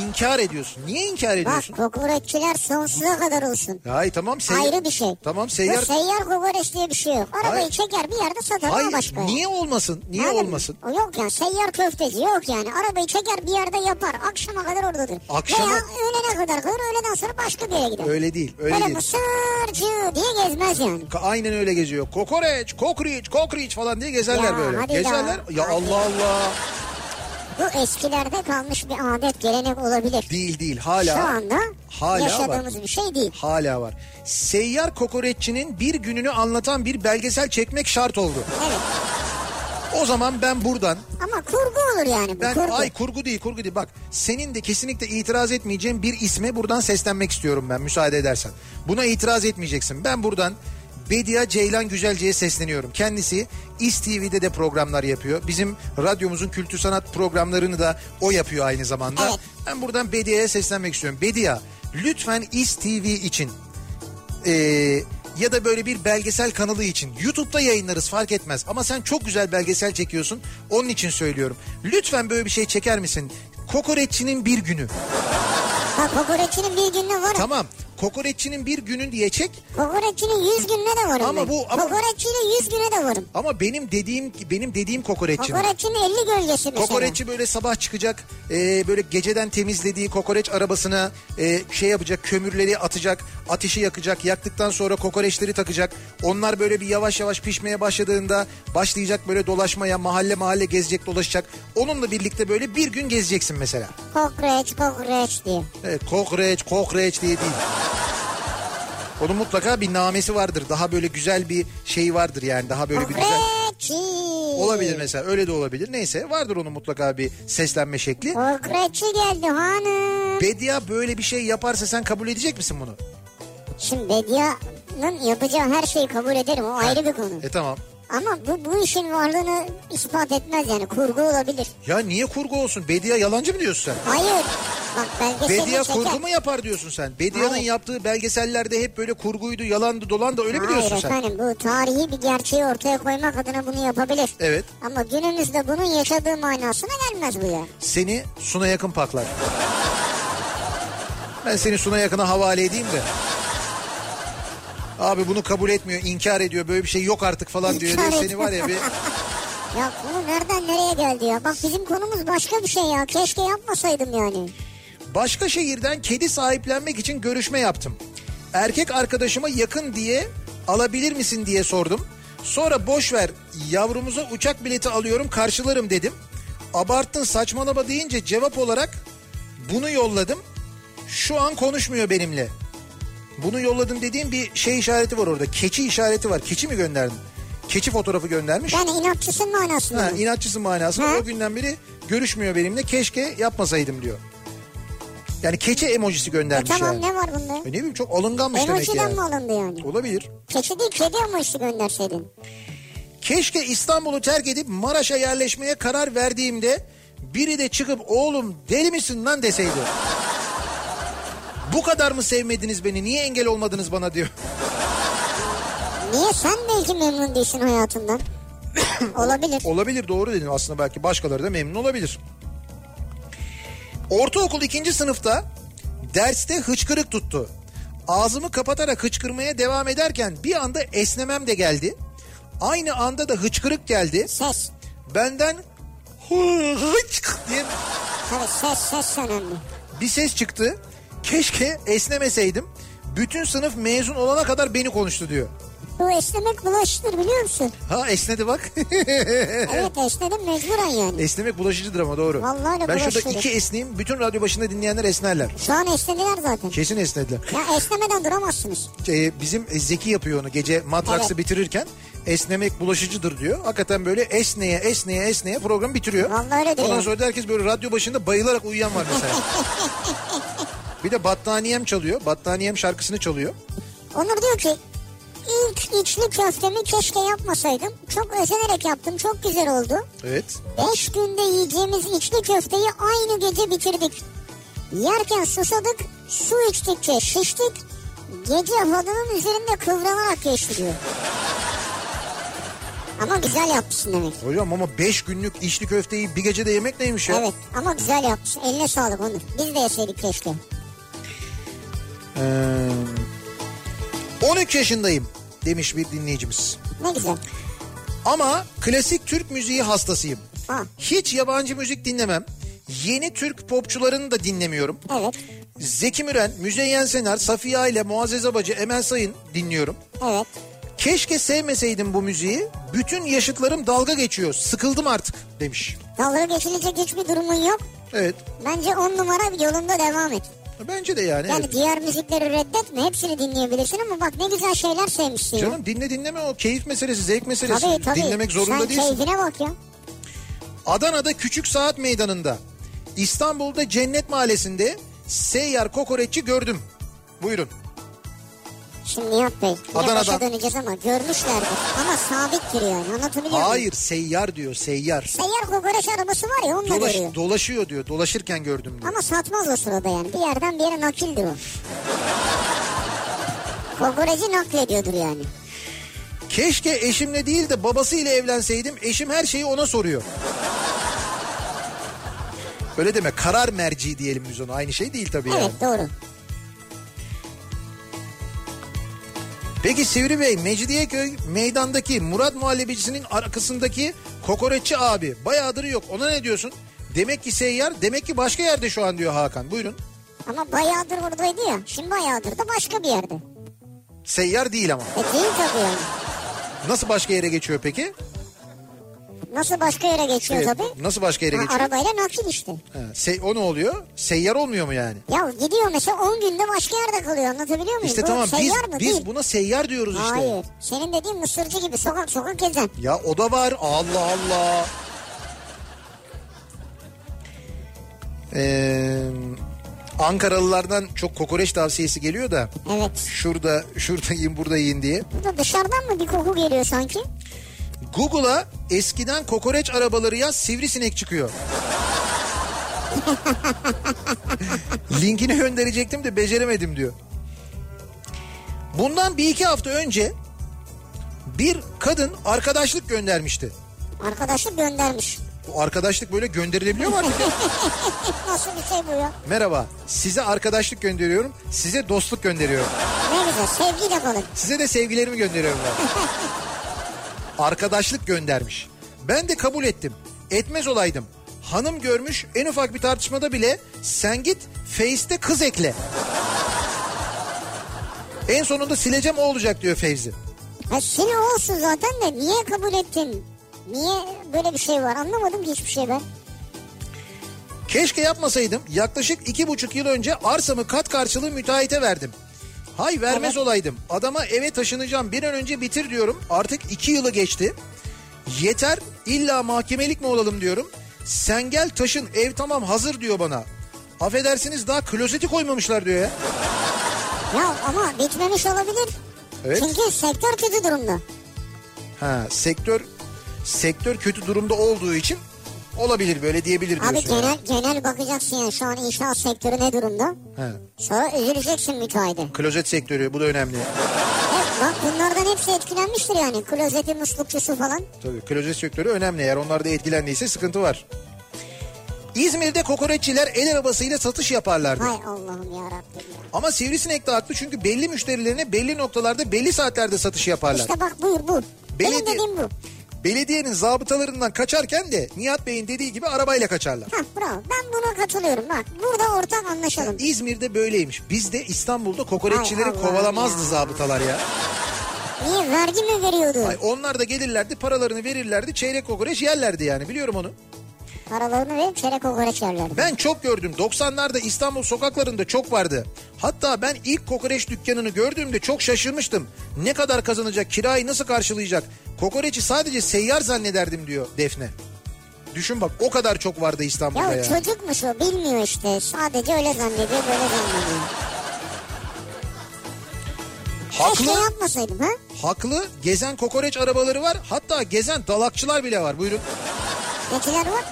Speaker 1: inkar ediyorsun. Niye inkar
Speaker 2: Bak
Speaker 1: ediyorsun?
Speaker 2: kokoreççiler sonsuza kadar olsun.
Speaker 1: Hayır tamam seyyar.
Speaker 2: Ayrı bir şey.
Speaker 1: Tamam
Speaker 2: Bu
Speaker 1: seyyar.
Speaker 2: seyyar kokoreç diye bir şey yok. Arabayı
Speaker 1: Hayır.
Speaker 2: çeker bir yerde satar ama
Speaker 1: Hayır
Speaker 2: başka.
Speaker 1: niye olmasın? Niye
Speaker 2: Madem-
Speaker 1: olmasın?
Speaker 2: O Yok yani seyyar köfteci yok yani. Arabayı çeker bir yerde yapar. Akşama kadar oradadır.
Speaker 1: Akşama-
Speaker 2: Veya öğlene kadar kalır. Öğleden sonra başka bir yere gider.
Speaker 1: Öyle değil öyle
Speaker 2: Böyle
Speaker 1: değil.
Speaker 2: mısırcı diye gezmez yani.
Speaker 1: Ka- Aynen öyle geziyor. Kokoreç, kokriç, kokriç falan diye gezerler
Speaker 2: Ya,
Speaker 1: böyle.
Speaker 2: hadi
Speaker 1: Gezerler.
Speaker 2: ya.
Speaker 1: Ya Allah Allah.
Speaker 2: Bu eskilerde kalmış bir adet gelenek olabilir.
Speaker 1: Değil değil. Hala.
Speaker 2: Şu anda
Speaker 1: hala var.
Speaker 2: yaşadığımız bir şey değil.
Speaker 1: Hala var. Seyyar kokoreççinin bir gününü anlatan bir belgesel çekmek şart oldu.
Speaker 2: Evet.
Speaker 1: O zaman ben buradan
Speaker 2: Ama kurgu olur yani bu
Speaker 1: ben
Speaker 2: kurgu.
Speaker 1: ay kurgu değil kurgu değil bak senin de kesinlikle itiraz etmeyeceğin bir isme buradan seslenmek istiyorum ben müsaade edersen. Buna itiraz etmeyeceksin. Ben buradan Bedia Ceylan Güzelce'ye sesleniyorum. Kendisi İSTV'de de programlar yapıyor. Bizim radyomuzun kültür sanat programlarını da o yapıyor aynı zamanda.
Speaker 2: Evet.
Speaker 1: Ben buradan Bedia'ya seslenmek istiyorum. Bedia lütfen İSTV için e, ya da böyle bir belgesel kanalı için YouTube'da yayınlarız fark etmez ama sen çok güzel belgesel çekiyorsun onun için söylüyorum. Lütfen böyle bir şey çeker misin? Kokoreççinin bir günü.
Speaker 2: Bak kokoreççinin bir gününe var.
Speaker 1: Tamam. Kokoreççinin bir günü diye çek
Speaker 2: Kokoreççinin yüz gününe de varım.
Speaker 1: Ama
Speaker 2: ben.
Speaker 1: bu- ama-
Speaker 2: Kokoreççinin yüz güne de varım.
Speaker 1: ama benim dediğim benim dediğim kokoreççinin.
Speaker 2: Kokoreççinin elli gölgesi mesela.
Speaker 1: Kokoreççi böyle sabah çıkacak e, böyle geceden temizlediği kokoreç arabasına e, şey yapacak kömürleri atacak ateşi yakacak yaktıktan sonra kokoreçleri takacak onlar böyle bir yavaş yavaş pişmeye başladığında başlayacak böyle dolaşmaya mahalle mahalle gezecek dolaşacak onunla birlikte böyle bir gün gezeceksin mesela
Speaker 2: Kokoreç kokoreç diye.
Speaker 1: evet, kokoreç kokoreç diye değil. Onun mutlaka bir namesi vardır. Daha böyle güzel bir şey vardır yani. Daha böyle bir güzel...
Speaker 2: Kokoreççi.
Speaker 1: Olabilir mesela öyle de olabilir. Neyse vardır onun mutlaka bir seslenme şekli.
Speaker 2: Kokoreççi geldi hanım.
Speaker 1: Bedia böyle bir şey yaparsa sen kabul edecek misin bunu?
Speaker 2: Şimdi medyanın yapacağı her şeyi kabul ederim. O ayrı bir konu.
Speaker 1: E tamam.
Speaker 2: Ama bu, bu işin varlığını ispat etmez yani. Kurgu olabilir.
Speaker 1: Ya niye kurgu olsun? Bedia yalancı mı diyorsun sen?
Speaker 2: Hayır. Bak belgeseli
Speaker 1: Bedia
Speaker 2: çeker.
Speaker 1: kurgu mu yapar diyorsun sen? Bedia'nın
Speaker 2: Hayır.
Speaker 1: yaptığı belgesellerde hep böyle kurguydu, yalandı, dolandı öyle mi diyorsun
Speaker 2: Hayır
Speaker 1: sen?
Speaker 2: efendim bu tarihi bir gerçeği ortaya koymak adına bunu yapabilir.
Speaker 1: Evet.
Speaker 2: Ama günümüzde bunun yaşadığı manasına gelmez bu ya.
Speaker 1: Seni Suna Yakın paklar. Ben seni Suna Yakın'a havale edeyim de. Abi bunu kabul etmiyor, inkar ediyor. Böyle bir şey yok artık falan diyor.
Speaker 2: İnkar
Speaker 1: Seni
Speaker 2: ediyor.
Speaker 1: var ya bir
Speaker 2: Ya konu nereden nereye geldi ya? Bak bizim konumuz başka bir şey ya. Keşke yapmasaydım yani.
Speaker 1: Başka şehirden kedi sahiplenmek için görüşme yaptım. Erkek arkadaşıma yakın diye alabilir misin diye sordum. Sonra boş ver yavrumuza uçak bileti alıyorum karşılarım dedim. Abarttın saçmalama deyince cevap olarak bunu yolladım. Şu an konuşmuyor benimle. Bunu yolladım dediğim bir şey işareti var orada. Keçi işareti var. Keçi mi gönderdin? Keçi fotoğrafı göndermiş.
Speaker 2: Ben inatçısın manasında.
Speaker 1: Ha,
Speaker 2: mı?
Speaker 1: inatçısın manasında.
Speaker 2: Ha?
Speaker 1: O günden beri görüşmüyor benimle. Keşke yapmasaydım diyor. Yani keçi emojisi göndermiş
Speaker 2: E tamam
Speaker 1: yani.
Speaker 2: ne var bunda?
Speaker 1: E ne bileyim çok alınganmış demek
Speaker 2: Emojiden
Speaker 1: yani.
Speaker 2: mi alındı yani?
Speaker 1: Olabilir.
Speaker 2: Keçi değil kedi ama işte gönderseydin.
Speaker 1: Keşke İstanbul'u terk edip Maraş'a yerleşmeye karar verdiğimde biri de çıkıp oğlum deli misin lan deseydi. Bu kadar mı sevmediniz beni? Niye engel olmadınız bana diyor.
Speaker 2: Niye sen belki memnun değilsin hayatından? Olabilir.
Speaker 1: Olabilir doğru dedin aslında belki başkaları da memnun olabilir. Ortaokul ikinci sınıfta derste hıçkırık tuttu. Ağzımı kapatarak hıçkırmaya devam ederken bir anda esnemem de geldi. Aynı anda da hıçkırık geldi.
Speaker 2: Ses.
Speaker 1: Benden "Hı- hıçk diye
Speaker 2: Tabii ses ses önemli.
Speaker 1: bir ses çıktı. Keşke esnemeseydim. Bütün sınıf mezun olana kadar beni konuştu diyor.
Speaker 2: Bu esnemek bulaşıcıdır biliyor musun?
Speaker 1: Ha esnedi bak.
Speaker 2: evet esnedim mecburen yani.
Speaker 1: Esnemek bulaşıcıdır ama doğru.
Speaker 2: Vallahi öyle
Speaker 1: ben şurada
Speaker 2: bulaşıcı.
Speaker 1: iki esneyim. Bütün radyo başında dinleyenler esnerler.
Speaker 2: Şu an esnediler zaten.
Speaker 1: Kesin esnediler.
Speaker 2: Ya esnemeden duramazsınız.
Speaker 1: Ee, bizim Zeki yapıyor onu gece matraksı
Speaker 2: Evet.
Speaker 1: bitirirken esnemek bulaşıcıdır diyor. Hakikaten böyle esneye esneye esneye programı bitiriyor.
Speaker 2: Vallahi öyle diyor.
Speaker 1: Ondan sonra da herkes böyle radyo başında bayılarak uyuyan var mesela. Bir de battaniyem çalıyor. Battaniyem şarkısını çalıyor.
Speaker 2: Onur diyor ki ilk içli köftemi keşke yapmasaydım. Çok özenerek yaptım çok güzel oldu.
Speaker 1: Evet.
Speaker 2: Beş günde yiyeceğimiz içli köfteyi aynı gece bitirdik. Yerken susadık, su içtikçe şiştik. Gece halının üzerinde kıvranarak geçti diyor. Ama güzel yapmışsın demek.
Speaker 1: Hocam ama 5 günlük içli köfteyi bir gecede yemek neymiş ya?
Speaker 2: Evet ama güzel yapmışsın. Eline sağlık Onur. Biz de yeseydik keşke.
Speaker 1: Ee, 13 yaşındayım demiş bir dinleyicimiz.
Speaker 2: Ne güzel.
Speaker 1: Ama klasik Türk müziği hastasıyım.
Speaker 2: Ha
Speaker 1: Hiç yabancı müzik dinlemem. Yeni Türk popçularını da dinlemiyorum.
Speaker 2: evet.
Speaker 1: Zeki Müren, Müzeyyen Senar, Safiye ile Muazzez Abacı, Emel Sayın dinliyorum.
Speaker 2: Evet.
Speaker 1: Keşke sevmeseydim bu müziği. Bütün yaşıtlarım dalga geçiyor. Sıkıldım artık demiş.
Speaker 2: Dalga geçilecek hiçbir durumun yok.
Speaker 1: Evet.
Speaker 2: Bence on numara yolunda devam et.
Speaker 1: Bence de yani.
Speaker 2: Yani
Speaker 1: evet.
Speaker 2: diğer müzikleri reddetme. Hepsini dinleyebilirsin ama bak ne güzel şeyler sevmişsin. ya.
Speaker 1: Canım dinle dinleme o keyif meselesi, zevk meselesi.
Speaker 2: Tabii tabii.
Speaker 1: Dinlemek zorunda
Speaker 2: Sen şey-
Speaker 1: değilsin.
Speaker 2: keyfine bak ya.
Speaker 1: Adana'da Küçük Saat Meydanı'nda, İstanbul'da Cennet Mahallesi'nde Seyyar Kokoreççi gördüm. Buyurun.
Speaker 2: Şimdi Nihat Bey. Adana'dan.
Speaker 1: Adana'dan.
Speaker 2: başa döneceğiz ama görmüşlerdi. Ama sabit giriyor yani anlatabiliyor muyum?
Speaker 1: Hayır seyyar diyor seyyar.
Speaker 2: Seyyar kokoreç arabası var ya onunla
Speaker 1: Dolaş-
Speaker 2: görüyor.
Speaker 1: dolaşıyor diyor. Dolaşırken gördüm diyor.
Speaker 2: Ama satmaz o sırada yani. Bir yerden bir yere nakildir o. Kokoreci naklediyordur yani.
Speaker 1: Keşke eşimle değil de babasıyla evlenseydim. Eşim her şeyi ona soruyor. Öyle deme karar merci diyelim biz ona. Aynı şey değil tabii yani.
Speaker 2: Evet doğru.
Speaker 1: Peki Sivri Bey Mecidiyeköy meydandaki Murat Muhallebicisinin arkasındaki kokoreççi abi bayağıdır yok. Ona ne diyorsun? Demek ki seyyar demek ki başka yerde şu an diyor Hakan. Buyurun.
Speaker 2: Ama bayağıdır oradaydı ya. Şimdi bayağıdır da başka bir yerde.
Speaker 1: Seyyar değil ama.
Speaker 2: E değil tabii yani.
Speaker 1: Nasıl başka yere geçiyor peki?
Speaker 2: Nasıl başka yere geçiyor
Speaker 1: Evet,
Speaker 2: tabii?
Speaker 1: Nasıl başka yere
Speaker 2: Ha,
Speaker 1: geçiyor?
Speaker 2: arabayla nakil işte.
Speaker 1: Ha, se- o ne oluyor? Seyyar olmuyor mu yani?
Speaker 2: Ya gidiyor mesela 10 günde başka yerde kalıyor anlatabiliyor muyum?
Speaker 1: İşte
Speaker 2: Bu
Speaker 1: tamam biz,
Speaker 2: seyyar mı?
Speaker 1: biz
Speaker 2: Değil.
Speaker 1: buna seyyar diyoruz işte.
Speaker 2: Hayır. Senin dediğin mısırcı gibi sokak sokak gezen.
Speaker 1: Ya o da var. Allah Allah. Ee, Ankaralılardan çok kokoreç tavsiyesi geliyor da
Speaker 2: Evet.
Speaker 1: şurada şurada yiyin burada yiyin diye.
Speaker 2: Bu da dışarıdan mı bir koku geliyor sanki?
Speaker 1: Google'a eskiden kokoreç arabaları yaz sivrisinek çıkıyor. Linkini gönderecektim de beceremedim diyor. Bundan bir iki hafta önce bir kadın arkadaşlık göndermişti.
Speaker 2: Arkadaşlık göndermiş.
Speaker 1: Bu arkadaşlık böyle gönderilebiliyor mu artık? ya?
Speaker 2: Nasıl bir şey bu ya?
Speaker 1: Merhaba size arkadaşlık gönderiyorum size dostluk gönderiyorum.
Speaker 2: Ne güzel. Sevgiyle kalın.
Speaker 1: Size de sevgilerimi gönderiyorum ben. Arkadaşlık göndermiş. Ben de kabul ettim. Etmez olaydım. Hanım görmüş en ufak bir tartışmada bile sen git Face'te kız ekle. en sonunda sileceğim o olacak diyor Fevzi.
Speaker 2: Ha sinir olsun zaten de niye kabul ettin? Niye böyle bir şey var? Anlamadım ki hiçbir şey ben.
Speaker 1: Keşke yapmasaydım. Yaklaşık iki buçuk yıl önce arsamı kat karşılığı müteahhite verdim. Hay vermez
Speaker 2: Evet.
Speaker 1: olaydım. Adama eve taşınacağım bir an önce bitir diyorum. Artık iki yılı geçti. Yeter illa mahkemelik mi olalım diyorum. Sen gel taşın ev tamam hazır diyor bana. Affedersiniz daha klozeti koymamışlar diyor ya.
Speaker 2: Ya ama bitmemiş olabilir.
Speaker 1: Evet.
Speaker 2: Çünkü sektör kötü durumda.
Speaker 1: Ha, sektör sektör kötü durumda olduğu için olabilir böyle diyebilir
Speaker 2: Abi
Speaker 1: diyorsun. yani.
Speaker 2: genel genel bakacaksın yani şu an inşaat sektörü ne durumda?
Speaker 1: Ha,
Speaker 2: Sonra üzüleceksin müteahhide.
Speaker 1: klozet sektörü bu da önemli.
Speaker 2: Evet bak bunlardan hepsi etkilenmiştir yani. Klozeti, muslukçusu falan.
Speaker 1: Tabii klozet sektörü önemli. Eğer onlar da etkilendiyse sıkıntı var. İzmir'de kokoreççiler el arabasıyla satış yaparlardı.
Speaker 2: Hay Allah'ım yarabbim ya.
Speaker 1: Ama sivrisinek de haklı çünkü belli müşterilerine belli noktalarda belli saatlerde satış yaparlar.
Speaker 2: İşte bak buyur bu. Benim
Speaker 1: Belediye-
Speaker 2: dediğim bu.
Speaker 1: Belediyenin zabıtalarından kaçarken de Nihat Bey'in dediği gibi arabayla kaçarlar.
Speaker 2: Hah bravo. Ben buna katılıyorum bak. Burada ortak anlaşalım.
Speaker 1: İzmir'de böyleymiş. Bizde İstanbul'da kokoreççileri
Speaker 2: Ay Allah'ım
Speaker 1: kovalamazdı
Speaker 2: ya.
Speaker 1: zabıtalar ya.
Speaker 2: Niye vergi mi veriyordu?
Speaker 1: Ay onlar da gelirlerdi paralarını verirlerdi çeyrek kokoreç yerlerdi yani biliyorum onu.
Speaker 2: Paralarını verip çeyrek kokoreç yerlerdi.
Speaker 1: Ben çok gördüm. 90'larda İstanbul sokaklarında çok vardı. Hatta ben ilk kokoreç dükkanını gördüğümde çok şaşırmıştım. Ne kadar kazanacak, kirayı nasıl karşılayacak? Kokoreçi sadece seyyar zannederdim diyor Defne. Düşün bak o kadar çok vardı İstanbul'da
Speaker 2: Ya
Speaker 1: ya.
Speaker 2: çocukmuş o bilmiyor işte. Sadece öyle zannediyor böyle zannediyor. Keşke
Speaker 1: Haklı,
Speaker 2: yapmasaydım ha.
Speaker 1: haklı gezen kokoreç arabaları var. Hatta gezen dalakçılar bile var. Buyurun.
Speaker 2: Yetiler var.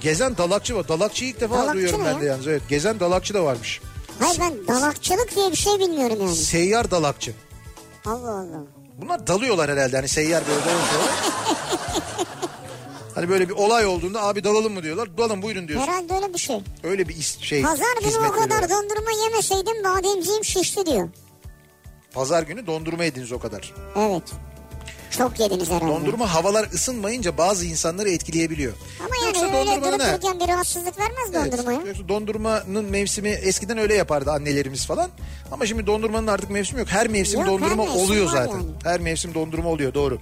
Speaker 1: Gezen dalakçı var. Dalakçıyı ilk defa
Speaker 2: Dalakçı
Speaker 1: duyuyorum
Speaker 2: ne
Speaker 1: ben
Speaker 2: ya?
Speaker 1: de yalnız. Evet, gezen dalakçı da varmış.
Speaker 2: Hayır ben dalakçılık diye bir şey bilmiyorum yani.
Speaker 1: Seyyar dalakçı.
Speaker 2: Allah Allah.
Speaker 1: Bunlar dalıyorlar herhalde hani seyyar böyle dalıyorlar. hani böyle bir olay olduğunda abi dalalım mı diyorlar. Dalın buyurun diyorsun.
Speaker 2: Herhalde öyle bir şey.
Speaker 1: Öyle bir is- şey.
Speaker 2: Pazar günü o
Speaker 1: hizmetleri
Speaker 2: kadar
Speaker 1: var.
Speaker 2: dondurma yemeseydim bademciğim şişti diyor.
Speaker 1: Pazar günü dondurma yediniz o kadar.
Speaker 2: Evet. Çok yediniz herhalde.
Speaker 1: Dondurma havalar ısınmayınca bazı insanları etkileyebiliyor.
Speaker 2: Ama yani
Speaker 1: Yoksa
Speaker 2: öyle
Speaker 1: dondurmanın
Speaker 2: durup
Speaker 1: ha-
Speaker 2: dururken bir rahatsızlık vermez
Speaker 1: Evet,
Speaker 2: dondurmaya.
Speaker 1: yoksa dondurmanın mevsimi eskiden öyle yapardı annelerimiz falan. Ama şimdi dondurmanın artık mevsimi yok. Her mevsim
Speaker 2: Yok, her
Speaker 1: dondurma
Speaker 2: mevsim
Speaker 1: oluyor
Speaker 2: var
Speaker 1: zaten.
Speaker 2: yani.
Speaker 1: Her mevsim dondurma oluyor doğru.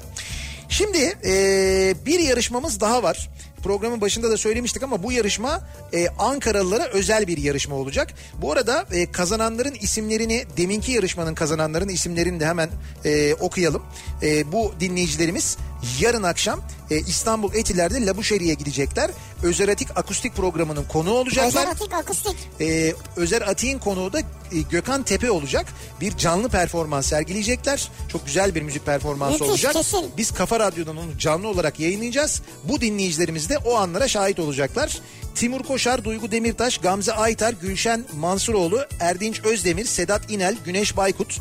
Speaker 1: Şimdi eee, bir yarışmamız daha var. Programın başında da söylemiştik ama bu yarışma eee, Ankaralılara özel bir yarışma olacak. Bu arada eee, kazananların isimlerini deminki yarışmanın kazananların isimlerini de hemen eee, okuyalım. Eee, bu dinleyicilerimiz yarın akşam eee, İstanbul Etiler'de Labuşeri'ye gidecekler. Özeratik akustik programının konuğu olacaklar.
Speaker 2: Özerotik akustik.
Speaker 1: Ee, Özer Atik'in konuğu da e, Gökhan Tepe olacak. Bir canlı performans sergileyecekler. Çok güzel bir müzik performansı
Speaker 2: Müthiş,
Speaker 1: olacak.
Speaker 2: kesin.
Speaker 1: Biz Kafa Radyo'dan onu canlı olarak yayınlayacağız. Bu dinleyicilerimiz de o anlara şahit olacaklar. Timur Koşar, Duygu Demirtaş, Gamze Aytar, Gülşen Mansuroğlu, Erdinç Özdemir, Sedat İnel, Güneş Baykut,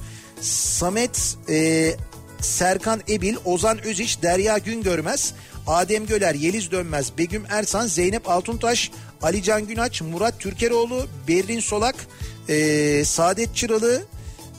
Speaker 1: Samet e, Serkan Ebil, Ozan Öziç, Derya Güngörmez, Adem Göler, Yeliz Dönmez, Begüm Ersan, Zeynep Altuntaş, Alican Günaç, Murat Türkeroğlu, Berrin Solak, e, Saadet Çıralı,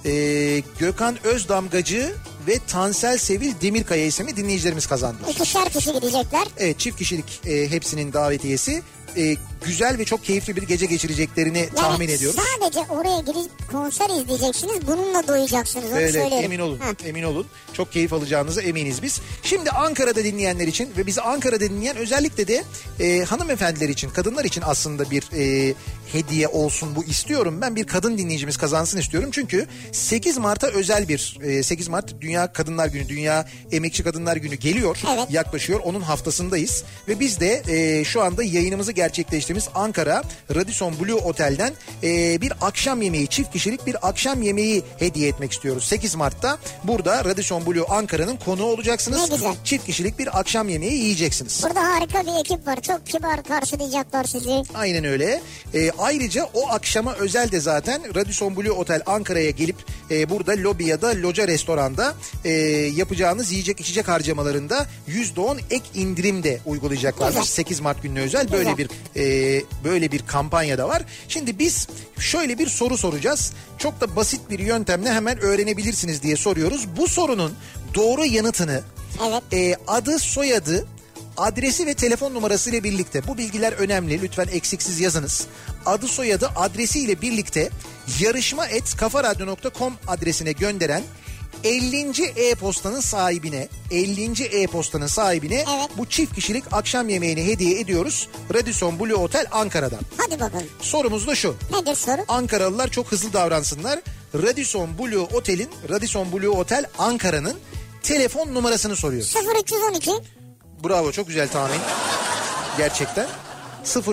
Speaker 1: ee, Gökhan Özdamgacı ve Tansel Sevil Demirkaya isimli dinleyicilerimiz kazandı.
Speaker 2: İkişer kişi gidecekler.
Speaker 1: Evet çift kişilik e, hepsinin davetiyesi. E, güzel ve çok keyifli bir gece geçireceklerini
Speaker 2: Yani
Speaker 1: tahmin ediyoruz.
Speaker 2: Sadece oraya gidip konser izleyeceksiniz. Bununla doyacaksınız. Onu
Speaker 1: Evet, evet,
Speaker 2: söylerim.
Speaker 1: emin olun.
Speaker 2: Ha.
Speaker 1: Emin olun. Çok keyif alacağınıza eminiz biz. Şimdi Ankara'da dinleyenler için ve bizi Ankara'da dinleyen özellikle de e, hanımefendiler için, kadınlar için aslında bir e, hediye olsun bu istiyorum. Ben bir kadın dinleyicimiz kazansın istiyorum. Çünkü 8 Mart'a özel bir e, 8 Mart Dünya Kadınlar Günü, Dünya Emekçi Kadınlar Günü geliyor.
Speaker 2: Evet.
Speaker 1: Yaklaşıyor. Onun haftasındayız ve biz de e, şu anda yayınımızı gerçekleştirdiğimiz Ankara Radisson Blue Otel'den e, bir akşam yemeği, çift kişilik bir akşam yemeği hediye etmek istiyoruz. 8 Mart'ta burada Radisson Blue Ankara'nın konuğu olacaksınız.
Speaker 2: Ne güzel.
Speaker 1: Çift kişilik bir akşam yemeği yiyeceksiniz.
Speaker 2: Burada harika bir ekip var. Çok kibar karşılayacaklar sizi.
Speaker 1: Aynen öyle. E, ayrıca o akşama özel de zaten Radisson Blue Otel Ankara'ya gelip e, burada lobi ya da loca restoranda e, yapacağınız yiyecek içecek harcamalarında %10 ek indirim de uygulayacaklar.
Speaker 2: Güzel.
Speaker 1: 8 Mart gününe özel böyle bir
Speaker 2: Güzel.
Speaker 1: e, böyle bir kampanya da var. Şimdi biz şöyle bir soru soracağız. Çok da basit bir yöntemle hemen öğrenebilirsiniz diye soruyoruz. Bu sorunun doğru yanıtını
Speaker 2: Evet.
Speaker 1: e, adı, soyadı, adresi ve telefon numarası ile birlikte bu bilgiler önemli. Lütfen eksiksiz yazınız. Adı, soyadı, adresi ile birlikte yarışma et kafaradyo.com adresine gönderen 50. e-postanın sahibine 50. e-postanın sahibine
Speaker 2: Evet.
Speaker 1: bu çift kişilik akşam yemeğini hediye ediyoruz. Radisson Blue Otel Ankara'dan.
Speaker 2: Hadi bakalım.
Speaker 1: Sorumuz da şu.
Speaker 2: Nedir soru?
Speaker 1: Ankaralılar çok hızlı davransınlar. Radisson Blue Otel'in Radisson Blue Otel Ankara'nın telefon numarasını soruyoruz.
Speaker 2: 0312
Speaker 1: Bravo çok güzel tahmin. Gerçekten.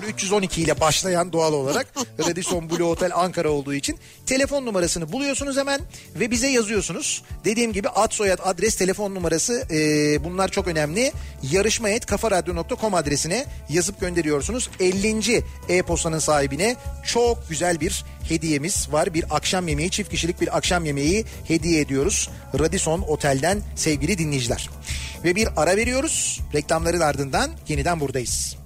Speaker 1: 0312 ile başlayan doğal olarak Radisson Blue Hotel Ankara olduğu için telefon numarasını buluyorsunuz hemen ve bize yazıyorsunuz. Dediğim gibi ad soyad adres telefon numarası e, bunlar çok önemli. Yarışma et kafaradyo.com adresine yazıp gönderiyorsunuz. 50. e-postanın sahibine çok güzel bir hediyemiz var. Bir akşam yemeği çift kişilik bir akşam yemeği hediye ediyoruz. Radisson Otel'den sevgili dinleyiciler. Ve bir ara veriyoruz. Reklamların ardından yeniden buradayız.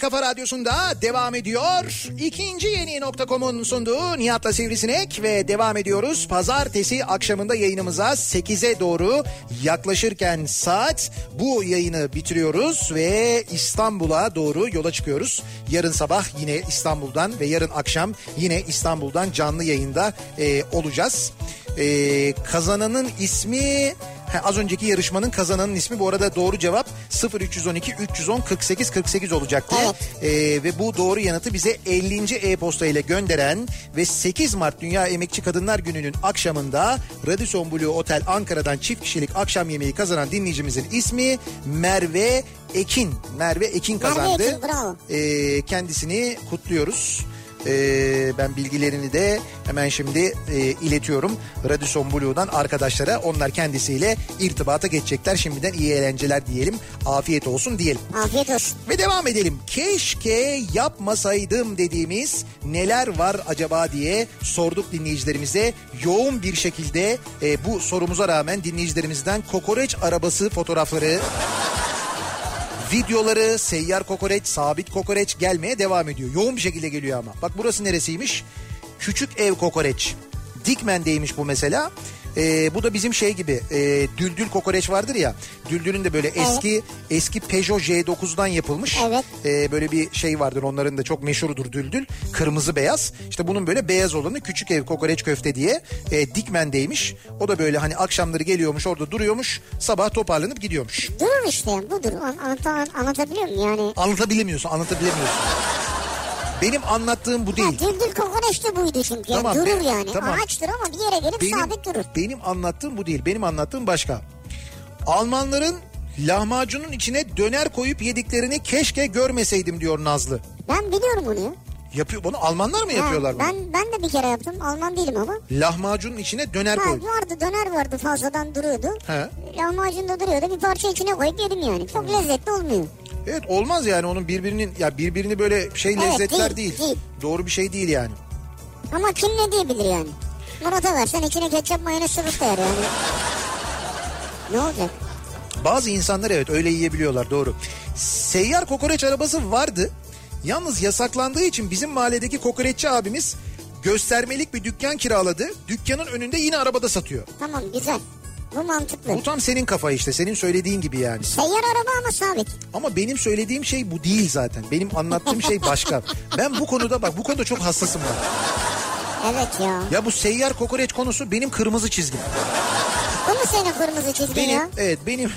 Speaker 1: Kafa Radyosu'nda devam ediyor. İkinci yeni nokta.com'un sunduğu Nihat'la Sivrisinek ve devam ediyoruz. Pazartesi akşamında yayınımıza 8'e doğru yaklaşırken saat bu yayını bitiriyoruz ve İstanbul'a doğru yola çıkıyoruz. Yarın sabah yine İstanbul'dan ve yarın akşam yine İstanbul'dan canlı yayında e, olacağız. E, kazananın ismi Ha, az önceki yarışmanın kazananın ismi bu arada doğru cevap 0312 310 48 48 olacaktı. Ee, ve bu doğru yanıtı bize 50. e-posta ile gönderen ve 8 Mart Dünya Emekçi Kadınlar Günü'nün akşamında Radisson Blue Otel Ankara'dan çift kişilik akşam yemeği kazanan dinleyicimizin ismi Merve Ekin. Merve Ekin kazandı.
Speaker 2: Ekin, bravo.
Speaker 1: Ee, kendisini kutluyoruz. Ee, ben bilgilerini de hemen şimdi e, iletiyorum. Radisson Blue'dan arkadaşlara onlar kendisiyle irtibata geçecekler. Şimdiden iyi eğlenceler diyelim. Afiyet olsun diyelim.
Speaker 2: Afiyet olsun.
Speaker 1: Ve devam edelim. Keşke yapmasaydım dediğimiz neler var acaba diye sorduk dinleyicilerimize. Yoğun bir şekilde e, bu sorumuza rağmen dinleyicilerimizden kokoreç arabası fotoğrafları videoları seyyar kokoreç, sabit kokoreç gelmeye devam ediyor. Yoğun bir şekilde geliyor ama. Bak burası neresiymiş? Küçük ev kokoreç. Dikmen'deymiş bu mesela. Ee, bu da bizim şey gibi e, düldül kokoreç vardır ya. Düldül'ün de böyle eski eski Peugeot J9'dan yapılmış.
Speaker 2: Evet.
Speaker 1: Ee, böyle bir şey vardır onların da çok meşhurdur düldül. Kırmızı beyaz. İşte bunun böyle beyaz olanı küçük ev kokoreç köfte diye e, Dikmen'deymiş. O da böyle hani akşamları geliyormuş orada duruyormuş. Sabah toparlanıp gidiyormuş.
Speaker 2: Durur işte budur. An- an- an- anlatabiliyor muyum yani?
Speaker 1: Anlatabilemiyorsun, anlatabilemiyorsun. Benim anlattığım bu
Speaker 2: Ha,
Speaker 1: değil.
Speaker 2: düldül kokoreç de buydu çünkü. Yani
Speaker 1: Tamam,
Speaker 2: durur
Speaker 1: be-
Speaker 2: yani.
Speaker 1: tamam.
Speaker 2: Ağaçtır ama bir yere gelip sabit durur.
Speaker 1: benim anlattığım bu değil. Benim anlattığım başka. Almanların lahmacunun içine döner koyup yediklerini keşke görmeseydim diyor Nazlı.
Speaker 2: Ben biliyorum bunu. ya.
Speaker 1: Yapıyor bunu Almanlar mı
Speaker 2: Ha,
Speaker 1: yapıyorlar bunu?
Speaker 2: ben, ben de bir kere yaptım. Alman değilim ama.
Speaker 1: Lahmacunun içine döner
Speaker 2: Ha,
Speaker 1: koy.
Speaker 2: vardı döner vardı fazladan duruyordu.
Speaker 1: He.
Speaker 2: Lahmacun da duruyordu. Bir parça içine koyup yedim yani. Çok lezzetli olmuyor.
Speaker 1: Evet olmaz yani onun birbirinin ya birbirini böyle şey
Speaker 2: Evet,
Speaker 1: lezzetler
Speaker 2: değil,
Speaker 1: değil.
Speaker 2: değil.
Speaker 1: Doğru bir şey değil yani.
Speaker 2: Ama kim ne diyebilir yani? Murat'a versen içine ketçap mayonez sıvırt da yer yani. ne olacak?
Speaker 1: Bazı insanlar evet öyle yiyebiliyorlar doğru. Seyyar kokoreç arabası vardı. Yalnız yasaklandığı için bizim mahalledeki kokoreççi abimiz göstermelik bir dükkan kiraladı. Dükkanın önünde yine arabada satıyor.
Speaker 2: Tamam güzel. Bu mantıklı.
Speaker 1: Bu tam senin kafa işte senin söylediğin gibi yani.
Speaker 2: Seyyar araba ama sabit.
Speaker 1: Ama benim söylediğim şey bu değil zaten. Benim anlattığım şey başka. Ben bu konuda bak bu konuda çok hassasım ben.
Speaker 2: Evet ya.
Speaker 1: Ya bu seyyar kokoreç konusu benim kırmızı çizgim.
Speaker 2: Bu mu senin kırmızı çizgin
Speaker 1: Benim
Speaker 2: ya?
Speaker 1: evet benim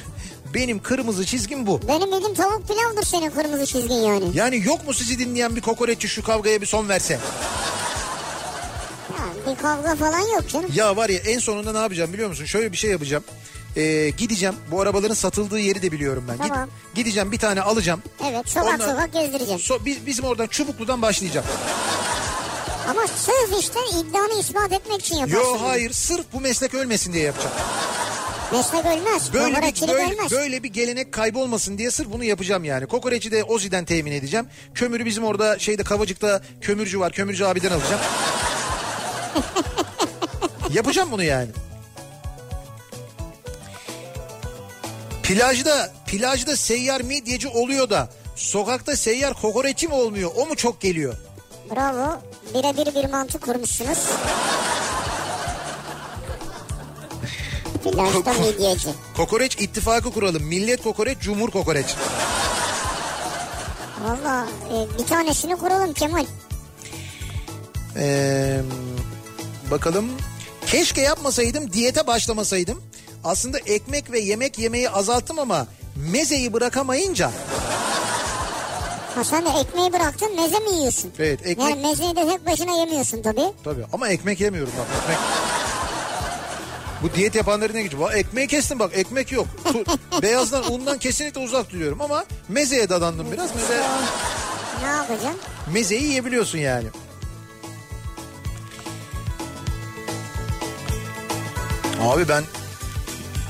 Speaker 1: benim kırmızı çizgim bu.
Speaker 2: Benim bildiğim tavuk pilavdır senin kırmızı çizgin yani.
Speaker 1: Yani yok mu sizi dinleyen bir kokoreççi şu kavgaya bir son verse?
Speaker 2: Ya, bir kavga falan yok canım.
Speaker 1: Ya var ya en sonunda ne yapacağım biliyor musun? Şöyle bir şey yapacağım. Ee, gideceğim. Bu arabaların satıldığı yeri de biliyorum ben. Gid-
Speaker 2: Tamam.
Speaker 1: gideceğim bir tane alacağım.
Speaker 2: Evet sokak
Speaker 1: Onlar-
Speaker 2: sokak gezdireceğim.
Speaker 1: So, biz, bizim oradan Çubuklu'dan başlayacağım.
Speaker 2: Ama sırf işte iddianı ispat etmek için yaparsın.
Speaker 1: Yo hayır sırf bu meslek ölmesin diye yapacağım.
Speaker 2: Meslek ölmez.
Speaker 1: Böyle bir,
Speaker 2: kokoreççilik
Speaker 1: böyle,
Speaker 2: ölmez.
Speaker 1: böyle bir gelenek kaybolmasın diye sırf bunu yapacağım yani. Kokoreçi de Ozi'den temin edeceğim. Kömürü bizim orada şeyde Kavacık'ta kömürcü var. Kömürcü abiden alacağım. yapacağım bunu yani. Plajda plajda seyyar midyeci oluyor da sokakta seyyar kokoreçi mi olmuyor? O mu çok geliyor?
Speaker 2: Bravo. Birebir bir mantık kurmuşsunuz. Plajda midyeci.
Speaker 1: Kokoreç ittifakı kuralım. Millet kokoreç, cumhur kokoreç.
Speaker 2: Valla e, bir tanesini kuralım Kemal.
Speaker 1: Ee, bakalım. Keşke yapmasaydım, diyete başlamasaydım. Aslında ekmek ve yemek yemeyi azalttım ama mezeyi bırakamayınca
Speaker 2: Ha sen de ekmeği bıraktın meze mi yiyorsun?
Speaker 1: Evet, ekmek-
Speaker 2: Yani mezeyi de tek başına yemiyorsun tabii.
Speaker 1: tabii ama ekmek yemiyorum bak ekmek. Bu diyet yapanların ne gücü? Bak Ekmeği kestim bak ekmek yok. Tu- Beyazdan undan kesinlikle uzak duruyorum ama mezeye dadandım biraz. Meze,
Speaker 2: Ne yapacaksın?
Speaker 1: mezeyi yiyebiliyorsun yani. Abi ben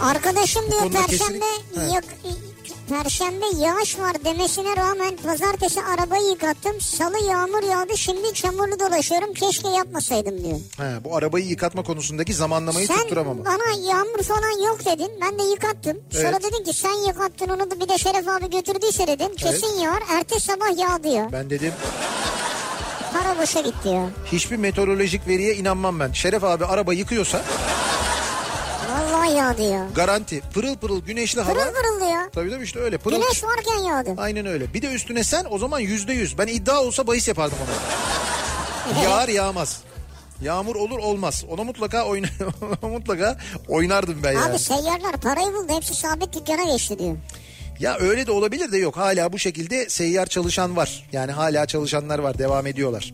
Speaker 2: Arkadaşım diyor
Speaker 1: konuda
Speaker 2: perşembe
Speaker 1: kesinlikle-
Speaker 2: yok, perşembe yağış var demesine rağmen pazartesi arabayı yıkattım. Salı yağmur yağdı şimdi çamurlu dolaşıyorum keşke yapmasaydım diyor.
Speaker 1: He, bu arabayı yıkatma konusundaki zamanlamayı
Speaker 2: sen
Speaker 1: tutturamama.
Speaker 2: bana yağmur falan yok dedin ben de yıkattım. Sonra
Speaker 1: Evet.
Speaker 2: dedin ki sen yıkattın onu da bir de Şeref abi götürdüyse dedin. Kesin yağar ertesi sabah yağdı ya.
Speaker 1: Ben dedim
Speaker 2: Para boşa gitti ya.
Speaker 1: hiçbir meteorolojik veriye inanmam ben. Şeref abi araba yıkıyorsa
Speaker 2: Vallahi yağdı ya.
Speaker 1: garanti pırıl pırıl güneşli hava.
Speaker 2: Pırıl pırıl ya.
Speaker 1: Tabii tabii işte öyle pırıl.
Speaker 2: Güneş varken yağdı.
Speaker 1: Aynen öyle. Bir de üstüne sen o zaman yüzde yüz. Ben iddia olsa bahis yapardım ona. Yağar yağmaz. Yağmur olur olmaz. Ona mutlaka oyna mutlaka oynardım ben yani.
Speaker 2: Abi seyyarlar parayı buldu hepsi sabit dükkana geçti diyor.
Speaker 1: Ya öyle de olabilir de yok. Hala bu şekilde seyyar çalışan var. Yani hala çalışanlar var. Devam ediyorlar.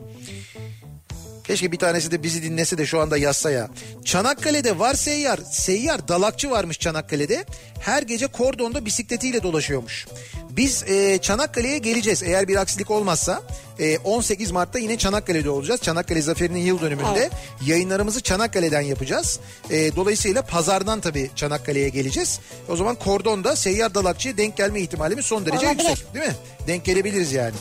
Speaker 1: Keşke bir tanesi de bizi dinlese de şu anda yazsa ya. Çanakkale'de var seyyar. Seyyar dalakçı varmış Çanakkale'de. Her gece kordonda bisikletiyle dolaşıyormuş. Biz e, Çanakkale'ye geleceğiz eğer bir aksilik olmazsa. E, 18 Mart'ta yine Çanakkale'de olacağız. Çanakkale Zaferi'nin yıl dönümünde
Speaker 2: Evet.
Speaker 1: yayınlarımızı Çanakkale'den yapacağız. E, dolayısıyla pazardan tabii Çanakkale'ye geleceğiz. O zaman kordonda seyyar dalakçıya denk gelme ihtimalimiz son derece
Speaker 2: Olabilir.
Speaker 1: yüksek. Değil mi? Denk gelebiliriz yani.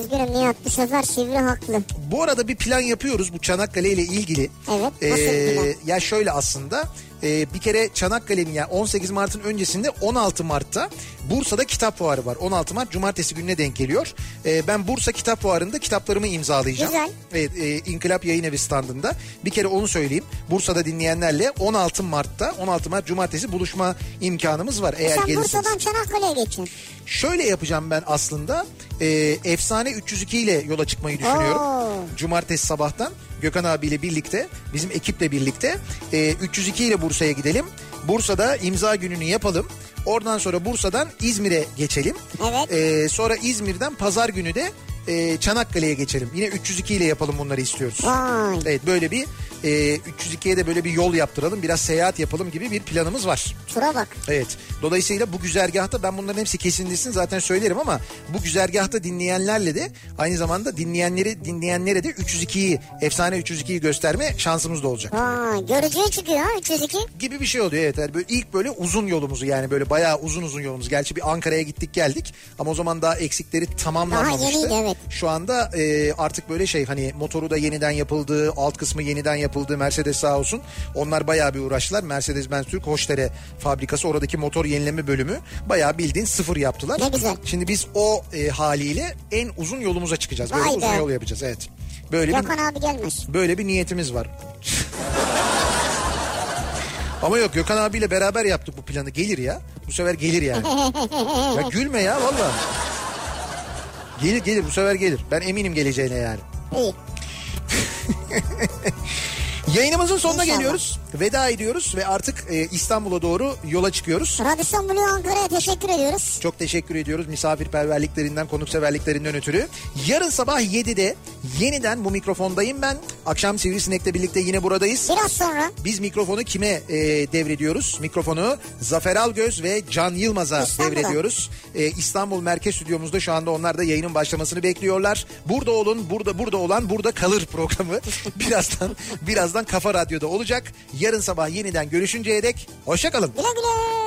Speaker 2: Üzgünüm Nihat bu sefer sivri haklı.
Speaker 1: Bu arada bir plan yapıyoruz bu Çanakkale ile ilgili. Ee,
Speaker 2: Evet, nasıl bir plan?
Speaker 1: Ya şöyle aslında e, bir kere Çanakkale'nin yani 18 Mart'ın öncesinde 16 Mart'ta Bursa'da kitap fuarı var. 16 Mart Cumartesi gününe denk geliyor. E, ben Bursa Kitap Fuarı'nda kitaplarımı imzalayacağım.
Speaker 2: Güzel.
Speaker 1: Evet, e, İnkılap Yayın Evi standında. Bir kere onu söyleyeyim. Bursa'da dinleyenlerle 16 Mart'ta 16 Mart Cumartesi buluşma imkanımız var. Eğer
Speaker 2: E Sen
Speaker 1: gelirseniz.
Speaker 2: Bursa'dan Çanakkale'ye geçeceksin.
Speaker 1: Şöyle yapacağım ben aslında. Ee, Efsane 302 ile yola çıkmayı düşünüyorum.
Speaker 2: Oo.
Speaker 1: Cumartesi sabahtan Gökhan abiyle birlikte, bizim ekiple birlikte e, 302 ile Bursa'ya gidelim. Bursa'da imza gününü yapalım. Oradan sonra Bursa'dan İzmir'e geçelim.
Speaker 2: Evet.
Speaker 1: Ee, sonra İzmir'den pazar günü de e, Çanakkale'ye geçelim. Yine 302 ile yapalım bunları istiyoruz.
Speaker 2: Vay.
Speaker 1: Evet böyle bir e, 302'ye de böyle bir yol yaptıralım. Biraz seyahat yapalım gibi bir planımız var.
Speaker 2: Tura bak.
Speaker 1: Evet. Dolayısıyla bu güzergahta ben bunların hepsi kesinleşsin zaten söylerim ama bu güzergahta dinleyenlerle de aynı zamanda dinleyenleri dinleyenlere de 302'yi efsane 302'yi gösterme şansımız da olacak.
Speaker 2: Vay. Görücüye çıkıyor ha 302.
Speaker 1: Gibi bir şey oluyor evet. Yani böyle ilk böyle uzun yolumuzu yani böyle bayağı uzun uzun yolumuz. Gerçi bir Ankara'ya gittik geldik ama o zaman daha eksikleri tamamlanmamıştı.
Speaker 2: Daha yeniydi, evet.
Speaker 1: Şu anda e, artık böyle şey hani motoru da yeniden yapıldı, alt kısmı yeniden yapıldı. Mercedes sağ olsun. Onlar bayağı bir uğraştılar. Mercedes-Benz Türk Hoşdere fabrikası oradaki motor yenileme bölümü bayağı bildiğin sıfır yaptılar.
Speaker 2: Ne güzel.
Speaker 1: Şimdi biz o e, haliyle en uzun yolumuza çıkacağız. Böyle
Speaker 2: Vay
Speaker 1: uzun
Speaker 2: be.
Speaker 1: yol yapacağız evet. Böyle bir
Speaker 2: Gökhan abi gelmez.
Speaker 1: Böyle bir niyetimiz var. Ama yok Gökhan abiyle beraber yaptık bu planı. Gelir ya. Bu sefer gelir yani. ya gülme ya valla. Gelir gelir bu sefer gelir. Ben eminim geleceğine yani.
Speaker 2: İyi.
Speaker 1: Yayınımızın sonuna
Speaker 2: İnşallah.
Speaker 1: geliyoruz. Veda ediyoruz ve artık e, İstanbul'a doğru yola çıkıyoruz.
Speaker 2: Radisson Blue Ankara'ya teşekkür ediyoruz.
Speaker 1: Çok teşekkür ediyoruz misafirperverliklerinden, konukseverliklerinden ötürü. Yarın sabah 7'de yeniden bu mikrofondayım ben. Akşam Sivrisinek'le birlikte yine buradayız.
Speaker 2: Biraz sonra
Speaker 1: Biz mikrofonu kime e, devrediyoruz? Mikrofonu Zafer Algöz ve Can Yılmaz'a
Speaker 2: İstanbul'a.
Speaker 1: devrediyoruz. E, İstanbul Merkez Stüdyomuzda şu anda onlar da yayının başlamasını bekliyorlar. Burada olun, burada burada olan burada kalır programı birazdan birazdan Kafa Radyo'da olacak. Yarın sabah yeniden görüşünceye dek hoşça kalın.
Speaker 2: güle güle.